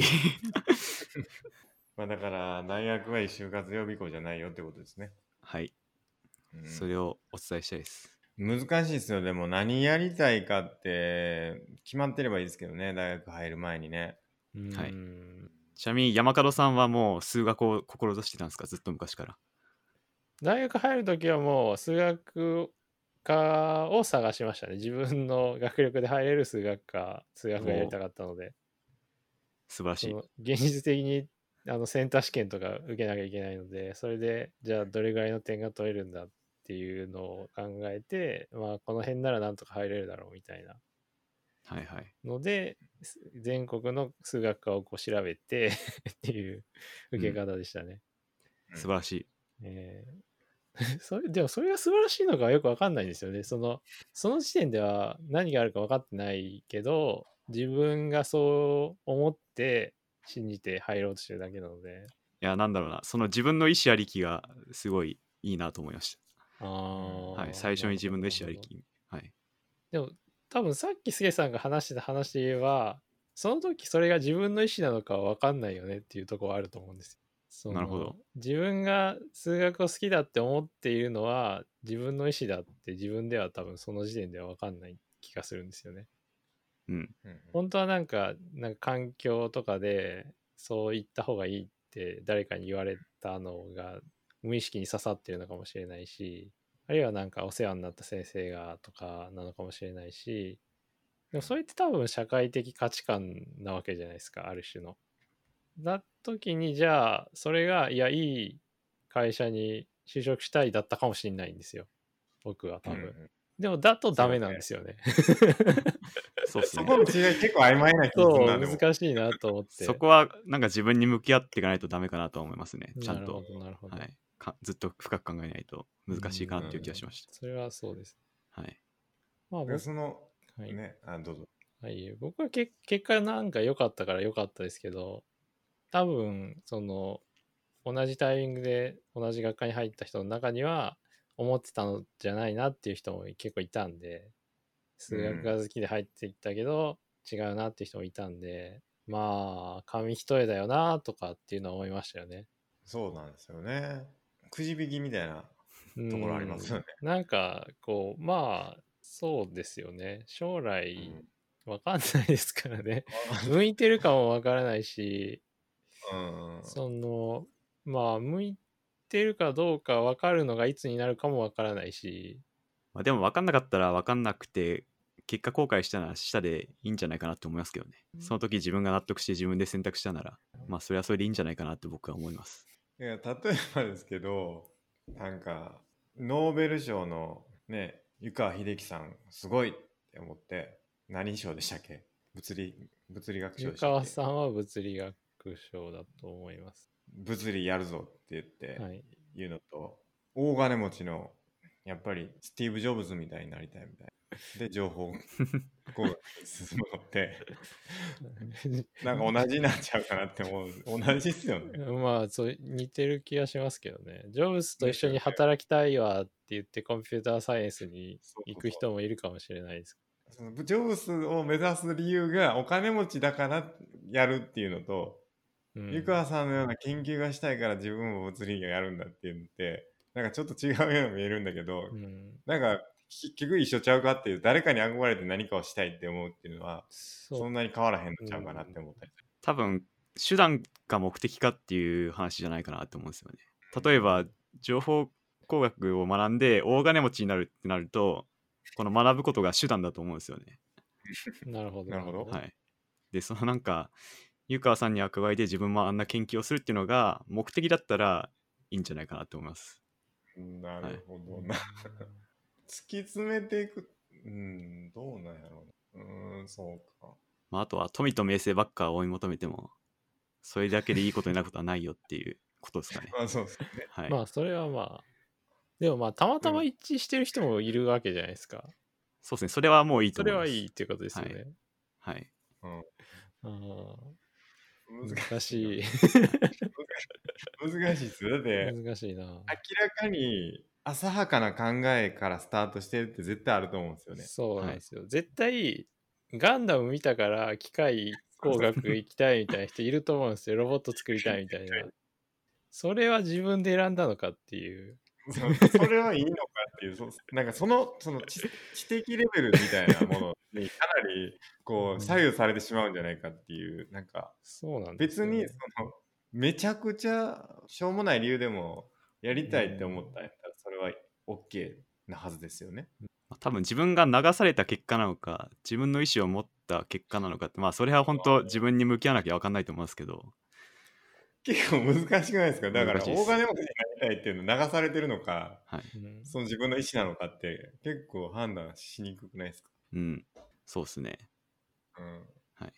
Speaker 1: まあだから、大学は一週活予備校じゃないよってことですね。
Speaker 2: はい。
Speaker 1: うん
Speaker 2: それをお伝えしたいです。
Speaker 1: 難しいですよ。でも何やりたいかって決まってればいいですけどね、大学入る前にね。
Speaker 2: はい
Speaker 3: うん
Speaker 2: ちなみに山門さんはもう数学を志してたんですかずっと昔から。
Speaker 3: 大学入るときはもう数学科を探しましたね。自分の学力で入れる数学科、数学がやりたかったので、
Speaker 2: 素晴ら
Speaker 3: そ
Speaker 2: しい
Speaker 3: の。現実的にあのセンター試験とか受けなきゃいけないので、それで、じゃあどれぐらいの点が取れるんだっていうのを考えて、まあ、この辺ならなんとか入れるだろうみたいな
Speaker 2: はいはい。
Speaker 3: ので、す全国の数学科をこう調べて っていう受け方でしたね。
Speaker 2: 素晴らしい。
Speaker 3: えー それでもそれが素晴らしいのかよくわかんないんですよね。そのその時点では何があるか分かってないけど自分がそう思って信じて入ろうとしてるだけなので。
Speaker 2: いや、なんだろうな、その自分の意思ありきがすごいいいなと思いまし
Speaker 3: あ
Speaker 2: た。
Speaker 3: ー
Speaker 2: はい、最初に自分の意思あ。
Speaker 3: なる
Speaker 2: り
Speaker 3: ほど
Speaker 2: き。はい。
Speaker 3: でも多分さっきすげさんが話してた話で言えばその時それが自分の意思なのかは分かんないよねっていうところはあると思うんですよ。その
Speaker 2: なるほど
Speaker 3: 自分が数学を好きだって思っているのは自分の意思だって自分では多分その時点では分かんない気がするんですよね。
Speaker 2: うん。
Speaker 1: うん
Speaker 3: 本当はなんかなんか環境とかでそう言った方がいいって誰かに言われたのが無意識に刺さってるのかもしれないしあるいはなんかお世話になった先生がとかなのかもしれないしでもそれって多分社会的価値観なわけじゃないですかある種の。だ時にじゃあそれがいやいい会社に就職したいだったかもしれないんですよ僕は多
Speaker 1: うんう
Speaker 3: 分、
Speaker 1: ん
Speaker 3: でもだとダメなんですよね
Speaker 2: そうっす
Speaker 1: そ
Speaker 2: ね。
Speaker 1: この違い結構曖昧な気がす
Speaker 3: そ
Speaker 1: る
Speaker 3: う
Speaker 1: なでも
Speaker 3: 難しいなと思って
Speaker 2: そこは、なんか自分に向き合っていかないとダメかなと思いますね。ちゃん
Speaker 3: なるほ
Speaker 2: と。
Speaker 3: どなるほど、
Speaker 2: はい。かずっと深く考えないと難しいかなっていう気がしまし
Speaker 3: それはそうです
Speaker 2: た。はい。
Speaker 3: まあ僕,、
Speaker 1: その
Speaker 3: はい
Speaker 1: ねあどうぞ
Speaker 3: はい、僕はけ結果なんか良かったから良かったですけど多分その同じタイミングで同じ学科に入った人の中には思ってたのじゃないなっていう人も結構いたんで数学が好きで入っていったけど、違うなっていう人もいたんでまあ紙一重だよなとかっていうのは思いましたよね。
Speaker 1: そうなんですよねくじ引きみたいなところありますよね
Speaker 3: うんなんかこうまあそうですよね将来
Speaker 1: うん
Speaker 3: わかんないですか らね向いてるかもわからないし
Speaker 1: うんうん
Speaker 3: そのまあ向いてるかどうかわかるのがいつになるかもわからないし
Speaker 2: まあ、でも分かんなかったら分かんなくて、結果後悔したらしたでいいんじゃないかなと思いますけどね。その時自分が納得して自分で選択したなら、まあそれはそれでいいんじゃないかなって僕は思います。
Speaker 1: いや例えばですけどなんかノーベル賞のね湯川秀樹さんすごいって思って何賞でしたっけ物理物理学賞
Speaker 3: 湯
Speaker 1: でしたっ
Speaker 3: 川
Speaker 1: け
Speaker 3: さんは物理学賞だと思います。
Speaker 1: 物理やるぞって言って
Speaker 3: はい、
Speaker 1: 言うのと、大金持ちのやっぱりスティーブ・ジョブズみたいになりたいみたいなで情 報こう進むのって なんか同じになっちゃうかなって思う同じっすよね
Speaker 3: まあそう似てる気がしますけどね。ジョブズと一緒に働きたいわって言ってコンピューターサイエンスに行く人もいるかもしれないです。
Speaker 1: そのジョブスを目指す理由がお金持ちだからやるっていうのと、
Speaker 3: うん
Speaker 1: 湯川さんのような研究がしたいから自分も物理をやるんだっていうのってなんかちょっと違うように見えるんだけど、
Speaker 3: うん、
Speaker 1: なんか結局一緒ちゃうかっていう誰かに憧れて何かをしたいって思うっていうのは
Speaker 3: そ
Speaker 1: そん
Speaker 3: う
Speaker 1: なに変わらへんのちゃうかなって思ったりす
Speaker 2: 多分手段か目的かっていう話じゃないかなと思うんですよね。例えば情報工学を学んで大金持ちになるってなるとこの学ぶことが手段だと思うんですよね。
Speaker 3: なるほど。
Speaker 1: なるほど
Speaker 2: は。い、でそのなんか湯川さんに憧れて自分もあんな研究をするっていうのが目的だったらいいんじゃないかなと思います。
Speaker 1: る、なるほど
Speaker 3: うん
Speaker 1: な突き詰めていくうんどうなんやろうなうーんそうか。
Speaker 2: まあ、あとは富と名声ばっか追い求めてもそれだけでいいことになることはないよっていうことですかね
Speaker 1: まあそうですね
Speaker 2: はい、
Speaker 3: まあそれはまあ。でもまあたまたま一致してる人もいるわけじゃないですか。
Speaker 2: そうですねそれはもういいと
Speaker 3: そ
Speaker 2: 思
Speaker 3: れ
Speaker 2: いま
Speaker 3: は
Speaker 2: す。
Speaker 3: いいっていうことですよね。
Speaker 2: はい、
Speaker 3: うん難
Speaker 1: 難
Speaker 3: し
Speaker 1: し
Speaker 3: い
Speaker 1: い。難しいっすよだって
Speaker 3: 難しいな。
Speaker 1: 明らかに浅はかな考えからスタートしてるって絶対あると思うんですよね。
Speaker 3: そうなん
Speaker 2: はい
Speaker 3: ですよ。絶対ガンダム見たから機械工学行きたいみたいな人いると思うん ですよ。ロボット作りたいみたいな。それは自分で選んだのかっていう。
Speaker 1: そそれはいいのかっていう、そなんかそのその知知的レベルみたいなものにかなりこ
Speaker 3: うん
Speaker 1: う左右されてしまうんじゃないかっていう、なんか
Speaker 3: そうなんです
Speaker 1: 別
Speaker 3: よね
Speaker 1: にそのめちゃくちゃしょうもない理由でもやりたいって思ったんやったらそれは OK なはずですよね。
Speaker 2: まあ多分自分が流された結果なのか自分の意思を持った結果なのかってまあそれは本当自分に向き合わなきゃ分かんないと思うんですけど
Speaker 1: 結構難しくないですかだから
Speaker 2: 難しいです
Speaker 1: 大金持ちになりたいっていうの流されてるのか
Speaker 3: うん
Speaker 1: その自分の意思なのかって結構判断しにくくないですか、
Speaker 2: うんそうっすね
Speaker 1: うん
Speaker 2: はい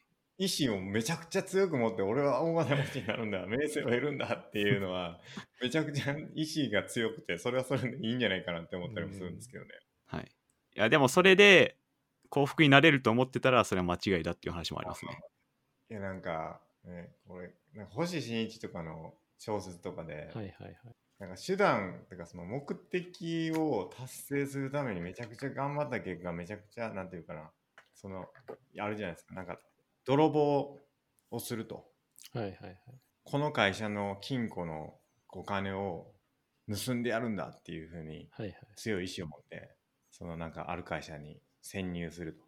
Speaker 1: 意思をめちゃくちゃ強く持って俺は大金持ちになるんだ名声を得るんだっていうの はめちゃくちゃ意思が強くてそれはそれでいいんじゃないかなって思ったりもするんですけどね。
Speaker 2: はいいやでもそれで幸福になれると思ってたらそれは間違いだっていう話もありますね
Speaker 1: いやなんか、ね、これなんか星新一とかの小説とかで、
Speaker 3: はいはいはい。
Speaker 1: なんか手段とかその目的を達成するためにめちゃくちゃ頑張った結果めちゃくちゃなんていうかなそのあるじゃないですかなんか泥棒をすると
Speaker 3: はいはいはい。
Speaker 1: この会社の金庫のお金を盗んでやるんだっていうふうに
Speaker 3: はいはい。
Speaker 1: 強い意志を持ってそのなんかある会社に潜入する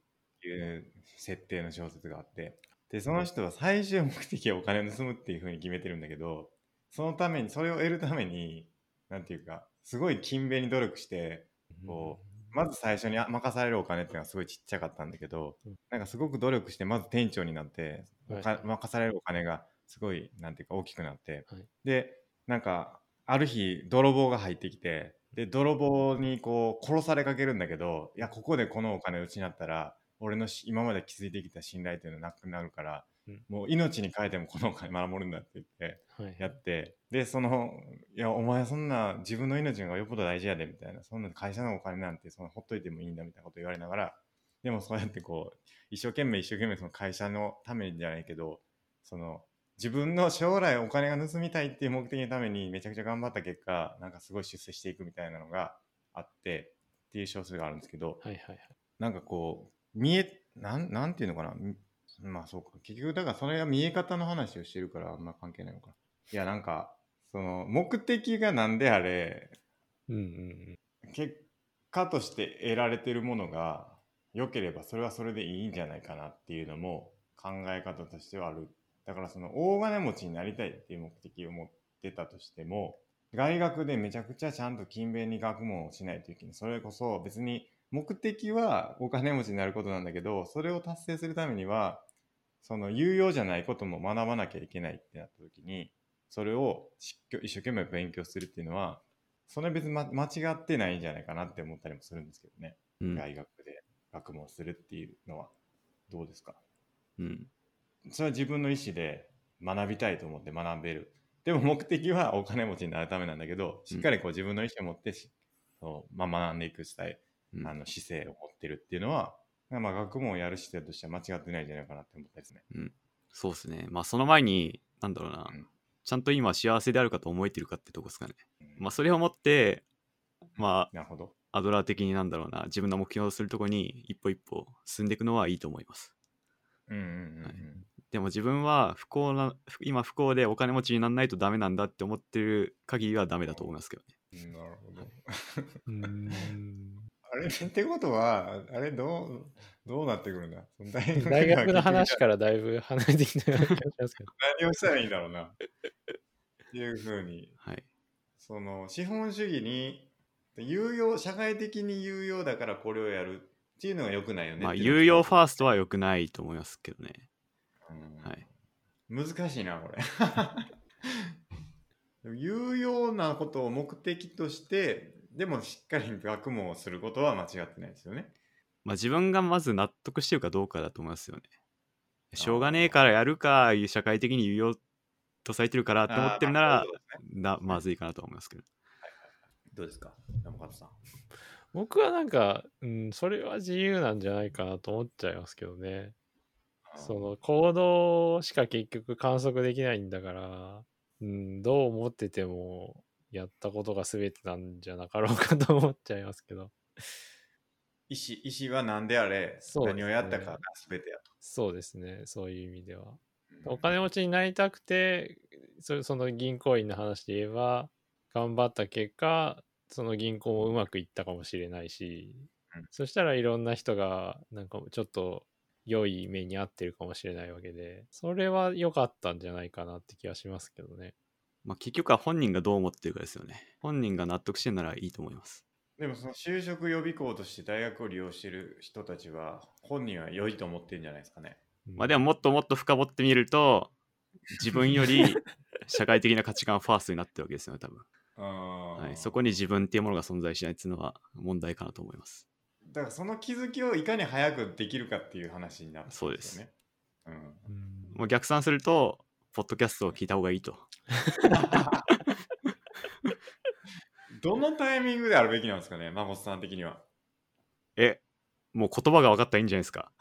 Speaker 1: という設定の小説があってでその人は最終目的はお金を盗むっていうふうに決めてるんだけどそのためにそれを得るためになんていうかすごい勤勉に努力してこまず最初に任されるお金っていうのはすごいちっちゃかったんだけど
Speaker 3: うん
Speaker 1: なんかすごく努力してまず店長になっておか
Speaker 3: はい
Speaker 1: 任されるお金がすごいなんていうか大きくなって
Speaker 3: はい
Speaker 1: でなんかある日泥棒が入ってきてで泥棒にこう殺されかけるんだけどいやここでこのお金失ったら俺のし今まで築いてきた信頼っていうのはなくなるから、
Speaker 3: うん
Speaker 1: もう命に変えてもこのお金守るんだって言って
Speaker 3: はいはい。
Speaker 1: やってでその「いやお前そんな自分の命の方がよっぽど大事やで」みたいな「そんな会社のお金なんてそのほっといてもいいんだ」みたいなこと言われながらでもそうやってこう一生懸命一生懸命その会社のためじゃないけどその自分の将来お金が盗みたいっていう目的のためにめちゃくちゃ頑張った結果なんかすごい出世していくみたいなのがあってっていう小説があるんですけど
Speaker 3: はいはいはい。
Speaker 1: なんかこう見えなんなんていうのかなみまあそうか結局だからそれは見え方の話をしてるからあんま関係ないのかないやなんかその目的が何であれ
Speaker 3: うんうん
Speaker 1: 結果として得られてるものが良ければそれはそれでいいんじゃないかなっていうのも考え方としてはあるだからその大金持ちになりたいっていう目的を持ってたとしても大学でめちゃくちゃちゃんと勤勉に学問をしないといけないそれこそ別に目的はお金持ちになることなんだけどそれを達成するためにはその有用じゃないことも学ばなきゃいけないってなった時にそれをしっきょ一生懸命勉強するっていうのはそれは別に、ま、間違ってないんじゃないかなって思ったりもするんですけどね、
Speaker 2: うん、
Speaker 1: 大学で学問するっていうのはどうですか
Speaker 2: うん、
Speaker 1: それは自分の意思で学びたいと思って学べるでも目的はお金持ちになるためなんだけどしっかりこう自分の意思を持ってし、そうまあ、学んでいくスタイル
Speaker 2: うん
Speaker 1: あの姿勢を持ってるっていうのは、まあ、学問をやる姿勢としては間違ってないんじゃないかなって思ったりですね
Speaker 2: そうっすねまあその前になんだろうな、
Speaker 1: うん
Speaker 2: ちゃんと今幸せであるかと思えてるかってとこですかね
Speaker 1: うん
Speaker 2: まあそれをもってま
Speaker 1: なるほど
Speaker 2: あアドラー的になんだろうな自分の目標とするとこに一歩一歩進んでいくのはいいと思います
Speaker 1: うんうんうんうん、
Speaker 2: はいでも自分は不幸なふ今不幸でお金持ちにならないとダメなんだって思ってる限りはダメだと思いますけどね
Speaker 1: うんなるほど、
Speaker 2: はい
Speaker 3: うん。うーん
Speaker 1: あれ ってことは、あれどう、どうなってくるんだその大学 が
Speaker 3: 大
Speaker 1: 結
Speaker 3: 学
Speaker 1: 局
Speaker 3: の話からだいぶ離れてきたような気がします けど。
Speaker 1: 何をしたらいいんだろうな。っていうふうに、
Speaker 2: はい
Speaker 1: その資本主義に、有用、社会的に有用だからこれをやるっていうのが良くないよね。
Speaker 2: まあ有用フ
Speaker 1: ァ
Speaker 2: ァーストは良くないと思いますけどねはい
Speaker 1: 難しいな、これ。 でも有用なことを目的として、でもしっかり学問をすることは間違ってないですよね。
Speaker 2: まあ自分がまず納得してるかどうかだと思いますよねしょうがねえからやるかいう社会的に有用とされてるからって思ってるな
Speaker 1: あー
Speaker 2: ら
Speaker 1: そういうことですね
Speaker 2: なまずいかなとは思いますけど
Speaker 1: どうですか山形さん。
Speaker 3: 僕はなんか、うん、それは自由なんじゃないかなと思っちゃいますけどね。その行動しか結局観測できないんだから、うん、どう思っててもやったことが全てなんじゃなかろうかと思っちゃいますけど。
Speaker 1: 意思意思は何であれ
Speaker 3: そうですね
Speaker 1: 何をやったかが全てや
Speaker 3: そうですね、そういう意味では。
Speaker 1: と。
Speaker 3: お金持ちになりたくてそその銀行員の話で言えば頑張った結果その銀行もうまくいったかもしれないし、
Speaker 1: うん
Speaker 3: そしたらいろんな人がなんかちょっと良い目に遭ってるかもしれないわけでそれは良かったんじゃないかなって気がしますけどね
Speaker 2: まあ結局は本人がどう思ってるかですよね本人が納得してるならいいと思います
Speaker 1: でもその就職予備校として大学を利用している人たちは本人は良いと思ってるんじゃないですかね。
Speaker 2: まあでももっともっと深掘ってみると自分 より社会的な価値観ファーストになってるわけですよね多分、
Speaker 1: は
Speaker 2: はい、そこに自分っていうものが存在しないっていうのは問題かなと思います
Speaker 1: だからその気づきをいかに早くできるかっていう話になってくるんよね。うん
Speaker 3: うん
Speaker 2: もう逆算するとポッドキャストを聞いた方がいいと
Speaker 1: どのタイミングであるべきなんですかね、マモスさん的には。
Speaker 2: えもう言葉が分かったらいいんじゃないですか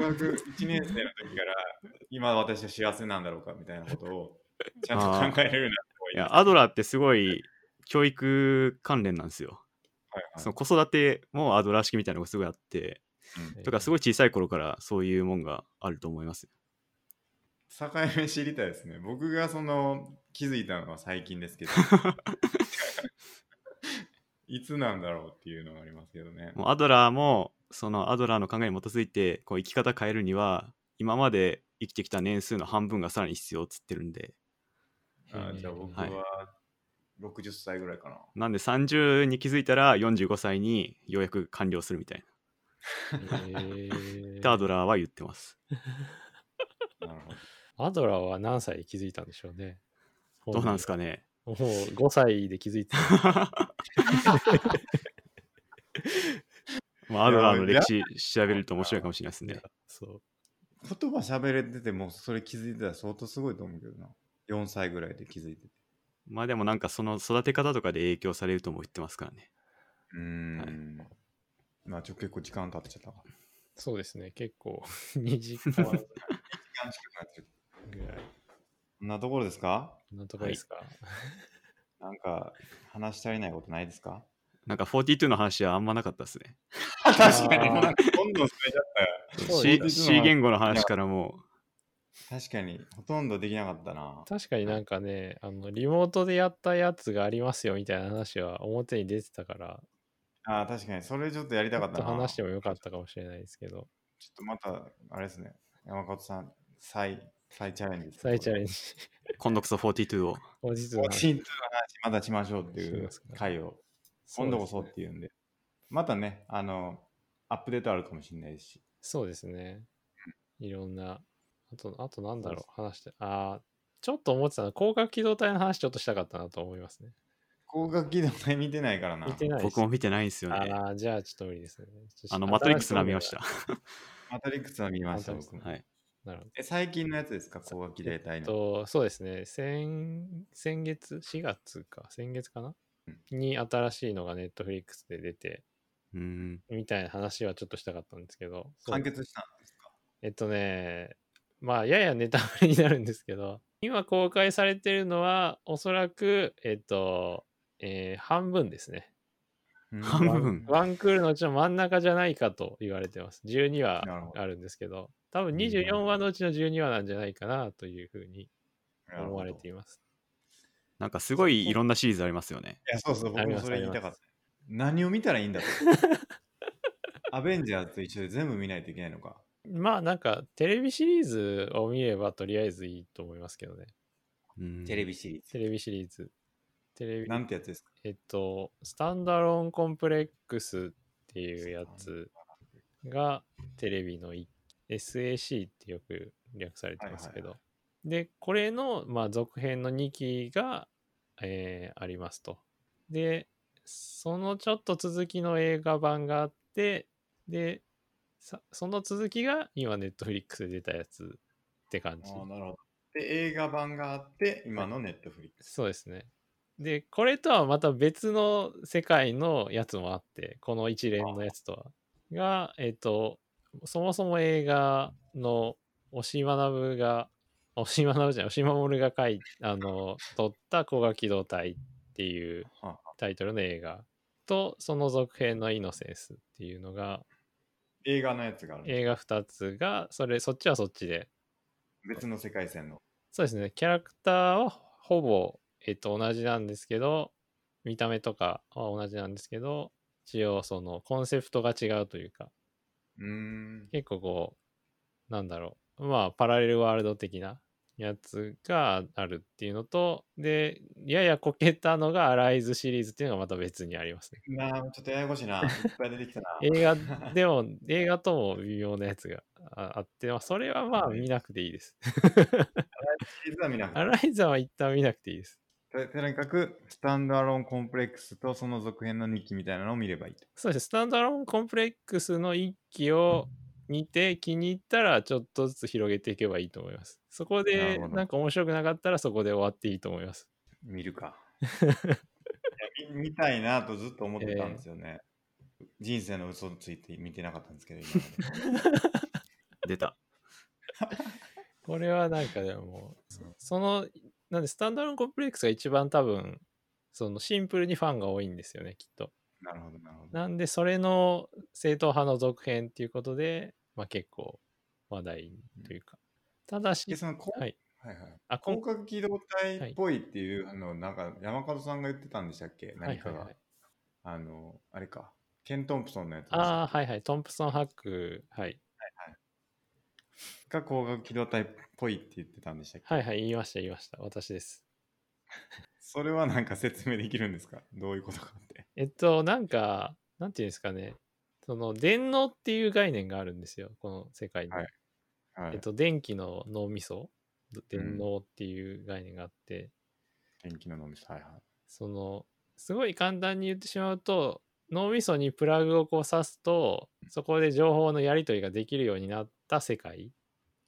Speaker 1: 小学1年生の時から、 今私は幸せなんだろうかみたいなことをちゃんと考えれるようになった方がいい
Speaker 2: い
Speaker 1: ですね。
Speaker 2: やアドラーってすごい教育関連なんですよ
Speaker 1: はいはい
Speaker 2: その子育てもアドラー式みたいなのがすごいあって
Speaker 1: うん
Speaker 2: だからすごい小さい頃からそういうもんがあると思います
Speaker 1: 境目知りたいですね。僕がその気づいたのは最近ですけ ど。いつなんだろうっていうのがありますけどね。
Speaker 2: もうアドラーもそのアドラーの考えに基づいてこう生き方変えるには今まで生きてきた年数の半分がさらに必要っつってるんで
Speaker 1: あじゃあ僕
Speaker 2: はい
Speaker 1: は60歳ぐらいかな。
Speaker 2: なんで30に気づいたら45歳にようやく完了するみたい
Speaker 3: え
Speaker 2: な、
Speaker 3: ー
Speaker 2: でアドラーは言ってます
Speaker 1: なるほど。
Speaker 3: アドラーは何歳で気づいたんでしょうね。
Speaker 2: どうなんです
Speaker 3: か
Speaker 2: かね
Speaker 3: もう5歳で気づいてた。
Speaker 2: まあアドラーの歴史調べると面白いかもしれないです ね
Speaker 3: そう。
Speaker 1: 言葉喋れててもそれ気づいてたら相当すごいと思うけどな。4歳ぐらいで気づいてて。
Speaker 2: まあでもなんかその育て方とかで影響されるとも言ってますからね
Speaker 1: うーん。まあちょ結構時間経っちゃったか。
Speaker 3: そうですね、結構 2時間ぐらい。
Speaker 1: 時間近くなってる。こんなところですか
Speaker 3: こんなとこですか、
Speaker 1: なんか話し足りないことないですか
Speaker 2: なんか42の話はあんまなかったですね
Speaker 1: 確
Speaker 3: か
Speaker 1: か
Speaker 3: に
Speaker 1: に
Speaker 3: もうなん
Speaker 1: どんどん進めちゃったよ。
Speaker 3: そう
Speaker 2: C,
Speaker 1: ですね
Speaker 2: C 言語の話からもう
Speaker 1: 確かに、ほとんどできなかったな。
Speaker 3: 確かになんかね、あの、リモートでやったやつがありますよみたいな話は表に出てたから、
Speaker 1: ああ、確かに、それちょっとやりた
Speaker 3: ちょ
Speaker 1: か
Speaker 3: っ
Speaker 1: っ
Speaker 3: と
Speaker 1: たな。
Speaker 3: 話して
Speaker 1: ちょ
Speaker 3: もよかったかもしれないですけど、
Speaker 1: っとまた、あれですね、山本さん、再、再チャレンジです。
Speaker 3: 再チャレ
Speaker 1: ンジ。
Speaker 3: ンジ、
Speaker 2: 今度こそ42を
Speaker 3: 本日
Speaker 1: ポ
Speaker 3: の話
Speaker 1: チンとの話、またしましょうってい
Speaker 3: し
Speaker 1: う
Speaker 3: ますか
Speaker 1: 回を、
Speaker 3: そう
Speaker 1: 今度
Speaker 3: ですね
Speaker 1: こそっていうんで、またね、あの、アップデートあるかもしれないし、
Speaker 3: そうですね。いろんな、あと、あとなんだろう、話して、ああ、ちょっと思ってたのは、広角機動隊の話ちょっとしたかったなと思いますね。
Speaker 1: 高学期でもね見てないからな。
Speaker 3: 見てないし
Speaker 2: 僕も見てないんですよね
Speaker 3: ああ、じゃあちょっと無理ですね。ちょっと
Speaker 2: あの、マトリックスな見まし。
Speaker 3: 新い
Speaker 2: た。
Speaker 1: マトリックスは見ました、
Speaker 3: マトリッ
Speaker 1: 僕も。
Speaker 2: はい。
Speaker 3: のがなるほど。
Speaker 1: え、最近のやつですか、高学期で大
Speaker 3: えっ
Speaker 1: の。
Speaker 3: と、そうですね。先、先月、4月か、先月かな、に新しいのがネットフリックスで出て、
Speaker 2: うん。
Speaker 3: みたいな話はちょっとしたかったんですけど。そう
Speaker 1: 完結したんですか
Speaker 3: えっとね、まあ、ややネタバレになるんですけど、 今公開されてるのは、おそらく、えっと、えー半分ですね。
Speaker 1: うん
Speaker 2: 半分
Speaker 3: ワンクールのうちの真ん中じゃないかと言われてます。12話
Speaker 1: なるほど
Speaker 3: あるんですけど、多分24話のうちの12話なんじゃないかなというふうに
Speaker 1: なるほ
Speaker 3: 思
Speaker 1: ど
Speaker 3: われています。
Speaker 2: なんかすごいいろんなシリーズありますよね。
Speaker 1: いや、そうそう、
Speaker 3: あ
Speaker 1: 僕
Speaker 3: りま
Speaker 1: も
Speaker 3: す
Speaker 1: それ言いたかった。何を見たらい いんだと。アベンジャーズと一緒で全部見ないといけないのか。
Speaker 3: まあなんかテレビシリーズを見ればとりあえずいいと思いますけどね。
Speaker 2: うん
Speaker 1: テレビシリーズ。
Speaker 3: テレビシリーズ。テレビ
Speaker 1: な、んてやつですか
Speaker 3: えっと、スタンドアローンコンプレックスっていうやつがテレビの一 SAC ってよく略されてますけど。で、これの、まあ、続編の2期が、えーありますと。で、そのちょっと続きの映画版があって、で、さその続きが今、ネットフリックスで出たやつって感じ
Speaker 1: あ。あ、なるほど。で、映画版があって、今のネットフリックス。
Speaker 3: そうですね。で、これとはまた別の世界のやつもあって、この一連のやつとは。が、えっ、と、そもそも映画の押井学が、押井学じゃない、押井守が書い、あの、撮った高画機動隊っていう
Speaker 1: は
Speaker 3: タイトルの映画と、その続編のイノセンスっていうのが、
Speaker 1: 映画のやつがある。
Speaker 3: 映画2つが、それ、そっちはそっちで
Speaker 1: 別の世界線の。
Speaker 3: そうですね、キャラクターはほぼ、えっと、同じなんですけど、見た目とかは同じなんですけど、一応そのコンセプトが違うというか、
Speaker 1: うーん。
Speaker 3: 結構こう、なんだろう、まあパラレルワールド的なやつがあるっていうのと、で、ややこけたのがアライズシリーズっていうのがまた別にありますね。
Speaker 1: なあ、ちょっとややこしい な。いっぱい出てきたな。
Speaker 3: 映画 でも、映画とも微妙なやつがああって、まあ、それはまあ
Speaker 1: はい
Speaker 3: 見なくていいです。
Speaker 1: シリーズは見なくて
Speaker 3: アライザは一旦見なくていいです。
Speaker 1: ととにかく、スタンドアローンコンプレックスとその続編の2期みたいなのを見ればいいと。
Speaker 3: そうですね、スタンドアローンコンプレックスの一期を見て気に入ったらちょっとずつ広げていけばいいと思います。そこ
Speaker 1: な
Speaker 3: で
Speaker 1: るほど
Speaker 3: なんか面白くなかったらそこで終わっていいと思います。
Speaker 1: 見るか。いや 見見たいなとずっと思ってたんですよね。人生の嘘ついて見てなかったんですけど、今まで
Speaker 2: 出た。
Speaker 3: これはなんかでも、そその、なんでスタンドアローンコンプレックスが一番多分、そのシンプルにファンが多いんですよね、きっと。
Speaker 1: なるほど、なるほど。
Speaker 3: なんで、それの正統派の続編っていうことで、まあ結構話題というか。ただし
Speaker 1: で、、その、こ
Speaker 3: はい。
Speaker 1: はいはい。
Speaker 3: あ、今
Speaker 1: 広角機動隊っぽいっていう、あの、なんか、山門さんが言ってたんでしたっけ
Speaker 3: はい
Speaker 1: 何
Speaker 3: は
Speaker 1: か
Speaker 3: い
Speaker 1: が。
Speaker 3: はい。
Speaker 1: あの、あれか。ケン・トンプソンのやつでしたっけ
Speaker 3: ああ、はいはい。トンプソンハック、はい。
Speaker 1: が光学機動隊っぽいって言ってたんでしたっけ、
Speaker 3: はいはい、言いました、言いました。私です。
Speaker 1: それはなんか説明できるんですかどういうことかって。
Speaker 3: えっと、なんか、なんていうんですかね。その、電脳っていう概念があるんですよ、この世界に。
Speaker 1: はいはい。
Speaker 3: えっと、電気の脳みそ、ど
Speaker 1: う
Speaker 3: 電
Speaker 1: ん
Speaker 3: 脳っていう概念があって、
Speaker 1: 天気の脳みそ。はいはい。
Speaker 3: その、すごい簡単に言ってしまうと、脳みそにプラグをこう刺すと、そこで情報のやり取りができるようになった世界。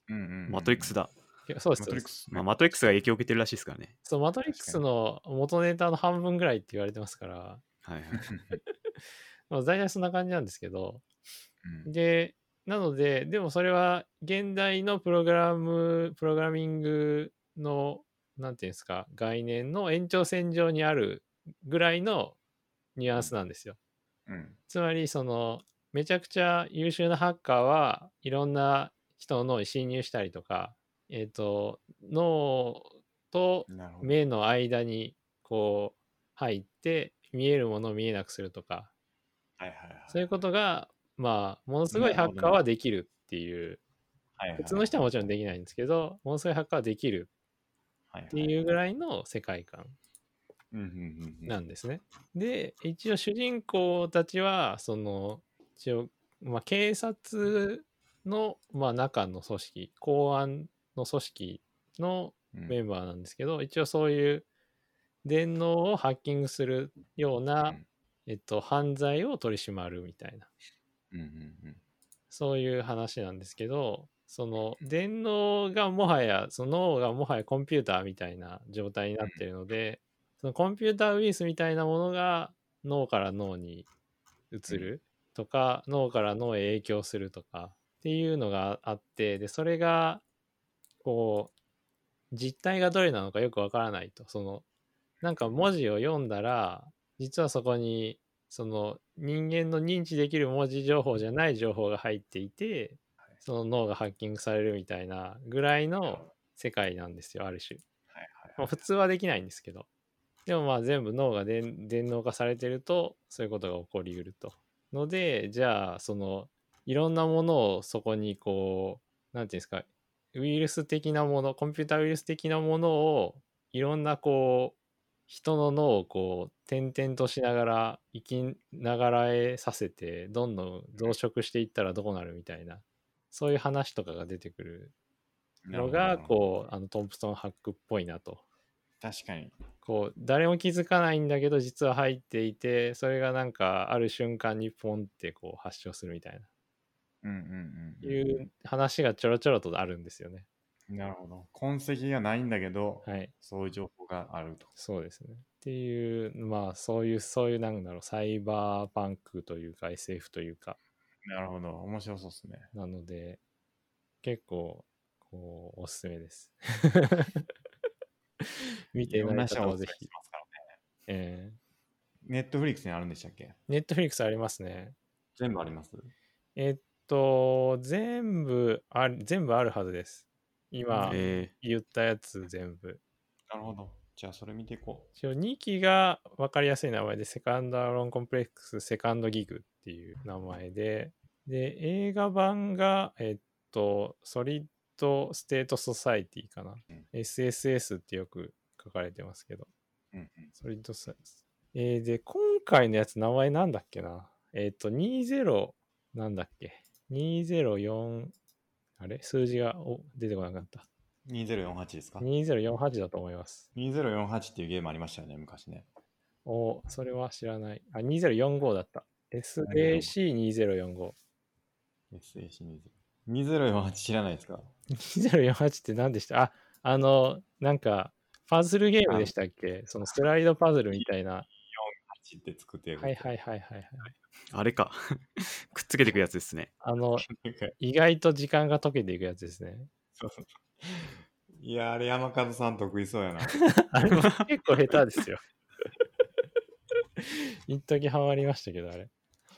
Speaker 1: うんうんうん、
Speaker 2: マトリックス。だ。
Speaker 3: いやそうです
Speaker 1: マ
Speaker 3: そ
Speaker 1: ト
Speaker 3: う
Speaker 1: リ
Speaker 3: で
Speaker 1: ック
Speaker 3: す。
Speaker 1: ス、
Speaker 2: まあ、マトリックスが影響を受けてるらしいですからね。
Speaker 3: そう、マトリックスの元ネタの半分ぐらいって言われてますから、
Speaker 2: はいはい。
Speaker 3: まあ、大体そんな感じなんですけど、
Speaker 1: うん
Speaker 3: で、なので、でもそれは現代のプログラム、プログラミングの、なんていうんですか、概念の延長線上にあるぐらいのニュアンスなんですよ。
Speaker 1: うん。
Speaker 3: つまり、その、めちゃくちゃ優秀なハッカーはいろんな人の脳に侵入したりとか、えっ、と、脳と
Speaker 1: なるほど。
Speaker 3: 目の間にこう入って見えるものを見えなくするとか、
Speaker 1: はいはいはい。
Speaker 3: そういうことが、まあ、ものすごいハッカーはできるっていう、
Speaker 1: はいはい
Speaker 3: 普通の人はもちろんできないんですけど、ものすごいハッカーはできる
Speaker 1: はいはい
Speaker 3: っていうぐらいの世界観
Speaker 1: うんうんうん。
Speaker 3: なんですね。で、一応主人公たちは、その、一応、まあ、警察の、まあ、中の組織、公安の組織の
Speaker 1: うん
Speaker 3: メンバーなんですけど、一応そういう電脳をハッキングするような、えっと、犯罪を取り締まるみたいな。
Speaker 1: うんうんうん。
Speaker 3: そういう話なんですけど、その電脳がもはや、その脳がもはやコンピューターみたいな状態になっているので、そのコンピューターウイルスみたいなものが脳から脳に移るとか、脳から脳へ影響するとかっていうのがあって、で、それが、こう、実態がどれなのかよくわからないと。その、なんか文字を読んだら、実はそこにその人間の認知できる文字情報じゃない情報が入っていて、その脳がハッキングされるみたいなぐらい
Speaker 1: はい
Speaker 3: の世界なんですよ、ある種。
Speaker 1: は
Speaker 3: まあ、
Speaker 1: い。
Speaker 3: 普通はできないんですけど。でもまあ全部脳が電電脳化されてると、そういうことが起こりうると。ので、じゃあ、その、いろんなものをそこにこう、なんていうんですか、ウイルス的なもの、コンピュータウイルス的なものを、いろんなこう、人の脳をこう、点々としながら、生きながらえさせて、どんどん増殖していったらどうなるみたいな、そういう話とかが出てくるのが、こう、あの、トンプソンハックっぽいなと。
Speaker 1: う。確かに。
Speaker 3: こう誰も気づかないんだけど実は入っていてそれがなんかある瞬間にポンってこう発症するみたい
Speaker 1: うんうん
Speaker 3: な
Speaker 1: うん。
Speaker 3: いう話がちょろちょろとあるんですよね
Speaker 1: なるほど。痕跡がないんだけど、
Speaker 3: はい
Speaker 1: そういう情報があると。
Speaker 3: そうですねっていうまあそういうそういうなんだろうサイバーパンクというか SF というか
Speaker 1: なるほど。面白そうですね。
Speaker 3: なので結構こうおすすめです 見て
Speaker 1: いろんな
Speaker 3: な
Speaker 1: い人が
Speaker 3: 方
Speaker 1: お
Speaker 3: は
Speaker 1: すす
Speaker 3: ぜ
Speaker 1: めし
Speaker 3: ひ
Speaker 1: ますからね。
Speaker 3: え
Speaker 1: ネットフリックスにあるんでしたっけ
Speaker 3: ネットフリックスありますね
Speaker 1: 全部あります
Speaker 3: えっと、全部ある、全部あるはずです。今
Speaker 2: え
Speaker 3: 言ったやつ全部。
Speaker 1: なるほど。じゃあそれ見ていこ
Speaker 3: 一応2期が分かりやすい名前で、セカンドアローンコンプレックス、セカンドギグっていう名前で、で、映画版が、えっと、ソリット・ステート・ソサイティかな
Speaker 1: うん。
Speaker 3: SSS ってよく書かれてますけど。
Speaker 1: うん
Speaker 3: ソリッドサイズ。えーで、今回のやつ、名前なんだっけなえっ、と、20、なんだっけ ?204、あれ数字がお出てこなくなった。
Speaker 1: うん、2048ですか
Speaker 3: 2048だと思います。
Speaker 1: 2048っていうゲームありましたよね、昔ね。
Speaker 3: おそれは知らない。あ、2045だった。SAC2045。
Speaker 1: SAC20。2048知らないですか
Speaker 3: 2048って何でしたあ、あの、なんか、パズルゲームでしたっけそのスライドパズルみたいな。
Speaker 1: ?8 って作ってる。
Speaker 3: はいはいはいはいはい。
Speaker 2: あれか。 くっつけていくやつですね。
Speaker 3: あの、
Speaker 1: なんか
Speaker 3: 意外と時間が解けていくやつですね。
Speaker 1: そうそうそういやー、あれ山門さん得意そうやな。
Speaker 3: あれも結構下手ですよ。 一時ハマりましたけど、あれ。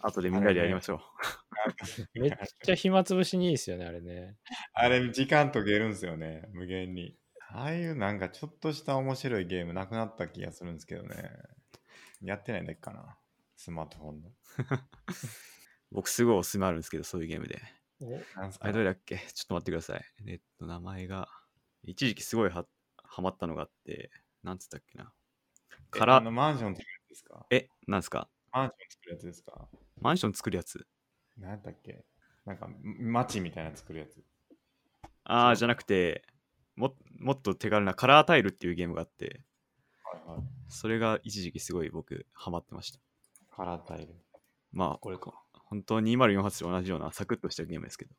Speaker 2: 後でみんなでやりましょう。
Speaker 3: めっちゃ暇つぶしにいいですよね、あれね。
Speaker 1: あれ、時間解けるんですよね、無限に。ああいうなんかちょっとした面白いゲームなくなった気がするんですけどね。やってないんだっけかな。スマートフォンの。
Speaker 2: 僕すごいおすすめあるんですけど、そういうゲームで。
Speaker 3: お
Speaker 1: なんす
Speaker 2: あ
Speaker 1: か
Speaker 2: れどれだっけちょっと待ってください。えっと、名前が、一時期すごいはハマったのがあって、なんつったっけな。か
Speaker 1: あ
Speaker 2: ら
Speaker 1: の、マンション作るやつですか
Speaker 2: え、なんですか
Speaker 1: マンション作るやつですか
Speaker 2: マンション作るやつ
Speaker 1: なんやったっけなんか、街みたいなの作るやつ。
Speaker 2: ああ、じゃなくて、ももっと手軽なカラータイルっていうゲームがあって、
Speaker 1: はいはい。
Speaker 2: それが一時期すごい僕ハマってました。
Speaker 1: カラータイル。
Speaker 2: まあ、
Speaker 1: これか。
Speaker 2: 本当に2048と同じようなサクッとしたゲームですけど。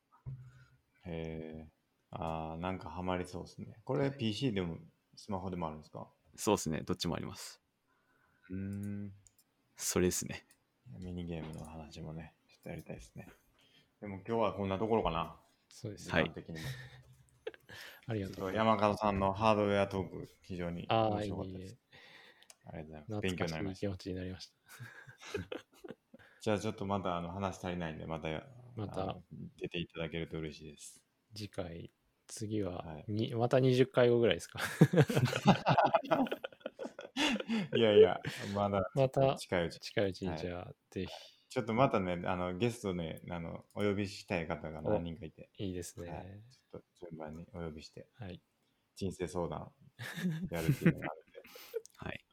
Speaker 1: へえ。あーなんかハマりそうですね。これ PC でもスマホでもあるんですか
Speaker 2: そうですね、どっちもあります。
Speaker 1: うーん。
Speaker 2: それですね。
Speaker 1: ミニゲームの話もね、ちょっとやりたいですね。でも今日はこんなところかな。
Speaker 3: そうです、
Speaker 2: はい
Speaker 1: 時間的にも
Speaker 3: ありが
Speaker 1: ち
Speaker 3: と
Speaker 1: ょ
Speaker 3: う
Speaker 1: っと山門さんのハードウェアトーク、非常に
Speaker 3: あ
Speaker 1: 面
Speaker 3: あ、い
Speaker 1: 白かった
Speaker 3: え
Speaker 1: で
Speaker 3: い
Speaker 1: す。ありがとうございます。
Speaker 3: え。
Speaker 1: 勉強
Speaker 3: 懐
Speaker 1: になり
Speaker 3: か
Speaker 1: ま
Speaker 3: しい
Speaker 1: し
Speaker 3: 気
Speaker 1: た。
Speaker 3: 持ちになりまし
Speaker 1: じゃあちょっとまだあの話足りないんで、また
Speaker 3: また
Speaker 1: あの出ていただけると嬉しいです。
Speaker 3: た。次回、次は
Speaker 1: はい
Speaker 3: に、また20回後ぐらいで すか。
Speaker 1: いやいや、まだ
Speaker 3: また
Speaker 1: 近いうち。
Speaker 3: 近いうち
Speaker 1: は
Speaker 3: に
Speaker 1: い
Speaker 3: じゃあ、ぜ
Speaker 1: ちょっとまたね、あのゲストね、あのお呼びしたい方が何人かいて、
Speaker 3: ひ、いいですね。
Speaker 1: はいちょっと順番にお呼びして、
Speaker 3: はい。
Speaker 1: 人生相談やるっていうのがあるんで、
Speaker 2: はい。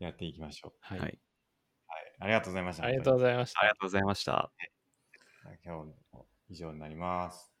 Speaker 1: やっていきましょう。
Speaker 3: はい。
Speaker 2: はい
Speaker 1: ありがとうございました。
Speaker 3: ありがとう
Speaker 1: 本
Speaker 3: ございました
Speaker 2: あり。がとうございました。
Speaker 1: 当に今日も以上になります。